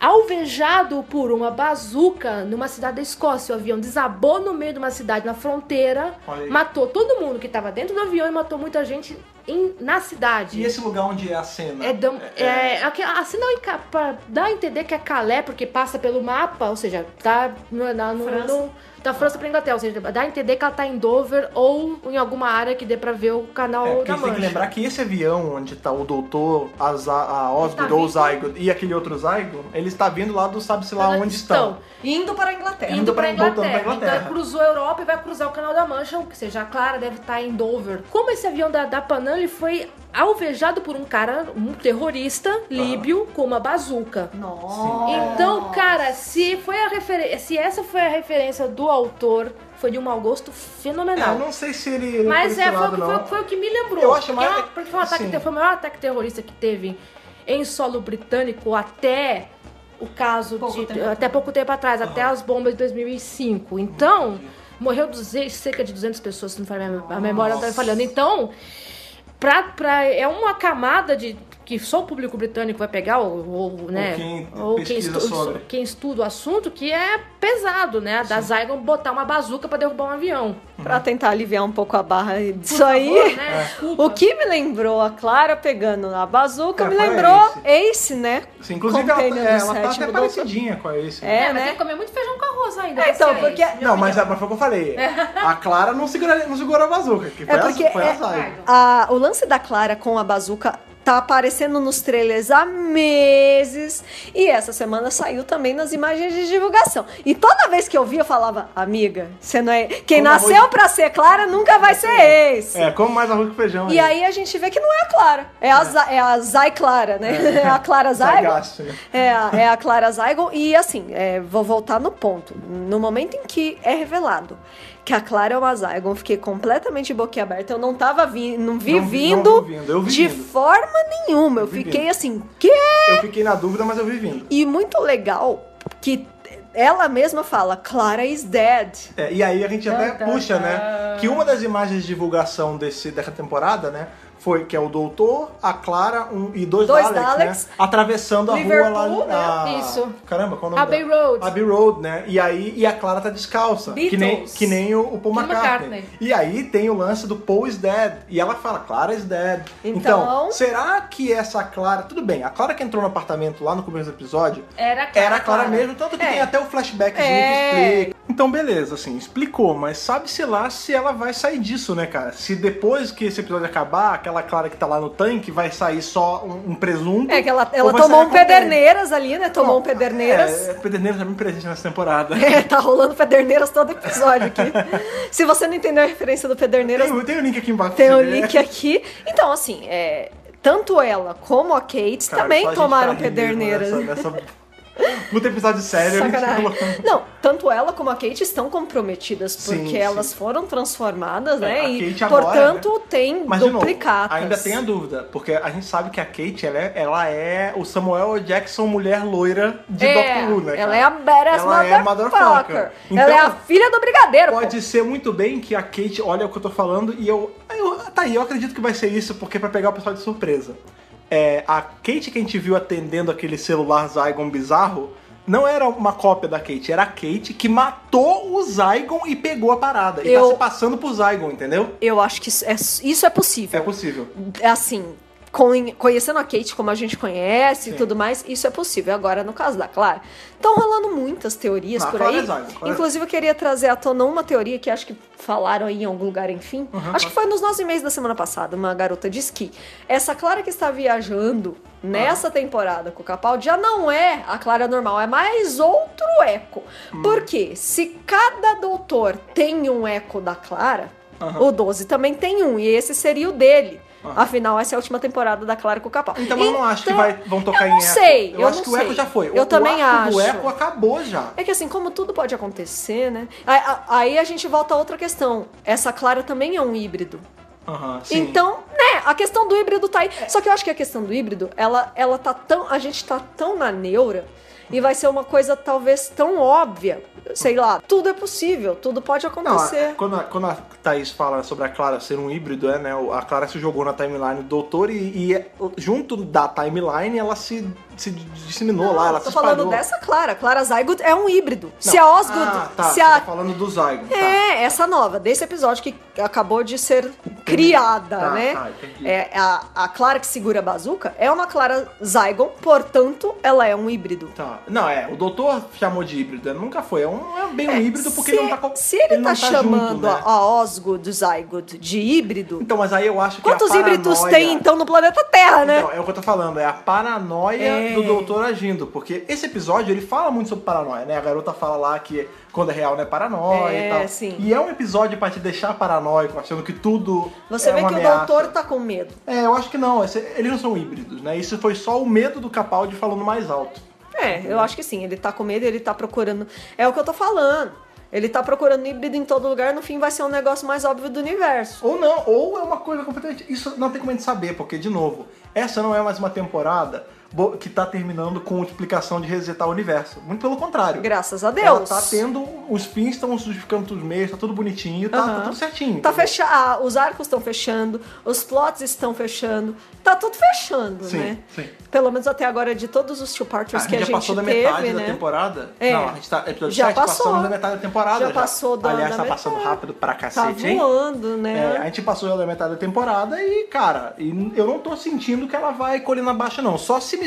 Speaker 2: alvejado por uma bazuca numa cidade da Escócia. O avião desabou no meio de uma cidade na fronteira,
Speaker 1: Olha aí.
Speaker 2: matou todo mundo que estava dentro do avião e matou muita gente em- na cidade.
Speaker 1: E esse lugar onde é a cena?
Speaker 2: É, dam- é, aqui- assim não enca- pra dar a entender que é Calé, porque passa pelo mapa, ou seja, tá no, na, no-
Speaker 3: França.
Speaker 2: no- da França pra Inglaterra, ou seja, dá a entender que ela tá em Dover ou em alguma área que dê pra ver o canal
Speaker 1: É, porque a gente
Speaker 2: da
Speaker 1: tem que
Speaker 2: Mancha.
Speaker 1: lembrar que esse avião onde tá o doutor Aza- a Osgood
Speaker 2: Tá
Speaker 1: ou
Speaker 2: vindo-
Speaker 1: Zygon e aquele outro Zygon, ele está vindo lá do sabe-se lá
Speaker 2: Elas
Speaker 1: onde estão.
Speaker 3: Indo para a Inglaterra.
Speaker 2: Então, Indo pra
Speaker 1: voltando pra
Speaker 2: Inglaterra. Então
Speaker 1: Inglaterra.
Speaker 2: ele cruzou a Europa e vai cruzar o canal da Mancha, ou seja, a Clara deve estar em Dover. Como esse avião da, da Panam, ele foi alvejado por um cara, um terrorista líbio, com uma bazuca.
Speaker 3: Nossa.
Speaker 2: Então, cara, se, foi a referen- se essa foi a referência do autor, foi de um mau gosto
Speaker 1: É, eu
Speaker 2: fenomenal.
Speaker 1: não sei se ele. ele
Speaker 2: Mas
Speaker 1: por
Speaker 2: é,
Speaker 1: esse
Speaker 2: foi, o
Speaker 1: lado,
Speaker 2: que- foi,
Speaker 1: não.
Speaker 2: foi o que me lembrou.
Speaker 1: Eu acho
Speaker 2: Porque é
Speaker 1: mais-
Speaker 2: uma- Porque foi, um ataque,
Speaker 1: sim.
Speaker 2: ter- foi o maior ataque terrorista que teve em solo britânico até o caso
Speaker 3: Pouco
Speaker 2: de.
Speaker 3: tempo
Speaker 2: até pouco tempo atrás, até as bombas de 2005. Então, morreu 200 cerca de 200 pessoas, se não for a minha- a memória, não tá me falhando. Então, pra, pra, é uma camada de que só o público britânico vai pegar, ou, ou, né,
Speaker 1: quem
Speaker 2: ou quem,
Speaker 1: pesquisa
Speaker 2: estu-
Speaker 1: sobre.
Speaker 2: quem estuda o assunto, que é pesado, né? Da Zygon botar uma bazuca pra derrubar um avião.
Speaker 3: Pra tentar aliviar um pouco a barra disso aí.
Speaker 2: favor, né? Desculpa.
Speaker 3: É. O que me lembrou a Clara pegando a bazuca
Speaker 1: É,
Speaker 3: me
Speaker 1: foi
Speaker 3: lembrou Ace, né?
Speaker 1: Sim, inclusive, ela, é,
Speaker 3: Container do
Speaker 1: ela tá
Speaker 3: sétimo
Speaker 1: até
Speaker 3: doutor.
Speaker 1: parecidinha com a Ace.
Speaker 3: É,
Speaker 2: É, mas
Speaker 3: né?
Speaker 2: tem que comer muito feijão com arroz ainda.
Speaker 3: É,
Speaker 2: vai
Speaker 3: então,
Speaker 2: ser
Speaker 3: porque-
Speaker 2: isso.
Speaker 1: Não, mas é, mas foi o que eu falei. A Clara não segura, não segurou a bazuca. Que foi
Speaker 3: É porque
Speaker 1: a, foi a
Speaker 3: é-
Speaker 1: Zygon.
Speaker 3: A- o lance da Clara com a bazuca tá aparecendo nos trailers há meses e essa semana saiu também nas imagens de divulgação. E toda vez que eu via, eu falava, amiga, você não é. Quem
Speaker 1: Como
Speaker 3: nasceu
Speaker 1: arroz-
Speaker 3: pra ser clara nunca vai ser ex.
Speaker 1: É, como mais arroz com feijão.
Speaker 3: E aí a gente vê que não é a Clara, é a, Za- é a Zay Clara, né? É a Clara Zaygon.
Speaker 1: Zagaste, né?
Speaker 3: É, a- é a Clara Zaygon. E assim, é, vou voltar no ponto. No momento em que é revelado que a Clara é uma Zaygon, eu fiquei completamente boquiaberta. Eu não tava vindo, não vi
Speaker 1: Não vi- não
Speaker 3: vindo,
Speaker 1: vi vindo, eu vi
Speaker 3: de
Speaker 1: vindo.
Speaker 3: forma nenhuma. Eu
Speaker 1: vi
Speaker 3: fiquei
Speaker 1: vindo.
Speaker 3: assim, quê?
Speaker 1: Eu fiquei na dúvida, mas eu vi vindo.
Speaker 3: E muito legal que ela mesma fala, Clara is dead.
Speaker 1: É, e aí a gente até
Speaker 2: Tá, tá,
Speaker 1: puxa,
Speaker 2: tá.
Speaker 1: né? Que uma das imagens de divulgação desse, dessa temporada, né? Foi que é o Doutor, a Clara um, e dois,
Speaker 3: Dois
Speaker 1: Daleks,
Speaker 3: Daleks.
Speaker 1: né? Atravessando a rua
Speaker 3: Liverpool,
Speaker 1: lá.
Speaker 2: né?
Speaker 1: a-
Speaker 2: Isso.
Speaker 1: Caramba, qual o nome
Speaker 2: Abbey
Speaker 1: dela?
Speaker 2: Road.
Speaker 1: Abbey Road, né? E aí e a Clara tá descalça. Que nem,
Speaker 3: Beatles.
Speaker 1: que nem o, o Paul
Speaker 2: Paul
Speaker 1: McCartney.
Speaker 2: McCartney.
Speaker 1: E aí tem o lance do Paul is dead. E ela fala, Clara is dead.
Speaker 3: Então-
Speaker 1: será que essa Clara... Tudo bem, a Clara que entrou no apartamento lá no começo do episódio...
Speaker 2: Era a Clara.
Speaker 1: Era a Clara mesmo, tanto que
Speaker 3: É.
Speaker 1: tem até o flashbackzinho que
Speaker 3: É.
Speaker 1: explica. Então, beleza, assim, explicou, mas sabe-se lá se ela vai sair disso, né, cara? Se depois que esse episódio acabar, aquela Clara que tá lá no tanque vai sair só um, um presunto.
Speaker 3: É que ela,
Speaker 1: ou
Speaker 3: ela
Speaker 1: vai
Speaker 3: tomou
Speaker 1: sair
Speaker 3: um
Speaker 1: com pele?
Speaker 3: pederneiras ali, né? Tomou um
Speaker 1: Não,
Speaker 3: pederneiras.
Speaker 1: É, pederneiras é muito presente nessa temporada.
Speaker 3: É, tá rolando Pederneiras todo episódio aqui. Se você não entendeu a referência do Pederneiras,
Speaker 1: Tem, o- tem o link aqui embaixo. pra
Speaker 3: tem o
Speaker 1: você ver.
Speaker 3: link aqui. Então, assim, é, tanto ela como a Kate
Speaker 1: Cara, só a
Speaker 3: também
Speaker 1: gente
Speaker 3: tomaram
Speaker 1: tá rindo
Speaker 3: Pederneiras.
Speaker 1: Nessa, nessa... Muito episódio sério. a gente tá
Speaker 3: Sacanagem.
Speaker 1: colocando-
Speaker 3: Não, tanto ela como a Kate estão comprometidas,
Speaker 1: Sim,
Speaker 3: porque
Speaker 1: sim.
Speaker 3: elas foram transformadas,
Speaker 1: É,
Speaker 3: né?
Speaker 1: a
Speaker 3: E,
Speaker 1: Kate agora, né?
Speaker 3: portanto, tem
Speaker 1: Mas, de novo,
Speaker 3: duplicatas.
Speaker 1: ainda tem a dúvida, porque a gente sabe que a Kate, ela é, ela é o Samuel Jackson mulher loira de
Speaker 3: é,
Speaker 1: Doctor Who, né? cara?
Speaker 3: Ela é a badass
Speaker 1: Ela é
Speaker 3: motherfucker.
Speaker 1: motherfucker.
Speaker 3: ela é a
Speaker 1: Então,
Speaker 3: filha do brigadeiro. pô.
Speaker 1: Pode ser muito bem que a Kate olha o que eu tô falando e eu, eu- Tá aí, eu acredito que vai ser isso, porque é pra pegar o pessoal de surpresa. É, a Kate que a gente viu atendendo aquele celular Zygon bizarro não era uma cópia da Kate, era a Kate que matou o Zygon e pegou a parada. E tá
Speaker 3: Eu-
Speaker 1: se passando pro Zygon, entendeu?
Speaker 3: Eu acho que isso é, isso é possível.
Speaker 1: É possível.
Speaker 3: É assim, con- conhecendo a Kate como a gente conhece
Speaker 1: Sim.
Speaker 3: e tudo mais, isso é possível. Agora, no caso da Clara, estão rolando muitas teorias
Speaker 1: Ah,
Speaker 3: por
Speaker 1: Clara
Speaker 3: aí.
Speaker 1: é zaga, Clara é
Speaker 3: Inclusive, eu queria trazer à tona uma teoria que acho que falaram aí em algum lugar, enfim. acho que foi nos nossos e-mails da semana passada. Uma garota disse que essa Clara que está viajando
Speaker 1: Ah.
Speaker 3: nessa temporada com o Capaldi já não é a Clara normal, é mais outro eco.
Speaker 1: Hum.
Speaker 3: Porque se cada doutor tem um eco da Clara.
Speaker 1: Aham.
Speaker 3: O 12 também tem um, e esse seria o dele.
Speaker 1: Aham.
Speaker 3: Afinal, essa é a última temporada da Clara com o Capal.
Speaker 1: Então, eu não acho que
Speaker 3: Então,
Speaker 1: vai- vão tocar
Speaker 3: eu
Speaker 1: em
Speaker 3: não
Speaker 1: eco.
Speaker 3: sei,
Speaker 1: eu,
Speaker 3: eu
Speaker 1: acho
Speaker 3: não
Speaker 1: que o eco
Speaker 3: sei.
Speaker 1: já foi.
Speaker 3: Eu
Speaker 1: o,
Speaker 3: também
Speaker 1: o arco do
Speaker 3: acho.
Speaker 1: eco acabou já.
Speaker 3: É que assim, como tudo pode acontecer, né? Aí, a- aí a gente volta a outra questão. Essa Clara também é um híbrido.
Speaker 1: Aham, sim. É.
Speaker 3: Então, né, a questão do híbrido tá aí. Só que eu acho que a questão do híbrido, ela, ela tá tão. A gente tá tão na neura. E vai ser uma coisa talvez tão óbvia. Sei lá, tudo é possível, tudo pode
Speaker 1: Não, a-
Speaker 3: acontecer.
Speaker 1: quando, a, quando a Thaís fala sobre a Clara ser um híbrido, é, né? o- A Clara se jogou na timeline do doutor e, e é- junto da timeline ela se, se disseminou lá, ela
Speaker 3: Ah, Tô
Speaker 1: se
Speaker 3: falando
Speaker 1: espalhou.
Speaker 3: dessa Clara. Clara Zygood é um híbrido.
Speaker 1: Não.
Speaker 3: Se a Osgood.
Speaker 1: Ah, tá,
Speaker 3: se
Speaker 1: você tá
Speaker 3: a
Speaker 1: falando do Zygon. tá.
Speaker 3: É, essa nova, desse episódio que acabou de ser criada,
Speaker 1: Tá,
Speaker 3: né?
Speaker 1: tá, entendi.
Speaker 3: É, a, a Clara que segura a bazuca é uma Clara Zygon, portanto, ela é um híbrido.
Speaker 1: Tá. Não, é, o doutor chamou de híbrido, né, nunca foi. É, um, é bem um híbrido porque
Speaker 3: se,
Speaker 1: ele não tá com-
Speaker 3: Se ele,
Speaker 1: não
Speaker 3: tá, chamando
Speaker 1: junto, né?
Speaker 3: a a Osgood Zygood de híbrido,
Speaker 1: Então, mas aí eu acho que
Speaker 3: quantos
Speaker 1: a paranoia...
Speaker 3: híbridos tem então no planeta Terra, né? É.
Speaker 1: Então, é o que eu tô falando, é a paranoia do doutor agindo. Porque esse episódio, ele fala muito sobre paranoia, né? A garota fala lá que quando é real não é paranoia
Speaker 3: É,
Speaker 1: e tal.
Speaker 3: sim.
Speaker 1: E é um episódio pra te deixar paranoico, achando que tudo
Speaker 3: Você
Speaker 1: é
Speaker 3: vê
Speaker 1: uma
Speaker 3: que
Speaker 1: ameaça.
Speaker 3: o doutor tá com medo.
Speaker 1: É, eu acho que não. esse- eles não são híbridos, né? Isso foi só o medo do Capaldi falando mais alto.
Speaker 3: É,
Speaker 1: Uhum.
Speaker 3: eu acho que sim. Ele tá com medo, ele tá procurando. É o que eu tô falando. Ele tá procurando híbrido em todo lugar, no fim vai ser um negócio mais óbvio do universo.
Speaker 1: Ou não, ou é uma coisa completamente... Isso não tem como a gente saber, porque, de novo, essa não é mais uma temporada bo- que tá terminando com explicação de resetar o universo. Muito pelo contrário.
Speaker 3: Graças a
Speaker 1: Ela
Speaker 3: Deus.
Speaker 1: tá tendo. Os fins estão justificando os meios, tá tudo bonitinho, tá,
Speaker 3: Aham.
Speaker 1: tá tudo certinho.
Speaker 3: Tá
Speaker 1: entendeu?
Speaker 3: fecha... ah, os arcos estão fechando, os plots estão fechando, tá tudo fechando,
Speaker 1: Sim,
Speaker 3: né?
Speaker 1: sim.
Speaker 3: Pelo menos até agora de todos os two parters
Speaker 1: Ah,
Speaker 3: que a
Speaker 1: já
Speaker 3: gente
Speaker 1: passou da
Speaker 3: teve,
Speaker 1: metade
Speaker 3: né?
Speaker 1: da temporada.
Speaker 3: É.
Speaker 1: Não, a gente tá. Episódio
Speaker 3: Já
Speaker 1: 7,
Speaker 3: passou.
Speaker 1: passamos da metade da temporada.
Speaker 3: Já passou da-
Speaker 1: Aliás,
Speaker 3: da
Speaker 1: tá passando
Speaker 3: metade.
Speaker 1: rápido pra
Speaker 3: Tá
Speaker 1: cacete, hein?
Speaker 3: voando,
Speaker 1: É, a
Speaker 3: né?
Speaker 1: gente passou já da metade da temporada e, cara, e eu não tô sentindo que ela vai colhendo abaixo, não. Só se me...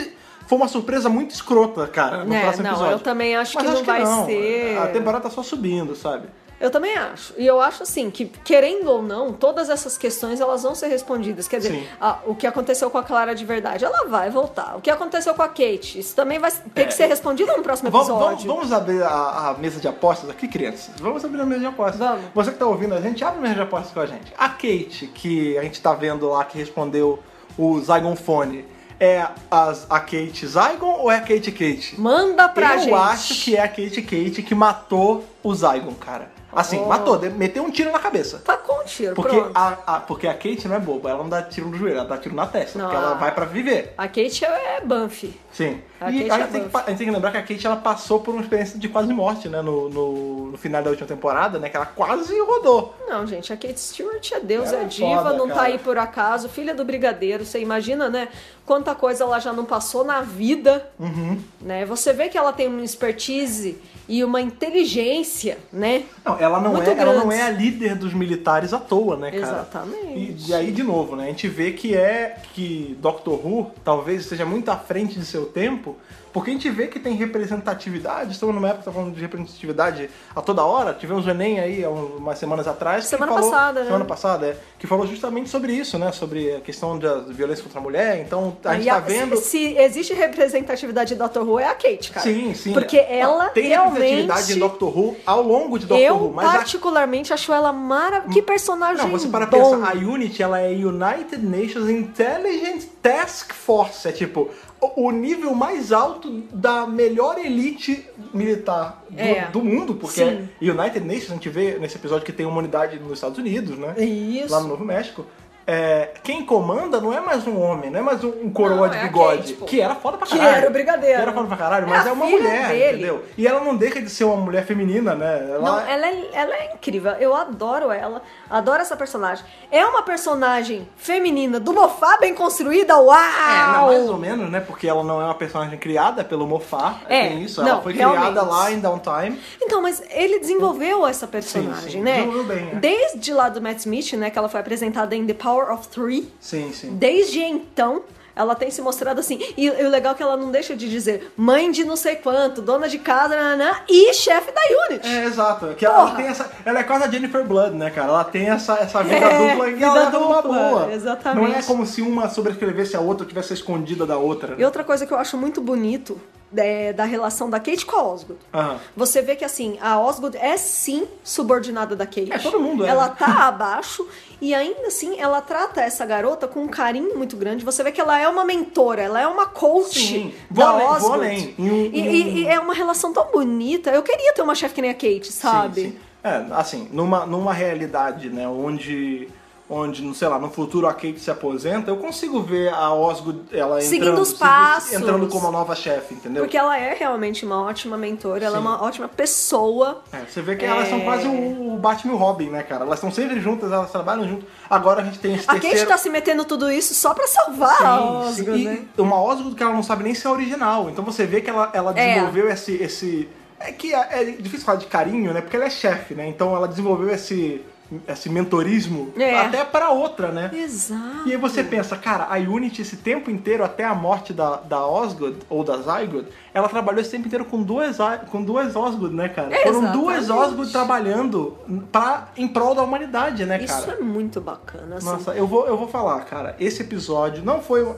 Speaker 1: for uma surpresa muito escrota, cara, no
Speaker 3: É,
Speaker 1: próximo
Speaker 3: não,
Speaker 1: episódio.
Speaker 3: eu também acho
Speaker 1: Mas
Speaker 3: que não vai
Speaker 1: não.
Speaker 3: ser.
Speaker 1: A temporada tá só subindo, sabe?
Speaker 3: Eu também acho. E eu acho assim que querendo ou não, todas essas questões elas vão ser respondidas. Quer dizer,
Speaker 1: Sim.
Speaker 3: a- o que aconteceu com a Clara de verdade, ela vai voltar. O que aconteceu com a Kate, isso também vai ter que ser respondido no próximo
Speaker 1: É, Vamos,
Speaker 3: episódio.
Speaker 1: vamos, vamos abrir a, a mesa de apostas aqui, crianças? Vamos abrir a mesa de apostas.
Speaker 3: Vamos.
Speaker 1: Você que tá ouvindo a gente, abre a mesa de apostas com a gente. A Kate, que a gente tá vendo lá, que respondeu o Zygon Fone, é as- a Kate Zygon ou é a Kate Kate?
Speaker 3: Manda pra
Speaker 1: Eu
Speaker 3: gente.
Speaker 1: acho que é a Kate Kate que matou o Zygon, cara. Assim,
Speaker 3: Oh.
Speaker 1: matou, de- meteu um tiro na cabeça.
Speaker 3: Tá com um tiro,
Speaker 1: Porque
Speaker 3: pronto.
Speaker 1: a, a- porque a Kate não é boba, ela não dá tiro no joelho, ela dá tiro na testa.
Speaker 3: Não,
Speaker 1: Porque ela
Speaker 3: a-
Speaker 1: vai pra viver.
Speaker 3: A Kate é Banff.
Speaker 1: Sim.
Speaker 3: A
Speaker 1: e
Speaker 3: Kate
Speaker 1: a,
Speaker 3: é
Speaker 1: gente tem que,
Speaker 3: buff.
Speaker 1: pa- a gente tem que lembrar que a Kate ela passou por uma experiência de quase morte, né? No, no, no final da última temporada, né? Que ela quase rodou.
Speaker 3: Não, gente, a Kate Stewart é deusa,
Speaker 1: Ela
Speaker 3: é
Speaker 1: é
Speaker 3: diva,
Speaker 1: foda,
Speaker 3: não tá
Speaker 1: cara.
Speaker 3: aí por acaso, filha do brigadeiro, você imagina, né? Quanta coisa ela já não passou na vida,
Speaker 1: Uhum.
Speaker 3: né? Você vê que ela tem uma expertise e uma inteligência, né?
Speaker 1: Não, ela não,
Speaker 3: Muito
Speaker 1: é, ela não
Speaker 3: grandes.
Speaker 1: é a líder dos militares à toa, né, cara?
Speaker 3: Exatamente.
Speaker 1: E, e aí, de novo, né? A gente vê que é que Doctor Who talvez esteja muito à frente de seu tempo, porque a gente vê que tem representatividade. Estamos numa época que tá falando de representatividade a toda hora. Tivemos o Enem aí há um- umas semanas atrás. que
Speaker 3: Semana
Speaker 1: falou-
Speaker 3: passada, né?
Speaker 1: Semana passada, é. Que falou justamente sobre isso, né? Sobre a questão da violência contra a mulher. Então, a gente
Speaker 3: E
Speaker 1: tá vendo.
Speaker 3: Se, se existe representatividade do Dr. Who, é a Kate, cara.
Speaker 1: Sim, sim.
Speaker 3: Porque ela
Speaker 1: tem representatividade em
Speaker 3: realmente...
Speaker 1: Doctor Who ao longo de Doctor
Speaker 3: eu
Speaker 1: Who, mas a Hum.
Speaker 3: particularmente acho ela maravilhosa. Que personagem
Speaker 1: Não, você para
Speaker 3: bom.
Speaker 1: pensar, a Unity ela é United Nations Intelligent Task Force. É tipo o o nível mais alto da melhor elite militar do,
Speaker 3: É.
Speaker 1: do mundo, porque
Speaker 3: Sim.
Speaker 1: é United Nations, a gente vê nesse episódio que tem uma unidade nos Estados Unidos, né?
Speaker 3: Isso.
Speaker 1: Lá no Novo México. É, quem comanda não é mais um homem, não é mais um, um coroa
Speaker 3: Não,
Speaker 1: de
Speaker 3: é a
Speaker 1: bigode.
Speaker 3: Kate, pô.
Speaker 1: que era foda pra
Speaker 3: Que
Speaker 1: caralho.
Speaker 3: era o brigadeiro.
Speaker 1: Que era foda pra caralho,
Speaker 3: É
Speaker 1: mas
Speaker 3: a
Speaker 1: é uma
Speaker 3: filha
Speaker 1: mulher,
Speaker 3: dele.
Speaker 1: entendeu? E ela não deixa de ser uma mulher feminina, né? Ela
Speaker 3: Não, ela é, ela é incrível. Eu adoro ela. Adoro essa personagem. É uma personagem feminina do Mofá bem construída.
Speaker 1: É, não,
Speaker 3: Uau!
Speaker 1: mais ou menos, né? Porque ela não é uma personagem criada pelo Mofá.
Speaker 3: É,
Speaker 1: tem isso.
Speaker 3: não,
Speaker 1: ela foi criada
Speaker 3: realmente.
Speaker 1: lá em Downtime.
Speaker 3: Então, mas ele desenvolveu essa personagem,
Speaker 1: Sim, sim.
Speaker 3: né?
Speaker 1: Desenvolveu bem, é.
Speaker 3: Desde lá do Matt Smith, né? Que ela foi apresentada em The Power of Three.
Speaker 1: Sim, sim.
Speaker 3: Desde então, ela tem se mostrado assim. E, e o legal é que ela não deixa de dizer mãe de não sei quanto, dona de casa, nananã, e chefe da Unity.
Speaker 1: É, exato. Que ela,
Speaker 3: Porra.
Speaker 1: tem essa, ela é quase a Jennifer Blood, né, cara? Ela tem essa, essa vida
Speaker 3: É,
Speaker 1: dupla e
Speaker 3: vida
Speaker 1: ela é uma
Speaker 3: dupla,
Speaker 1: boa.
Speaker 3: exatamente.
Speaker 1: Não é como se uma sobrescrevesse a outra ou tivesse escondida da outra.
Speaker 3: E
Speaker 1: Né?
Speaker 3: outra coisa que eu acho muito bonito é, da relação da Kate com a Osgood.
Speaker 1: Aham.
Speaker 3: Você vê que assim, a Osgood é sim subordinada da Kate.
Speaker 1: É, todo mundo é,
Speaker 3: Ela
Speaker 1: né?
Speaker 3: tá abaixo e ainda assim ela trata essa garota com um carinho muito grande. Você vê que ela é uma mentora, ela é uma coach
Speaker 1: Sim. Vou
Speaker 3: da
Speaker 1: além, vou
Speaker 3: Osgood.
Speaker 1: além. Em um-
Speaker 3: e,
Speaker 1: em
Speaker 3: e-
Speaker 1: um-
Speaker 3: e é uma relação tão bonita. Eu queria ter uma chefe que nem a Kate, sabe?
Speaker 1: Sim, sim. É, assim, numa, numa realidade, né, onde, onde, não sei lá, no futuro a Kate se aposenta, eu consigo ver a Osgood, ela
Speaker 3: Seguindo
Speaker 1: entrando,
Speaker 3: os passos.
Speaker 1: entrando como a nova chefe, entendeu?
Speaker 3: Porque ela é realmente uma ótima mentora, ela é
Speaker 1: Sim.
Speaker 3: uma ótima pessoa.
Speaker 1: É, você vê que elas são quase o o Batman e o Robin, né, cara? Elas estão sempre juntas, elas trabalham juntas. Agora a gente tem esse
Speaker 3: A Kate
Speaker 1: terceiro...
Speaker 3: tá se metendo tudo isso só pra salvar a
Speaker 1: Sim,
Speaker 3: Osgood,
Speaker 1: sim.
Speaker 3: né?
Speaker 1: E uma Osgood que ela não sabe nem se é original. Então você vê que ela, ela
Speaker 3: É.
Speaker 1: desenvolveu esse, esse... É que é é difícil falar de carinho, né? Porque ela é chefe, né? Então ela desenvolveu esse, esse mentorismo
Speaker 3: É.
Speaker 1: até pra outra, né?
Speaker 3: Exato.
Speaker 1: E aí você pensa, cara, a Unity esse tempo inteiro, até a morte da, da Osgood, ou da Zygood, ela trabalhou esse tempo inteiro com duas, Zy- com duas Osgood, né, cara? Foram duas
Speaker 3: É, Exatamente.
Speaker 1: Osgood trabalhando pra, em prol da humanidade, né,
Speaker 3: Isso
Speaker 1: cara?
Speaker 3: é muito bacana, assim.
Speaker 1: Nossa, eu vou, eu vou falar, cara, esse episódio não foi... um-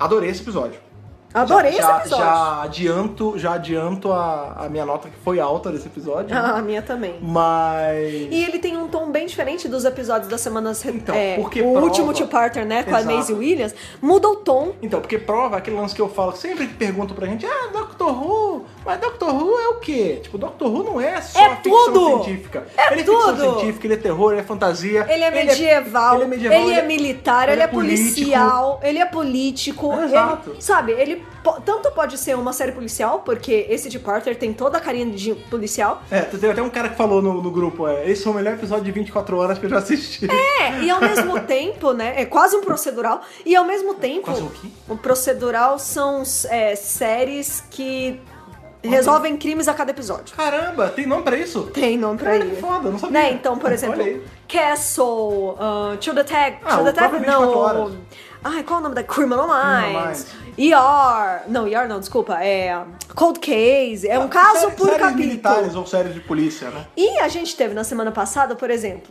Speaker 1: Adorei esse episódio.
Speaker 3: Adorei
Speaker 1: já, já-
Speaker 3: esse episódio.
Speaker 1: Já adianto, já adianto a, a minha nota que foi alta desse episódio.
Speaker 3: Ah, a minha também.
Speaker 1: Mas...
Speaker 3: E ele tem um tom bem diferente dos episódios das semanas... re-
Speaker 1: Então,
Speaker 3: é,
Speaker 1: porque
Speaker 3: o
Speaker 1: prova-
Speaker 3: último two-parter, né, com a
Speaker 1: Exato.
Speaker 3: Maisie Williams, muda o tom.
Speaker 1: Então, porque prova aquele lance que eu falo, sempre que perguntam pra gente, ah, Doctor Who, mas Doctor Who é o quê? Tipo, Doctor Who não é só
Speaker 3: É
Speaker 1: ficção
Speaker 3: tudo!
Speaker 1: científica.
Speaker 3: É
Speaker 1: ele é
Speaker 3: tudo!
Speaker 1: ficção científica, ele é terror, ele é fantasia.
Speaker 3: Ele é medieval, ele é, militar, ele, é
Speaker 1: político.
Speaker 3: policial, ele é político. ele-
Speaker 1: Exato.
Speaker 3: sabe, ele po- tanto pode ser uma série policial, porque esse de Parter tem toda a carinha de policial,
Speaker 1: É, teve até um cara que falou no, no grupo, é, esse é o melhor episódio de 24 horas que eu já assisti.
Speaker 3: É, e ao mesmo tempo, né? É quase um procedural. E ao mesmo tempo.
Speaker 1: É Quase o quê?
Speaker 3: o procedural são é, séries que resolvem crimes a cada episódio.
Speaker 1: Caramba, tem nome pra isso?
Speaker 3: Tem nome pra
Speaker 1: Olha que
Speaker 3: ele.
Speaker 1: foda, eu não sabia.
Speaker 3: Né? Então, por exemplo,
Speaker 1: Olha aí.
Speaker 3: Castle, uh, To the Tag.
Speaker 1: Ah,
Speaker 3: to
Speaker 1: o
Speaker 3: the Tag,
Speaker 1: próprio
Speaker 3: não.
Speaker 1: 24 horas.
Speaker 3: o- Ai, qual é o nome da Criminal Minds?
Speaker 1: Criminal
Speaker 3: ER. Não, ER não, desculpa. É Cold Case. É um caso
Speaker 1: Séries-
Speaker 3: por
Speaker 1: Ah, séries
Speaker 3: capítulo.
Speaker 1: militares ou séries de polícia, né?
Speaker 3: E a gente teve na semana passada, por exemplo,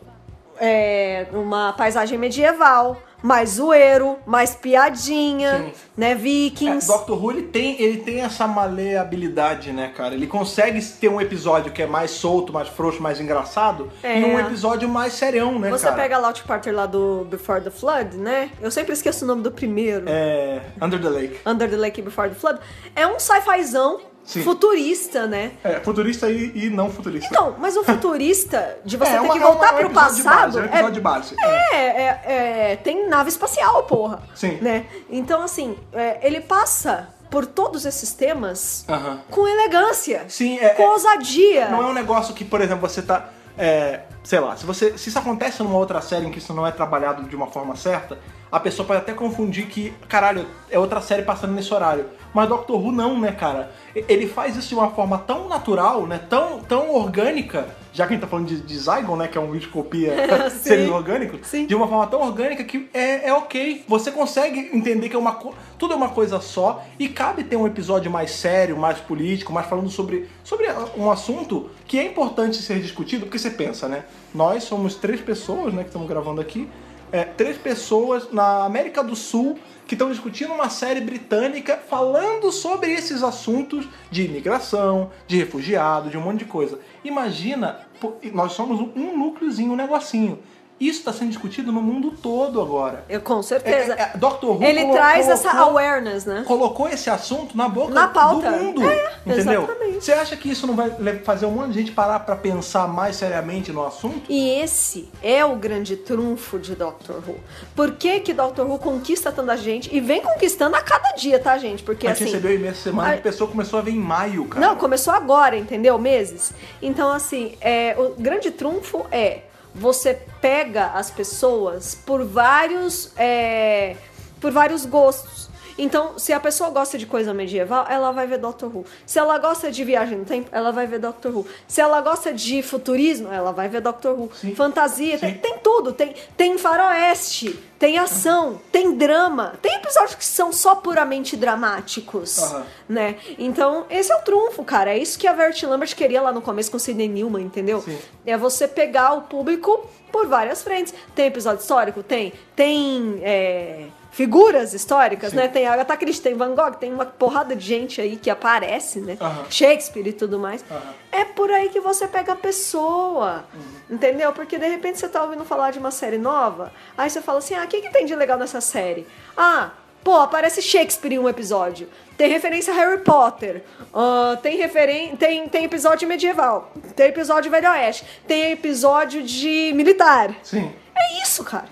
Speaker 3: é, uma paisagem medieval, mais zoeiro, mais piadinha,
Speaker 1: Sim.
Speaker 3: né?
Speaker 1: É,
Speaker 3: Vikings.
Speaker 1: Doctor Who ele tem, ele tem essa maleabilidade, né, cara? Ele consegue ter um episódio que é mais solto, mais frouxo, mais engraçado,
Speaker 3: É.
Speaker 1: e um episódio mais serião, né,
Speaker 3: Você
Speaker 1: cara?
Speaker 3: pega lá o T. Parter lá do Before the Flood, né? Eu sempre esqueço o nome do primeiro.
Speaker 1: É, Under the Lake.
Speaker 3: Under the Lake Before the Flood. É um sci-fizão
Speaker 1: Sim.
Speaker 3: futurista, né?
Speaker 1: É, futurista e, e não futurista.
Speaker 3: Então, mas o futurista, de você
Speaker 1: é,
Speaker 3: ter
Speaker 1: uma-
Speaker 3: que
Speaker 1: é uma-
Speaker 3: voltar
Speaker 1: é um
Speaker 3: pro
Speaker 1: episódio de
Speaker 3: passado.
Speaker 1: Base, é um episódio de base.
Speaker 3: É, é, é, tem nave espacial, porra.
Speaker 1: Sim.
Speaker 3: Né? Então, assim, é, ele passa por todos esses temas
Speaker 1: Aham.
Speaker 3: com elegância.
Speaker 1: Sim, é-
Speaker 3: Com
Speaker 1: é-
Speaker 3: ousadia.
Speaker 1: Não é um negócio que, por exemplo, você tá. é, sei lá, se, você, se isso acontece numa outra série em que isso não é trabalhado de uma forma certa, a pessoa pode até confundir que, caralho, é outra série passando nesse horário. Mas Doctor Who não, né, cara? E- Ele faz isso de uma forma tão natural, né? Tão, tão orgânica, já que a gente tá falando de, de Zygon, né? Que é um vídeo que copia
Speaker 3: Sim.
Speaker 1: seres orgânicos,
Speaker 3: Sim.
Speaker 1: de uma forma tão orgânica que é, é ok. Você consegue entender que é uma co- tudo é uma coisa só e cabe ter um episódio mais sério, mais político, mais falando sobre, sobre um assunto que é importante ser discutido, porque você pensa, né? Nós somos três pessoas, né, que estamos gravando aqui, é, três pessoas na América do Sul que estão discutindo uma série britânica falando sobre esses assuntos de imigração, de refugiado, de um monte de coisa. Imagina, pô, nós somos um- um núcleozinho, um negocinho. Isso está sendo discutido no mundo todo agora.
Speaker 3: Eu, com
Speaker 1: É,
Speaker 3: certeza.
Speaker 1: é, é, Dr. Who
Speaker 3: ele
Speaker 1: colo-
Speaker 3: traz essa
Speaker 1: colocou-
Speaker 3: awareness, né?
Speaker 1: colocou esse assunto na boca
Speaker 3: Na pauta.
Speaker 1: do mundo.
Speaker 3: É,
Speaker 1: entendeu?
Speaker 3: exatamente.
Speaker 1: Você acha que isso não vai le- fazer um monte de gente parar pra pensar mais seriamente no assunto?
Speaker 3: E esse é o grande trunfo de Doctor Who. Por que que Doctor Who conquista tanta gente e vem conquistando a cada dia, tá, gente? Porque
Speaker 1: a gente
Speaker 3: assim,
Speaker 1: recebeu e-mail essa semana
Speaker 3: a-
Speaker 1: que a pessoa começou a ver em maio, cara.
Speaker 3: Não, começou agora, entendeu? Meses. Então, assim, é, o grande trunfo é você pega as pessoas por vários, é, por vários gostos. Então, se a pessoa gosta de coisa medieval, ela vai ver Doctor Who. Se ela gosta de viagem no tempo, ela vai ver Doctor Who. Se ela gosta de futurismo, ela vai ver Doctor Who.
Speaker 1: Sim.
Speaker 3: Fantasia, tem,
Speaker 1: Sim.
Speaker 3: tem tudo. Tem, tem faroeste, tem ação, tem drama. Tem episódios que são só puramente dramáticos
Speaker 1: Aham.
Speaker 3: né? Então, esse é o trunfo, cara. É isso que a Vert Lambert queria lá no começo com o Sidney Newman, entendeu?
Speaker 1: Sim.
Speaker 3: É você pegar o público por várias frentes. Tem episódio histórico? Tem. Tem é, figuras históricas,
Speaker 1: Sim.
Speaker 3: né? Tem Agatha Christie, tem Van Gogh, tem uma porrada de gente aí que aparece, né?
Speaker 1: Aham.
Speaker 3: Shakespeare e tudo mais.
Speaker 1: Aham.
Speaker 3: É por aí que você pega a pessoa, entendeu? Porque de repente você tá ouvindo falar de uma série nova, aí você fala assim: ah, o que, que tem de legal nessa série? Ah, pô, aparece Shakespeare em um episódio. Tem referência a Harry Potter. ah, tem, referen tem, tem episódio medieval. Tem episódio Velho Oeste. Tem episódio de militar.
Speaker 1: Sim.
Speaker 3: É isso, cara.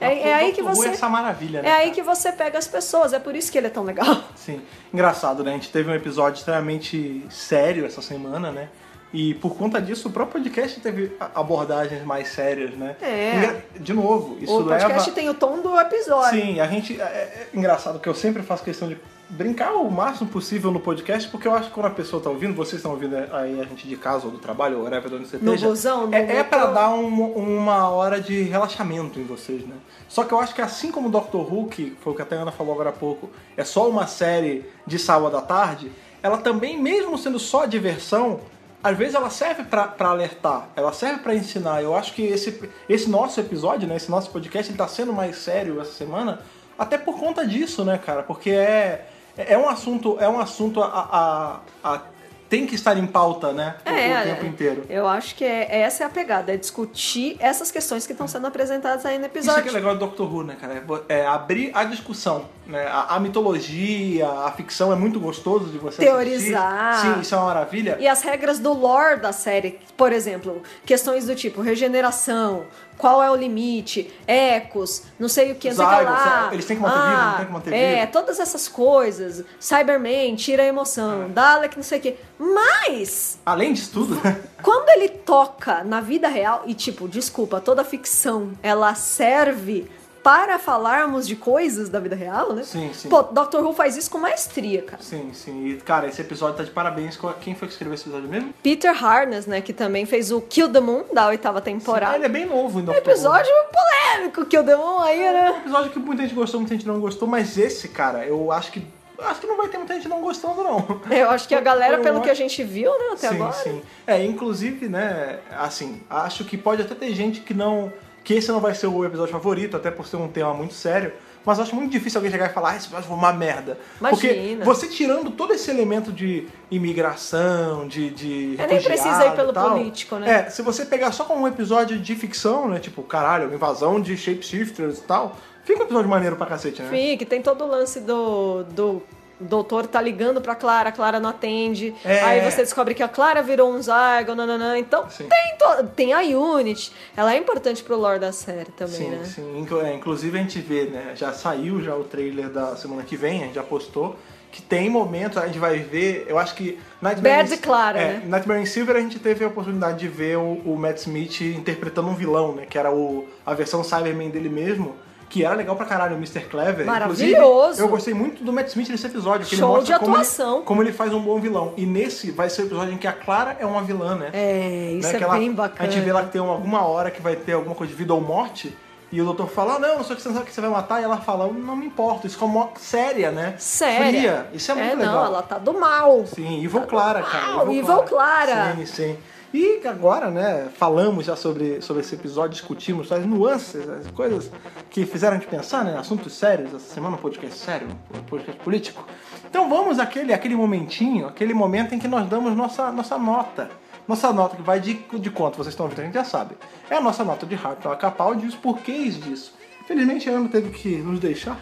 Speaker 1: É,
Speaker 3: É, é aí que
Speaker 1: Doctor Who
Speaker 3: você.
Speaker 1: é essa maravilha, né?
Speaker 3: É aí
Speaker 1: cara?
Speaker 3: que você pega as pessoas. É por isso que ele é tão legal.
Speaker 1: Sim. Engraçado, né? A gente teve um episódio extremamente sério essa semana, né? E por conta disso, o próprio podcast teve a- abordagens mais sérias, né?
Speaker 3: É.
Speaker 1: Engra- De novo, isso
Speaker 3: o podcast
Speaker 1: leva...
Speaker 3: tem o tom do episódio.
Speaker 1: Sim, a gente. É, é engraçado que eu sempre faço questão de brincar o máximo possível no podcast, porque eu acho que quando a pessoa tá ouvindo, vocês estão ouvindo aí a gente de casa ou do trabalho, ou whatever, de onde você
Speaker 3: No
Speaker 1: esteja.
Speaker 3: busão, no
Speaker 1: é, é pra
Speaker 3: metrô.
Speaker 1: dar um- uma hora de relaxamento em vocês, né? Só que eu acho que assim como Doctor Who, que foi o que até a Ana falou agora há pouco, é só uma série de sábado à tarde, ela também, mesmo sendo só diversão, às vezes ela serve pra pra alertar, ela serve pra ensinar. Eu acho que esse, esse nosso episódio, né, esse nosso podcast, ele tá sendo mais sério essa semana, até por conta disso, né, cara? Porque é, é um assunto, é um assunto a, a- a- a- tem que estar em pauta, né? O,
Speaker 3: É,
Speaker 1: o tempo inteiro.
Speaker 3: Eu acho que é, essa é a pegada, é discutir essas questões que estão sendo apresentadas aí no
Speaker 1: Isso que é
Speaker 3: episódio.
Speaker 1: legal do Doctor Who, né, cara? É bo- É abrir a discussão, né? A, a mitologia, a ficção é muito gostoso de você
Speaker 3: Teorizar.
Speaker 1: assistir. Sim, isso é uma maravilha.
Speaker 3: E as regras do lore da série, por exemplo, questões do tipo regeneração, qual é o limite, ecos, não sei o que, não sei o que
Speaker 1: Zygon,
Speaker 3: lá.
Speaker 1: cy- é, eles têm que manter vivo, não tem que manter
Speaker 3: É,
Speaker 1: vivo.
Speaker 3: todas essas coisas. Cyberman, tira a
Speaker 1: É.
Speaker 3: emoção, Dalek, não sei o que. Mas
Speaker 1: Além disso tudo,
Speaker 3: Quando ele toca na vida real, e tipo, desculpa, toda ficção ela serve para falarmos de coisas da vida real, né?
Speaker 1: Sim, sim.
Speaker 3: Pô, Doctor Who faz isso com maestria, cara.
Speaker 1: sim, sim. E, cara, esse episódio tá de parabéns. Qual- Quem foi que escreveu esse episódio mesmo?
Speaker 3: Peter Harness, né, que também fez o Kill the Moon da oitava
Speaker 1: Ah,
Speaker 3: temporada. Um
Speaker 1: Ele é bem novo ainda.
Speaker 3: Episódio polêmico, Kill the Moon aí,
Speaker 1: É um
Speaker 3: né?
Speaker 1: episódio que muita gente gostou, muita gente não gostou, mas esse, cara, eu acho que acho que não vai ter muita gente não gostando, não.
Speaker 3: Eu acho que a galera,
Speaker 1: Eu
Speaker 3: pelo
Speaker 1: acho-
Speaker 3: que a gente viu, né, até
Speaker 1: um sim,
Speaker 3: agora.
Speaker 1: sim. É, inclusive, né, assim, acho que pode até ter gente que não. que esse não vai ser o episódio favorito, até por ser um tema muito sério. Mas acho muito difícil alguém chegar e falar, ah, esse episódio foi uma merda.
Speaker 3: Imagina.
Speaker 1: Porque você tirando todo esse elemento de imigração, de. de
Speaker 3: É, nem
Speaker 1: refugiado
Speaker 3: precisa ir pelo
Speaker 1: e tal,
Speaker 3: político, né?
Speaker 1: É, se você pegar só como um episódio de ficção, né? Tipo, caralho, invasão de shapeshifters e tal, fica um episódio maneiro pra cacete, né?
Speaker 3: Fique, tem todo o lance do, do doutor tá ligando pra Clara, a Clara não atende.
Speaker 1: É.
Speaker 3: Aí você descobre que a Clara virou um Zygon, nananã. Então
Speaker 1: Sim.
Speaker 3: tem, to- tem a Unity. Ela é importante pro lore da série também,
Speaker 1: Sim,
Speaker 3: né?
Speaker 1: sim. Inclu- é, inclusive a gente vê, né? Já saiu já o trailer da semana que vem, a gente já postou, que tem momentos, a gente vai ver, eu acho que... Nightmare
Speaker 3: Bad e Clara,
Speaker 1: é,
Speaker 3: né?
Speaker 1: Nightmare in Silver a gente teve a oportunidade de ver o, o Matt Smith interpretando um vilão, né? Que era o, a versão Cyberman dele mesmo, que era legal pra caralho, o Mr. Clever. Inclusive,
Speaker 3: Maravilhoso.
Speaker 1: eu gostei muito do Matt Smith nesse episódio. Que
Speaker 3: Show
Speaker 1: ele mostra
Speaker 3: de
Speaker 1: como ele-
Speaker 3: atuação.
Speaker 1: Como ele, faz um bom vilão. E nesse vai ser o episódio em que a Clara é uma vilã, né?
Speaker 3: É, isso
Speaker 1: né,
Speaker 3: é
Speaker 1: que ela-
Speaker 3: bem bacana.
Speaker 1: A gente vê lá que tem uma- alguma hora que vai ter alguma coisa de vida ou morte. E o doutor fala, ah, não, só que você não sabe o que você vai matar. E ela fala, não me importa. Isso é uma séria, né?
Speaker 3: Séria.
Speaker 1: Fria. Isso é muito
Speaker 3: não,
Speaker 1: legal.
Speaker 3: ela tá do mal.
Speaker 1: Sim, Evil Clara, cara.
Speaker 3: Uau, Evil Clara.
Speaker 1: Sim, sim. E agora, né, falamos já sobre, sobre esse episódio, discutimos as nuances, as coisas que fizeram a gente pensar, né, assuntos sérios, essa semana um podcast sério, um podcast político. Então vamos àquele, àquele momentinho, aquele momento em que nós damos nossa, nossa nota. Nossa nota que vai de, de quanto vocês estão ouvindo, a gente já sabe. É a nossa nota de Hartnell a Capaldi e os porquês disso. Infelizmente a Ana teve que nos deixar,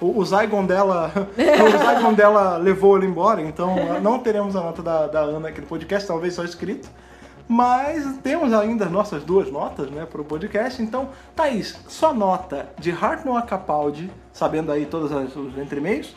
Speaker 1: o, o Zygon dela. o Zygon dela levou ele embora, então não teremos a nota da, da Ana aqui no podcast, talvez só escrito. Mas temos ainda as nossas duas notas, né, pro podcast. Então, Thaís, sua nota de Hartnell a Capaldi, sabendo aí todos os entremeios,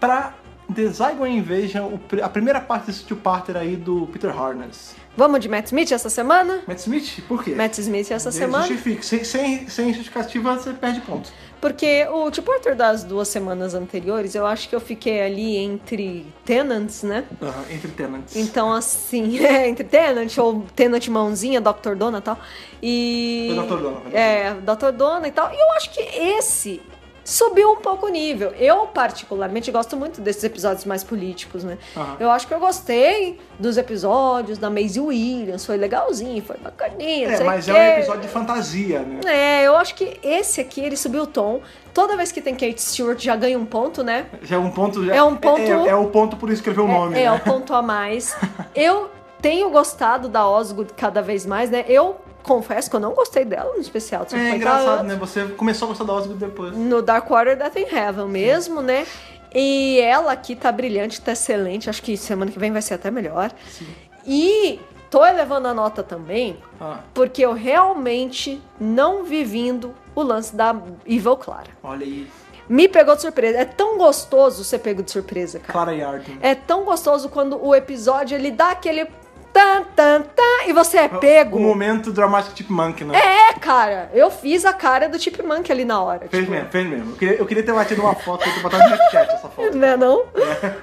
Speaker 1: pra The Zygon Invasion, o pr- a primeira parte desse two-parter aí do Peter Harness.
Speaker 3: Vamos de Matt Smith essa semana?
Speaker 1: Matt Smith, por quê?
Speaker 3: Matt Smith essa
Speaker 1: Ele
Speaker 3: semana?
Speaker 1: Justifica. Sem, sem, sem justificativa, você perde pontos.
Speaker 3: Porque o Tio Porter das duas semanas anteriores, eu acho que eu fiquei ali entre Tenants, né?
Speaker 1: Aham, entre tenants.
Speaker 3: Então, assim, é, entre Tenant ou Tenant mãozinha, Dr. Dona e tal. E.
Speaker 1: Foi Dr. Dona, foi Dr.
Speaker 3: É, Dr. Dona e tal. E eu acho que esse subiu um pouco o nível. Eu, particularmente, gosto muito desses episódios mais políticos, né?
Speaker 1: Aham.
Speaker 3: Eu acho que eu gostei dos episódios da Maisie Williams. Foi legalzinho, foi bacaninha. não
Speaker 1: É,
Speaker 3: sei o
Speaker 1: mas é
Speaker 3: quê.
Speaker 1: um episódio de fantasia, né?
Speaker 3: É, eu acho que esse aqui, ele subiu o tom. Toda vez que tem Kate Stewart, já ganha um ponto, né?
Speaker 1: Já é um ponto. já-
Speaker 3: É um ponto-
Speaker 1: É, é o ponto por escrever o nome.
Speaker 3: É, é
Speaker 1: né?
Speaker 3: um ponto a mais. Eu tenho gostado da Osgood cada vez mais, né? Eu confesso que eu não gostei dela no especial.
Speaker 1: É engraçado, né? Você começou a gostar da Osgood depois.
Speaker 3: No Dark Water Death in Heaven mesmo, né? E ela aqui tá brilhante, tá excelente. Acho que semana que vem vai ser até melhor. E tô elevando a nota também,
Speaker 1: Ah,
Speaker 3: porque eu realmente não vi vindo o lance da Evil Clara.
Speaker 1: olha aí.
Speaker 3: Me pegou de surpresa. É tão gostoso ser pego de surpresa, cara.
Speaker 1: Clara Yardin.
Speaker 3: É tão gostoso quando o episódio ele dá aquele tan tan tan e você é pego.
Speaker 1: O Ah, um momento Dramatic Chipmunk, né?
Speaker 3: É, cara, eu fiz a cara do Chipmunk ali na hora.
Speaker 1: Fez
Speaker 3: tipo,
Speaker 1: mesmo, fez mesmo. Eu queria, eu queria ter batido uma foto, eu ter botado no chat essa foto.
Speaker 3: Né, não?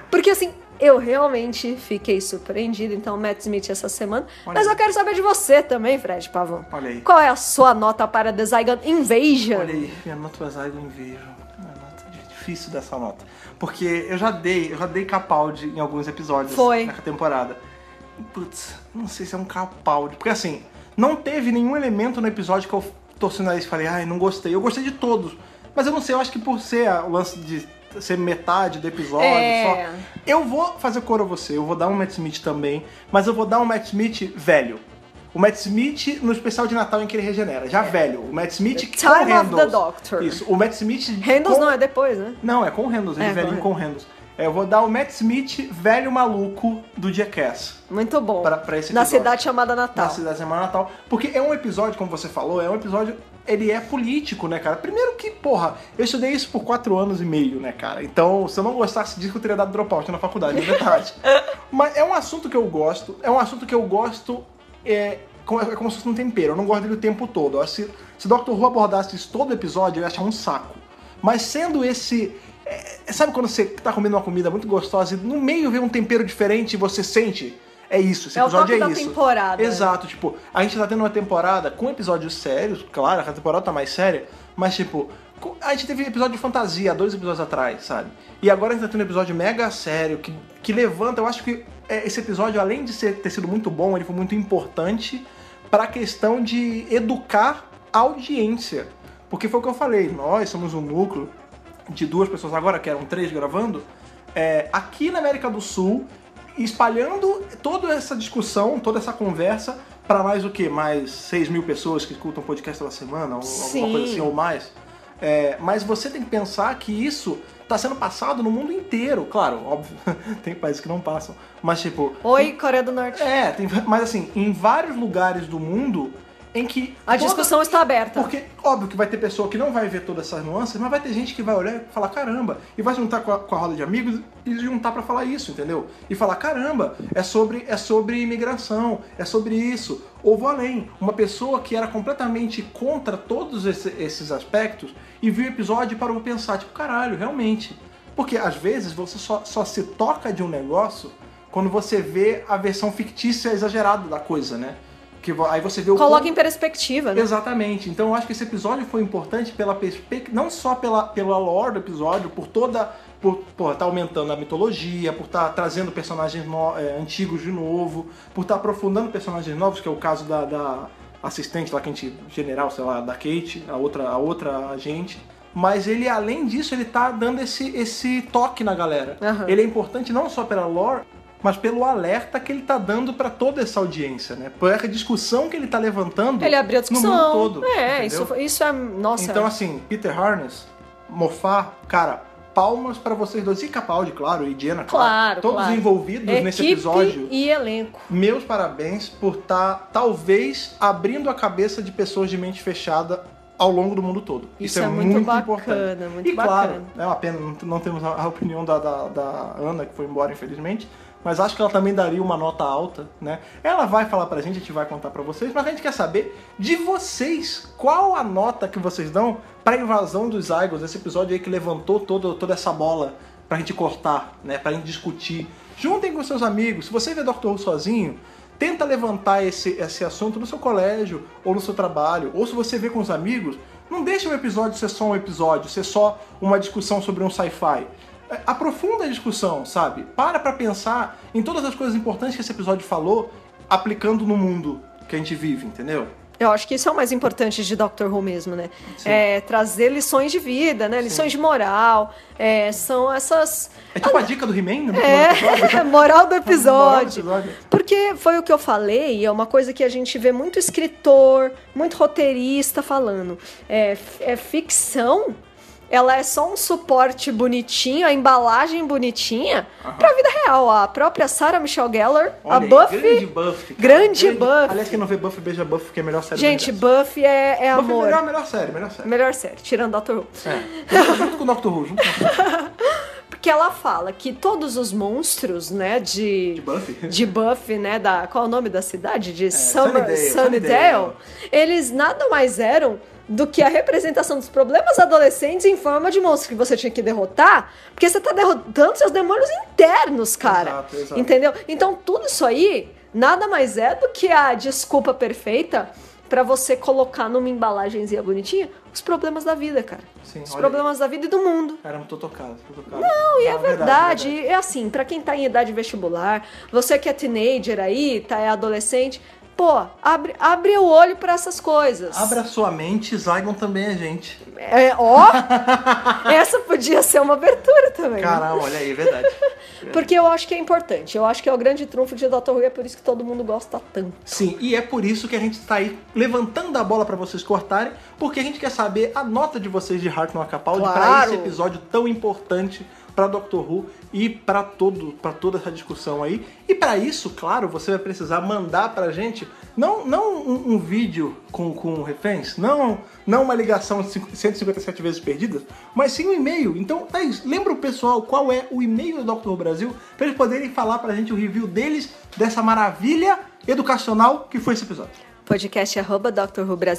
Speaker 3: Porque assim, eu realmente fiquei surpreendida, então Matt Smith essa semana.
Speaker 1: Olha
Speaker 3: Mas
Speaker 1: aí.
Speaker 3: eu quero saber de você também, Fred Pavão.
Speaker 1: Olha aí.
Speaker 3: Qual é a sua nota para The Zygon Invasion?
Speaker 1: Olha aí, minha nota do Zygon Invasion. Minha nota é difícil dessa nota. Porque eu já dei, eu já dei Capaldi em alguns episódios
Speaker 3: Foi.
Speaker 1: na temporada. Putz, não sei se é um Capaldi. Porque assim, não teve nenhum elemento no episódio que eu torci o nariz e falei, ai, não gostei. Eu gostei de todos. Mas eu não sei, eu acho que por ser a- o lance de ser metade do episódio
Speaker 3: É.
Speaker 1: só. Eu vou fazer coro a você, eu vou dar um Matt Smith também, mas eu vou dar um Matt Smith velho. O Matt Smith no especial de Natal em que ele regenera, já velho. O Matt Smith
Speaker 3: The
Speaker 1: com
Speaker 3: Time of
Speaker 1: Handles.
Speaker 3: the Doctor.
Speaker 1: Isso, o Matt Smith.
Speaker 3: Handles
Speaker 1: com-
Speaker 3: não é depois, né?
Speaker 1: Não, é com Handles, ele
Speaker 3: É,
Speaker 1: é, velhinho com
Speaker 3: com
Speaker 1: Handles. É, eu vou dar o Matt Smith velho maluco do Jackass.
Speaker 3: Muito bom.
Speaker 1: Pra- pra esse
Speaker 3: Na
Speaker 1: episódio.
Speaker 3: cidade chamada Natal.
Speaker 1: Na cidade semana Natal. Porque é um episódio, como você falou, é um episódio. Ele é político, né, cara? Primeiro que, porra, eu estudei isso por quatro anos e meio, né, cara? Então, se eu não gostasse disso, eu teria dado dropout na faculdade, é verdade. Mas é um assunto que eu gosto, é um assunto que eu gosto. É, como- é como se fosse um tempero, eu não gosto dele o tempo todo. Eu acho que Se, se Dr. Who abordasse isso todo episódio, eu ia achar um saco. Mas sendo esse. é, sabe quando você tá comendo uma comida muito gostosa e no meio vem um tempero diferente e você sente? É isso, esse
Speaker 3: É o
Speaker 1: episódio
Speaker 3: toque da
Speaker 1: é isso.
Speaker 3: temporada.
Speaker 1: Exato, tipo, a gente tá tendo uma temporada com episódios sérios, claro, a temporada tá mais séria, mas tipo, co- a gente teve episódio de fantasia há dois episódios atrás, sabe? E agora a gente tá tendo um episódio mega sério que, que levanta. Eu acho que é, esse episódio, além de ser, ter sido muito bom, ele foi muito importante para a questão de educar a audiência. Porque foi o que eu falei, nós somos um núcleo de duas pessoas agora, que eram três gravando, é, aqui na América do Sul, espalhando toda essa discussão, toda essa conversa para mais o quê? Mais 6 mil pessoas que escutam podcast toda semana, ou alguma
Speaker 3: Sim.
Speaker 1: coisa assim, ou mais. É, mas você tem que pensar que isso está sendo passado no mundo inteiro, claro, óbvio, tem países que não passam, mas tipo,
Speaker 3: Oi, Coreia do Norte.
Speaker 1: é, tem, mas assim, em vários lugares do mundo em que
Speaker 3: A
Speaker 1: toda-
Speaker 3: discussão está aberta.
Speaker 1: porque, óbvio que vai ter pessoa que não vai ver todas essas nuances, mas vai ter gente que vai olhar e falar, caramba, e vai juntar com a, com a roda de amigos e juntar pra falar isso, entendeu? E falar, caramba, é sobre, é sobre imigração, é sobre isso. Ou vou além, uma pessoa que era completamente contra todos esse- esses aspectos e viu o episódio e parou pra pensar, tipo, caralho, realmente. Porque às vezes você só, só se toca de um negócio quando você vê a versão fictícia exagerada da coisa, né? Que vo- aí você vê o
Speaker 3: Coloca
Speaker 1: quão-
Speaker 3: em perspectiva, né?
Speaker 1: Exatamente. Então eu acho que esse episódio foi importante pela perspectiva, não só pela, pela lore do episódio, por toda. Por estar aumentando a mitologia, por estar trazendo personagens no- eh, antigos de novo, por estar aprofundando personagens novos, que é o caso da, da assistente lá, que a gente, general, sei lá, da Kate, a outra, a outra agente. Mas ele, além disso, ele tá dando esse, esse toque na galera.
Speaker 3: Aham.
Speaker 1: Ele é importante não só pela lore, mas pelo alerta que ele tá dando para toda essa audiência, né? Por essa discussão que ele tá levantando
Speaker 3: Ele abriu a discussão.
Speaker 1: no mundo todo.
Speaker 3: é,
Speaker 1: entendeu?
Speaker 3: isso, foi- isso é. Nossa.
Speaker 1: Então, assim, Peter Harness, Mofá, cara, palmas pra vocês dois. E Capaldi, claro, e Jenna,
Speaker 3: Claro,
Speaker 1: Todos
Speaker 3: claro.
Speaker 1: envolvidos
Speaker 3: equipe
Speaker 1: nesse episódio.
Speaker 3: e elenco.
Speaker 1: Meus parabéns por estar, talvez, abrindo a cabeça de pessoas de mente fechada ao longo do mundo todo.
Speaker 3: Isso é muito bacana,
Speaker 1: importante.
Speaker 3: muito
Speaker 1: e claro,
Speaker 3: bacana.
Speaker 1: é uma pena, não, não temos a, a opinião da, da, da Ana, que foi embora, infelizmente. Mas acho que ela também daria uma nota alta, né? Ela vai falar pra gente, a gente vai contar pra vocês, mas a gente quer saber de vocês, qual a nota que vocês dão pra invasão dos Zygons, esse episódio aí que levantou todo, toda essa bola pra gente cortar, né? Pra gente discutir. Juntem com seus amigos. Se você vê Dr. Who sozinho, tenta levantar esse, esse assunto no seu colégio ou no seu trabalho, ou se você vê com os amigos, não deixa um episódio ser só um episódio, ser só uma discussão sobre um sci-fi. É, Aprofunda a discussão, sabe? Para pra pensar em todas as coisas importantes que esse episódio falou, aplicando no mundo que a gente vive, entendeu?
Speaker 3: Eu acho que isso é o mais importante de Doctor Who mesmo, né? É trazer lições de vida, né? Lições de moral. é, são essas.
Speaker 1: É tipo a dica do He-Man, né?
Speaker 3: Ah, É, moral do episódio.
Speaker 1: Moral do episódio.
Speaker 3: Porque foi o que eu falei, e é uma coisa que a gente vê muito escritor, muito roteirista falando. É, f- é ficção, ela é só um suporte bonitinho, a embalagem bonitinha pra vida real. A própria Sarah Michelle Gellar,
Speaker 1: Olha
Speaker 3: a
Speaker 1: aí,
Speaker 3: Buffy.
Speaker 1: Grande Buffy. cara.
Speaker 3: Grande Buffy.
Speaker 1: Aliás, quem não vê Buffy, beija Buffy, que é a melhor série
Speaker 3: Gente,
Speaker 1: do
Speaker 3: Buffy é, é
Speaker 1: Buffy é a
Speaker 3: amor.
Speaker 1: melhor, melhor série, melhor série.
Speaker 3: Melhor série, tirando Doctor Who.
Speaker 1: É. junto com o Doctor Who, junto com o
Speaker 3: Porque ela fala que todos os monstros, né, de...
Speaker 1: De Buffy.
Speaker 3: De Buffy, né, da... Qual é o nome da cidade? De Summer...
Speaker 1: Sunnydale,
Speaker 3: Sunnydale.
Speaker 1: Sunnydale.
Speaker 3: Eles nada mais eram do que a representação dos problemas adolescentes em forma de monstro que você tinha que derrotar, porque você tá derrotando seus demônios internos, cara.
Speaker 1: Exato, exato.
Speaker 3: Entendeu? Então, tudo isso aí nada mais é do que a desculpa perfeita pra você colocar numa embalagenzinha bonitinha os problemas da vida, cara.
Speaker 1: Sim,
Speaker 3: os
Speaker 1: olha aí.
Speaker 3: problemas da vida e do mundo.
Speaker 1: Caramba, tô tocado, tô tocado. Não,
Speaker 3: E é verdade, é assim, pra quem tá em idade vestibular, você que é teenager aí, tá é adolescente, pô, abre, abre o olho pra essas coisas.
Speaker 1: Abra sua mente, Zygon também é gente.
Speaker 3: É, ó! essa podia ser uma abertura também. né?
Speaker 1: Caramba, olha aí, é verdade.
Speaker 3: Porque eu acho que é importante, eu acho que é o grande trunfo de Dr. Who, é por isso que todo mundo gosta tanto.
Speaker 1: Sim, e é por isso que a gente tá aí levantando a bola pra vocês cortarem, porque a gente quer saber a nota de vocês de Hartnell a Capaldi pra
Speaker 3: Claro.
Speaker 1: esse episódio tão importante pra Doctor Who e pra todo, para toda essa discussão aí. E pra isso, claro, você vai precisar mandar pra gente não não um, um vídeo com com reféns, não não uma ligação de cinco- 157 vezes perdida, mas sim um e-mail. Então, Thaís, lembra o pessoal qual é o e-mail do Doctor Who Brasil pra eles poderem falar pra gente o review deles dessa maravilha educacional que foi esse episódio.
Speaker 3: podcast arroba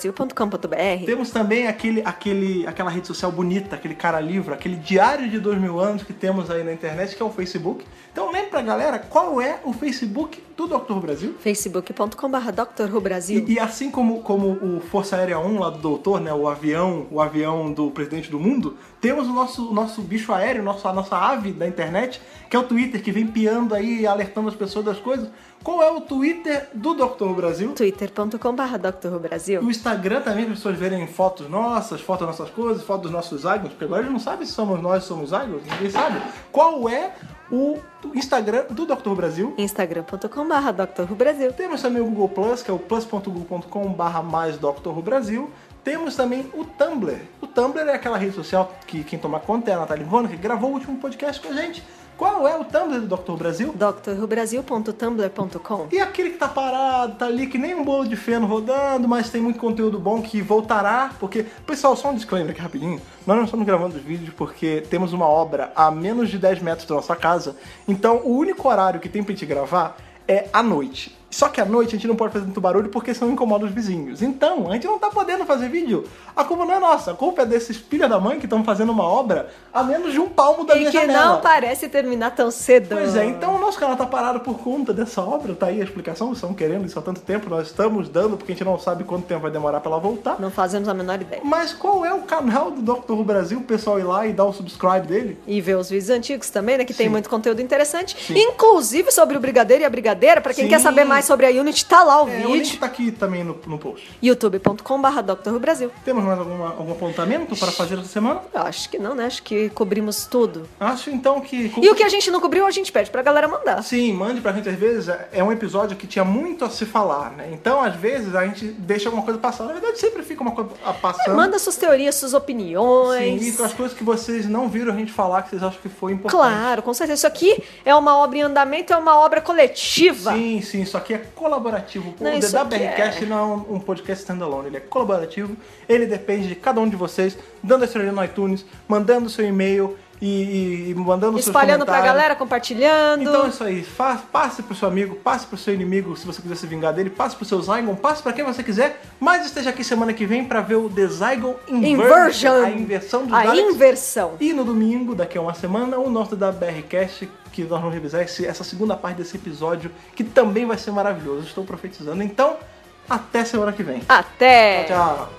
Speaker 3: drrubrasil.com.br.
Speaker 1: Temos também aquele, aquele, aquela rede social bonita, aquele cara livro, aquele diário de dois mil anos que temos aí na internet, que é o Facebook. Então lembra, galera, qual é o Facebook do Dr. Brasil?
Speaker 3: facebook.com.br drrubrasil.
Speaker 1: E, e assim como, como o Força Aérea 1 lá do Doutor, né, o avião, o avião do presidente do mundo, temos o nosso, o nosso bicho aéreo, nosso, a nossa ave da internet, que é o Twitter, que vem piando aí, alertando as pessoas das coisas. Qual é o Twitter do Dr. Brasil?
Speaker 3: twitter.com.br
Speaker 1: O
Speaker 3: drrubrasil.
Speaker 1: Instagram também, para as pessoas verem fotos nossas, fotos das nossas coisas, fotos dos nossos águias, porque agora eles não sabem se somos nós, se somos águias, ninguém sabe. Qual é o Instagram do Dr. Brasil?
Speaker 3: instagram.com.br drrubrasil.
Speaker 1: Temos também o Google Plus, que é o plus.google.com barra mais Dr. Brasil. Temos também o Tumblr. O Tumblr é aquela rede social que quem toma conta é a Natália Ivona, que gravou o último podcast com a gente. Qual é o Tumblr do Dr. Brasil?
Speaker 3: drrubrasil.tumblr.com
Speaker 1: E aquele que tá parado, tá ali que nem um bolo de feno rodando, mas tem muito conteúdo bom que voltará, porque... Pessoal, só um disclaimer aqui rapidinho. Nós não estamos gravando os vídeos porque temos uma obra a menos de 10 metros da nossa casa, então o único horário que tem pra gente gravar é à noite. Só que à noite a gente não pode fazer muito barulho porque senão incomoda os vizinhos. Então, a gente não tá podendo fazer vídeo. A culpa não é nossa, a culpa é desses filha da mãe que estão fazendo uma obra a menos de um palmo da
Speaker 3: E
Speaker 1: minha
Speaker 3: que
Speaker 1: janela.
Speaker 3: não parece terminar tão cedo.
Speaker 1: Pois é, então o nosso canal tá parado por conta dessa obra, tá aí a explicação, vocês estão querendo isso há tanto tempo, nós estamos dando, porque a gente não sabe quanto tempo vai demorar pra ela voltar.
Speaker 3: Não fazemos a menor ideia.
Speaker 1: Mas qual é o canal do Dr. Who Brasil, o pessoal ir lá e dar o subscribe dele?
Speaker 3: E ver os vídeos antigos também, né? Que tem
Speaker 1: Sim.
Speaker 3: muito conteúdo interessante. Inclusive sobre o Brigadeiro e a Brigadeira. Pra quem
Speaker 1: Sim.
Speaker 3: quer saber mais sobre a Unity, tá lá o
Speaker 1: É, o link
Speaker 3: vídeo.
Speaker 1: tá aqui também no, no post.
Speaker 3: youtube.com.br drrubrasil.
Speaker 1: Temos mais alguma, algum apontamento para fazer essa semana?
Speaker 3: Eu acho que não, né? Acho que cobrimos tudo.
Speaker 1: Acho então que...
Speaker 3: E o que a gente não cobriu, a gente pede pra galera mandar.
Speaker 1: Sim, mande pra gente às vezes. É um episódio que tinha muito a se falar, né? Então, às vezes, a gente deixa alguma coisa passar. Na verdade, sempre fica uma coisa a- passando.
Speaker 3: Manda suas teorias, suas
Speaker 1: Sim, e
Speaker 3: opiniões.
Speaker 1: com as coisas que vocês não viram a gente falar, que vocês acham que foi importante.
Speaker 3: Claro, com certeza. Isso aqui é uma obra em andamento, é uma obra coletiva.
Speaker 1: Sim, sim, isso aqui é colaborativo.
Speaker 3: Não,
Speaker 1: o
Speaker 3: isso aqui
Speaker 1: DWRcast não é um um podcast standalone, ele é colaborativo, ele depende de cada um de vocês, dando a estrelinha no iTunes, mandando seu e-mail e, e- e mandando seus
Speaker 3: Espalhando pra
Speaker 1: comentários.
Speaker 3: galera, compartilhando.
Speaker 1: Então é isso aí, fa- passe pro seu amigo, passe pro seu inimigo, se você quiser se vingar dele, passe pro seu Zygon, passe pra quem você quiser, mas esteja aqui semana que vem pra ver o The Zygon Inversion,
Speaker 3: Inversion.
Speaker 1: a inversão dos
Speaker 3: A
Speaker 1: Daleks.
Speaker 3: inversão.
Speaker 1: E no domingo, daqui a uma semana, o nosso da BRCast, que nós vamos revisar esse- essa segunda parte desse episódio, que também vai ser maravilhoso. Estou profetizando. Então, até semana que vem.
Speaker 3: Até.
Speaker 1: Tchau.